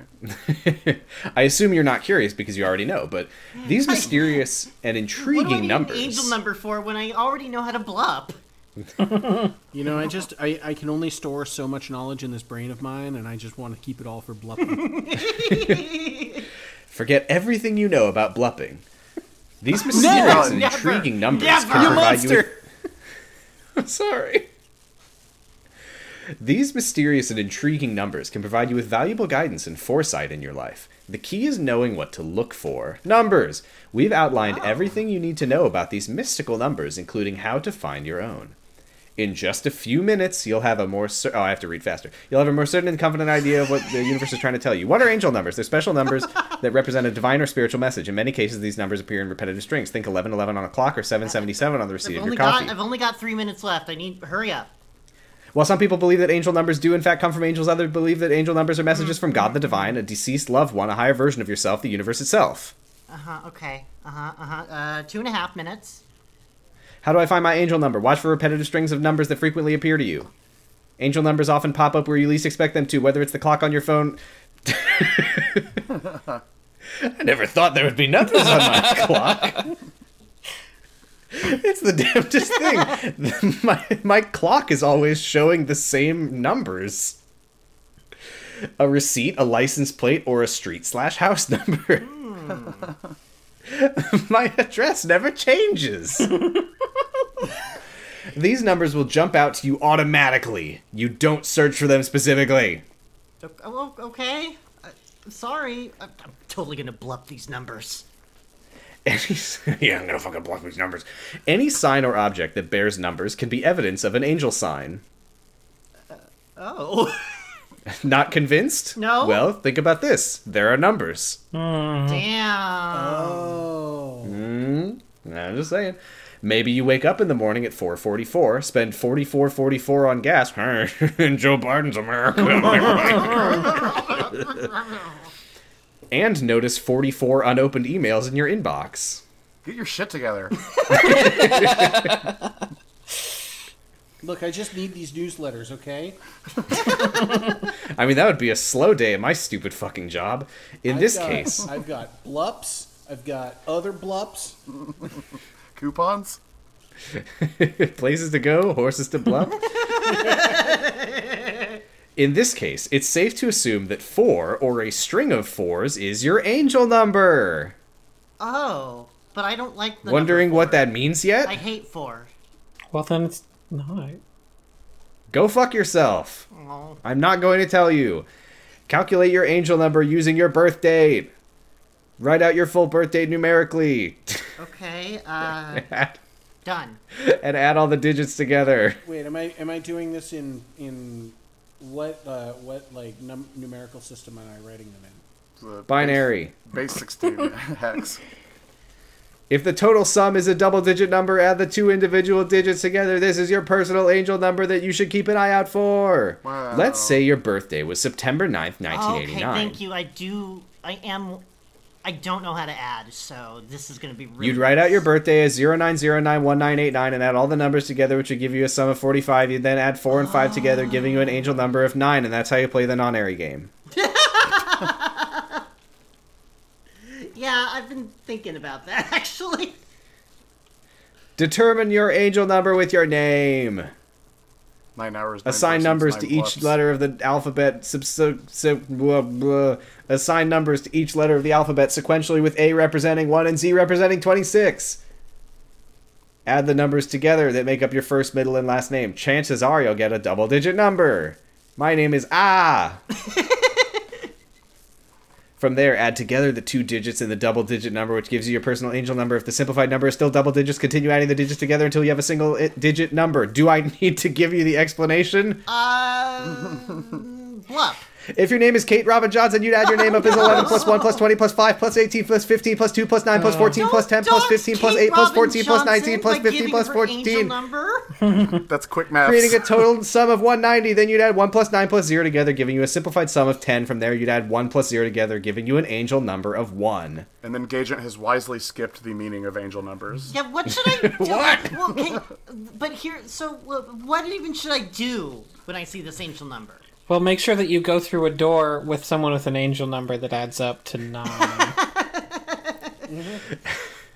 [SPEAKER 5] I assume you're not curious because you already know, but these mysterious and
[SPEAKER 1] what do I
[SPEAKER 5] intriguing
[SPEAKER 1] need
[SPEAKER 5] numbers.
[SPEAKER 1] an angel number for when I already know how to bluff?
[SPEAKER 4] You know, I just I, I can only store so much knowledge in this brain of mine, and I just want to keep it all for bluffing.
[SPEAKER 5] Forget everything you know about blupping. These mysterious and
[SPEAKER 1] Never.
[SPEAKER 5] intriguing numbers
[SPEAKER 1] Never.
[SPEAKER 5] can
[SPEAKER 1] You
[SPEAKER 5] provide you with
[SPEAKER 2] monster.
[SPEAKER 5] I'm sorry. These mysterious and intriguing numbers can provide you with valuable guidance and foresight in your life. The key is knowing what to look for. Numbers! We've outlined everything you need to know about these mystical numbers, including how to find your own. In just a few minutes, you'll have a more cer- oh, I have to read faster. You'll have a more certain and confident idea of what the universe is trying to tell you. What are angel numbers? They're special numbers that represent a divine or spiritual message. In many cases, these numbers appear in repetitive strings. Think 1111 on a clock or 777 on the receipt
[SPEAKER 1] I've
[SPEAKER 5] of your
[SPEAKER 1] only
[SPEAKER 5] coffee.
[SPEAKER 1] got I've only got three minutes left. I need hurry up.
[SPEAKER 5] While some people believe that angel numbers do in fact come from angels, others believe that angel numbers are messages from God the Divine, a deceased loved one, a higher version of yourself, the universe itself.
[SPEAKER 1] Uh huh. Okay. Uh huh. Uh huh. Uh, two and a half minutes.
[SPEAKER 5] How do I find my angel number? Watch for repetitive strings of numbers that frequently appear to you. Angel numbers often pop up where you least expect them to, whether it's the clock on your phone. I never thought there would be numbers on my clock. It's the damnedest thing. my, my clock is always showing the same numbers a receipt, a license plate, or a street slash house number. my address never changes. These numbers will jump out to you automatically. You don't search for them specifically.
[SPEAKER 1] O- o- Okay. Uh, sorry. I- I'm totally gonna bluff these numbers.
[SPEAKER 5] Any, yeah, I'm gonna fucking block these numbers. Any sign or object that bears numbers can be evidence of an angel sign.
[SPEAKER 1] Uh, Oh.
[SPEAKER 5] Not convinced?
[SPEAKER 1] No.
[SPEAKER 5] Well, think about this. There are numbers. Mm.
[SPEAKER 1] Damn.
[SPEAKER 5] I'm just saying. Maybe you wake up in the morning at 4:44, spend 44.44 on gas, and Joe Biden's America, and notice 44 unopened emails in your inbox.
[SPEAKER 3] Get your shit together.
[SPEAKER 4] Look, I just need these newsletters, okay?
[SPEAKER 5] I mean, that would be a slow day at my stupid fucking job. In this case,
[SPEAKER 4] I've got blups. I've got other blups.
[SPEAKER 3] Coupons?
[SPEAKER 5] places to go, horses to bluff. In this case, it's safe to assume that four or a string of fours is your angel number.
[SPEAKER 1] Oh. But I don't like the.
[SPEAKER 5] Wondering
[SPEAKER 1] number
[SPEAKER 5] what
[SPEAKER 1] four.
[SPEAKER 5] that means yet?
[SPEAKER 1] I hate four.
[SPEAKER 2] Well, then it's not.
[SPEAKER 5] Go fuck yourself.
[SPEAKER 1] Oh.
[SPEAKER 5] I'm not going to tell you. Calculate your angel number using your birth date. Write out your full birth date numerically
[SPEAKER 1] Okay. Uh. done.
[SPEAKER 5] and add all the digits together.
[SPEAKER 4] Wait, am I am I doing this in in what uh, what like num- numerical system am I writing them in?
[SPEAKER 3] The
[SPEAKER 5] Binary.
[SPEAKER 3] Base, base 16 hex.
[SPEAKER 5] If the total sum is a double digit number, add the two individual digits together. This is your personal angel number that you should keep an eye out for.
[SPEAKER 3] Wow.
[SPEAKER 5] Let's say your birthday was September 9th,
[SPEAKER 1] Okay,
[SPEAKER 5] 1989.
[SPEAKER 1] thank you. I do. I am. I don't know how to add, so this is gonna be. Really
[SPEAKER 5] You'd write out your birthday as 09091989 and add all the numbers together, which would give you a sum of 45. You'd then add 4 and 5 together, giving you an angel number of 9, and that's how you play the non airy game.
[SPEAKER 1] Yeah, I've been thinking about that actually.
[SPEAKER 5] Determine your angel number with your name.
[SPEAKER 3] Nine hours. nine
[SPEAKER 5] Assign
[SPEAKER 3] persons,
[SPEAKER 5] numbers
[SPEAKER 3] nine
[SPEAKER 5] to each
[SPEAKER 3] bluffs.
[SPEAKER 5] letter of the alphabet. Sub, sub, sub, blah, blah. Assign numbers to each letter of the alphabet sequentially, with A representing 1 and Z representing 26. Add the numbers together that make up your first, middle, and last name. Chances are you'll get a double digit number. My name is Ah. From there, add together the two digits and the double digit number, which gives you your personal angel number. If the simplified number is still double digits, continue adding the digits together until you have a single i- digit number. Do I need to give you the explanation?
[SPEAKER 1] Uh, Um, bluff.
[SPEAKER 5] If your name is Kate Robin Johnson, you'd add your name up as 11 plus 1 plus 20 plus 5 plus 18 plus 15 plus 2 plus 9 plus 14 plus 10 plus
[SPEAKER 1] Don't
[SPEAKER 5] 15 plus
[SPEAKER 1] Kate
[SPEAKER 5] 8 plus
[SPEAKER 1] Robin
[SPEAKER 5] 14 plus
[SPEAKER 1] Johnson
[SPEAKER 5] 19 plus
[SPEAKER 1] by
[SPEAKER 5] 15
[SPEAKER 1] giving
[SPEAKER 5] plus
[SPEAKER 1] her Angel
[SPEAKER 5] 14.
[SPEAKER 1] number?
[SPEAKER 3] That's quick math.
[SPEAKER 5] Creating a total sum of 190, then you'd add 1 plus 9 plus 0 together, giving you a simplified sum of 10. From there, you'd add 1 plus 0 together, giving you an angel number of 1.
[SPEAKER 3] And then Gagent has wisely skipped the meaning of angel numbers.
[SPEAKER 1] Yeah, what should I do? what? Well, can, but here, so wha- what even should I do when I see this angel number?
[SPEAKER 2] Well, make sure that you go through a door with someone with an angel number that adds up to nine.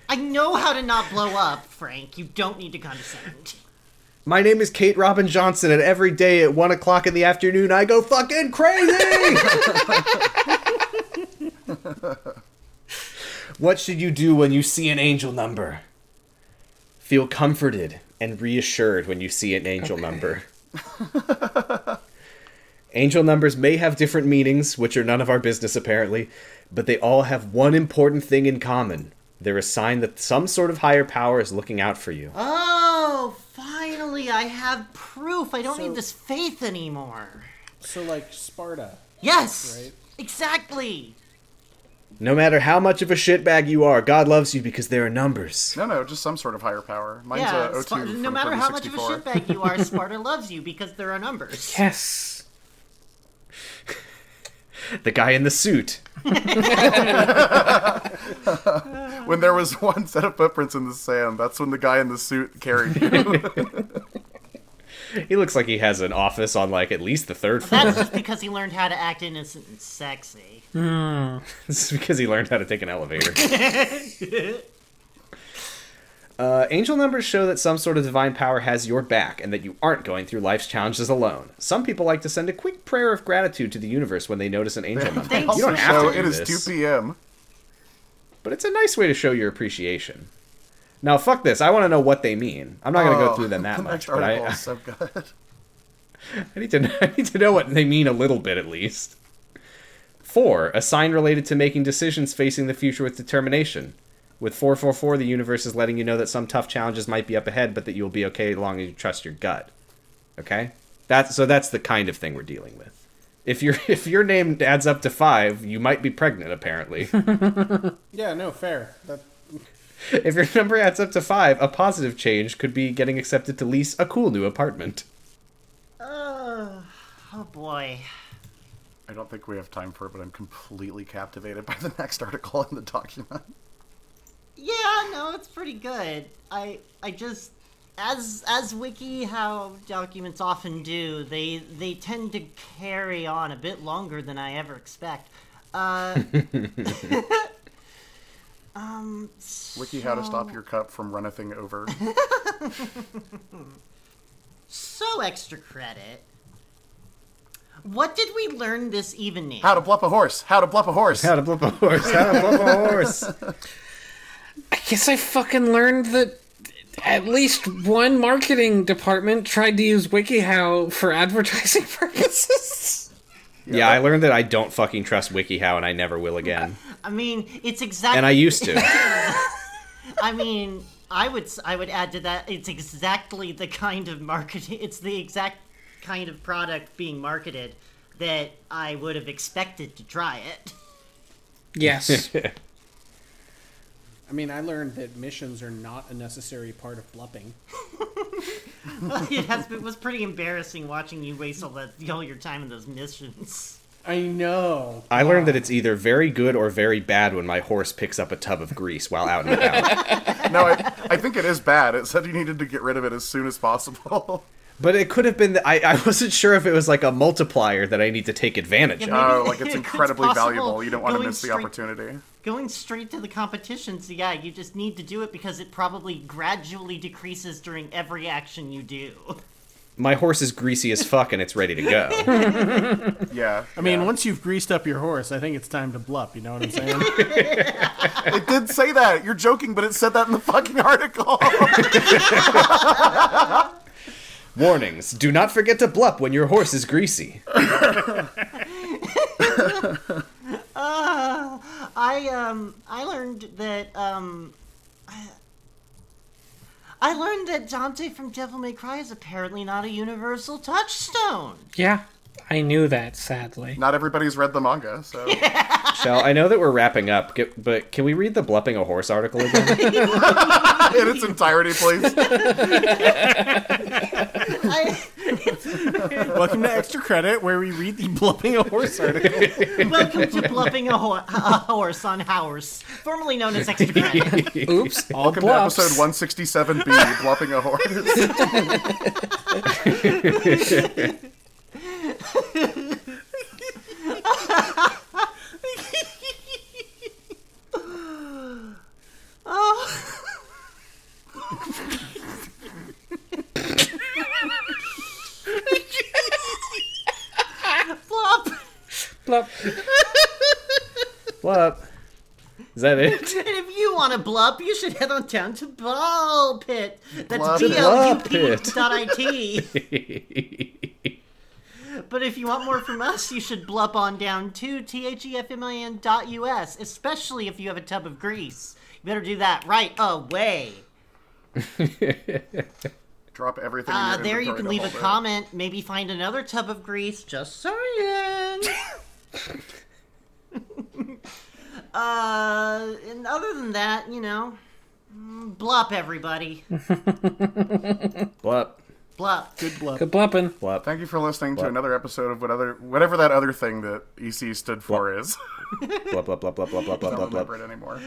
[SPEAKER 1] I know how to not blow up, Frank. You don't need to condescend.
[SPEAKER 5] My name is Kate Robin Johnson, and every day at 1 o'clock in the afternoon, I go fucking crazy! what should you do when you see an angel number? Feel comforted and reassured when you see an angel number. angel numbers may have different meanings, which are none of our business apparently, but they all have one important thing in common. They're a sign that some sort of higher power is looking out for you.
[SPEAKER 1] Oh, finally, I have proof. I don't need this faith anymore.
[SPEAKER 4] So like Sparta.
[SPEAKER 1] Yes, exactly.
[SPEAKER 5] No matter how much of a shitbag you are, God loves you because there are numbers.
[SPEAKER 3] No, no, just some sort of higher power. Mine's
[SPEAKER 1] yeah,
[SPEAKER 3] a O2
[SPEAKER 1] Spar-
[SPEAKER 3] from
[SPEAKER 1] no matter how much of a
[SPEAKER 3] 3064.
[SPEAKER 1] shitbag you are, Sparta loves you because there are numbers.
[SPEAKER 2] yes.
[SPEAKER 5] The guy in the suit.
[SPEAKER 3] When there was one set of footprints in the sand, that's when the guy in the suit carried you.
[SPEAKER 5] He looks like he has an office on like at least the third floor.
[SPEAKER 1] That's just because he learned how to act innocent and sexy.
[SPEAKER 5] this is because he learned how to take an elevator. Uh, angel numbers show that some sort of divine power has your back and that you aren't going through life's challenges alone. Some people like to send a quick prayer of gratitude to the universe when they notice an angel number.
[SPEAKER 1] Thanks
[SPEAKER 5] You don't
[SPEAKER 1] for
[SPEAKER 5] have
[SPEAKER 3] so
[SPEAKER 5] to.
[SPEAKER 3] it
[SPEAKER 5] do
[SPEAKER 3] is
[SPEAKER 5] this.
[SPEAKER 3] 2 p.m.
[SPEAKER 5] but it's a nice way to show your appreciation. Now, fuck this. I want to know what they mean. I'm not going to go
[SPEAKER 3] Oh,
[SPEAKER 5] through them that
[SPEAKER 3] the next
[SPEAKER 5] much, but
[SPEAKER 3] article
[SPEAKER 5] I,
[SPEAKER 3] is so good.
[SPEAKER 5] I need to know, I need to know what they mean a little bit at least. Four, a sign related to making decisions facing the future with determination. With 444, the universe is letting you know that some tough challenges might be up ahead, but that you'll be okay as long as you trust your gut. Okay, that's so that's the kind of thing we're dealing with. If your if your name adds up to five, you might be pregnant. Apparently,
[SPEAKER 4] Yeah, no, fair. That,
[SPEAKER 5] if your number adds up to five, a positive change could be getting accepted to lease a cool new apartment.
[SPEAKER 1] Oh, oh boy.
[SPEAKER 3] I don't think we have time for it, but I'm completely captivated by the next article in the document.
[SPEAKER 1] Yeah, no, it's pretty good. I I just as as wiki how documents often do, they they tend to carry on a bit longer than I ever expect. Uh Um
[SPEAKER 3] Wiki, how to stop your cup from runneth over.
[SPEAKER 1] so extra credit. What did we learn this evening?
[SPEAKER 3] How to bluff a horse. How to bluff a horse.
[SPEAKER 5] How to blip a horse. How to blip a horse.
[SPEAKER 2] I guess I fucking learned that at least one marketing department tried to use WikiHow for advertising purposes.
[SPEAKER 5] Yeah, I learned that I don't fucking trust WikiHow and I never will again.
[SPEAKER 1] I mean, it's exactly
[SPEAKER 5] And I used to.
[SPEAKER 1] I mean, I would s- I would add to that. It's exactly the kind of marketing. It's the exact kind of product being marketed that I would have expected to try it.
[SPEAKER 2] Yes.
[SPEAKER 4] I mean, I learned that missions are not a necessary part of blupping.
[SPEAKER 1] it has been, was pretty embarrassing watching you waste all that all your time in those missions.
[SPEAKER 4] I know.
[SPEAKER 5] I learned that it's either very good or very bad when my horse picks up a tub of grease while out and about.
[SPEAKER 3] No, I, I think it is bad. It said you needed to get rid of it as soon as possible.
[SPEAKER 5] But it could have been that I, I wasn't sure if it was like a multiplier that I need to take advantage of.
[SPEAKER 3] Oh, like it's
[SPEAKER 1] It's
[SPEAKER 3] incredibly
[SPEAKER 1] possible
[SPEAKER 3] valuable. You don't want to
[SPEAKER 1] going
[SPEAKER 3] miss the
[SPEAKER 1] straight-
[SPEAKER 3] opportunity.
[SPEAKER 1] Going straight to the competitions, yeah, you just need to do it because it probably gradually decreases during every action you do.
[SPEAKER 5] My horse is greasy as fuck and it's ready to go.
[SPEAKER 3] Yeah.
[SPEAKER 4] I mean, once you've greased up your horse, I think it's time to blup. You know what I'm saying?
[SPEAKER 3] it did say that. You're joking, but it said that in the fucking article.
[SPEAKER 5] Warnings: Do not forget to blup when your horse is greasy.
[SPEAKER 1] I um I learned that um I, I learned that Dante from Devil May Cry is apparently not a universal touchstone.
[SPEAKER 2] yeah. I knew that, sadly.
[SPEAKER 3] Not everybody's read the manga, so
[SPEAKER 5] Shall I know that we're wrapping up, g- but can we read the blupping a horse article again?
[SPEAKER 3] in its entirety, please.
[SPEAKER 1] I,
[SPEAKER 4] Welcome to Extra Credit, where we read the blupping a horse article.
[SPEAKER 1] welcome to bluffing a, ho- a horse on House, formerly known as Extra Credit.
[SPEAKER 2] Oops. All
[SPEAKER 3] Welcome to
[SPEAKER 2] bluffs.
[SPEAKER 3] episode 167B, Bluffing a Horse.
[SPEAKER 1] Oh. Flop.
[SPEAKER 2] Blup.
[SPEAKER 5] blup. Is that it?
[SPEAKER 1] And if you want to blup, you should head on down to Ball Pit. That's
[SPEAKER 3] Blup.
[SPEAKER 1] B L U P
[SPEAKER 5] Blup
[SPEAKER 1] dot I T. But if you want more from us, you should blup on down to E T-H-E-F-M-I-N dot U-S, especially if you have a tub of grease. You better do that right away.
[SPEAKER 3] Drop everything. in
[SPEAKER 1] Uh,
[SPEAKER 3] your
[SPEAKER 1] there you
[SPEAKER 3] inventory
[SPEAKER 1] can
[SPEAKER 3] to
[SPEAKER 1] leave a
[SPEAKER 3] hold it.
[SPEAKER 1] comment, maybe find another tub of grease, just saying. uh, and other than that, you know, mm, blup everybody.
[SPEAKER 5] Blup.
[SPEAKER 1] Blup.
[SPEAKER 4] Good blup.
[SPEAKER 2] Good blupping.
[SPEAKER 5] Blup.
[SPEAKER 3] Thank you for listening to
[SPEAKER 5] What?
[SPEAKER 3] another episode of whatever, whatever that other thing that EC stood for is.
[SPEAKER 5] Blup. Blup. Blup. Blup. Blup. Blup.
[SPEAKER 3] I
[SPEAKER 5] Blup.
[SPEAKER 3] don't
[SPEAKER 5] Blup.
[SPEAKER 3] remember it anymore.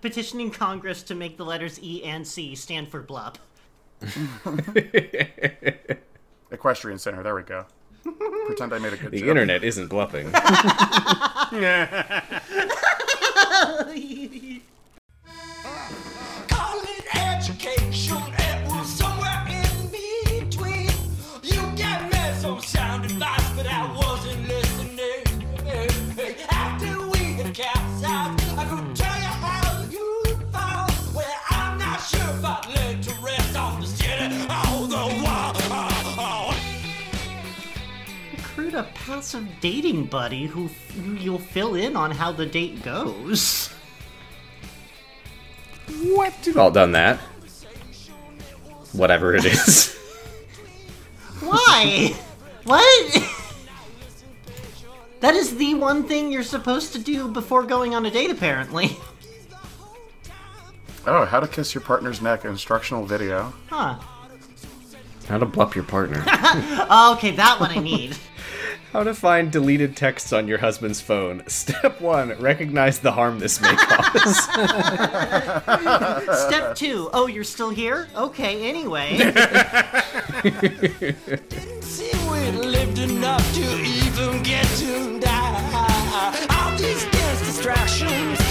[SPEAKER 1] Petitioning Congress to make the letters E and C stand for blup.
[SPEAKER 3] Equestrian Center, there we go. Pretend I made a good
[SPEAKER 5] The
[SPEAKER 3] joke.
[SPEAKER 5] internet isn't blupping.
[SPEAKER 6] Call it education, it was somewhere in between. You gave me some sound advice, but I wasn't listening. After we had capsized, I could tell you how you felt. Well, I'm not sure if I'd lay to rest on the city uh, or the wall.
[SPEAKER 1] recruit a passive dating buddy who, who you'll fill in on how the date goes.
[SPEAKER 5] What? We've all done that. Whatever it is.
[SPEAKER 1] Why? what? that is the one thing you're supposed to do before going on a date, apparently.
[SPEAKER 3] Oh, how to kiss your partner's neck instructional video.
[SPEAKER 1] Huh.
[SPEAKER 5] How to blup your partner.
[SPEAKER 1] Okay, that one I need.
[SPEAKER 5] How to find deleted texts on your husband's phone. Step one: recognize the harm this may cause.
[SPEAKER 1] Step two. Oh, you're still here? Okay, anyway.
[SPEAKER 6] Didn't see we lived enough to even get to die. All these dance distractions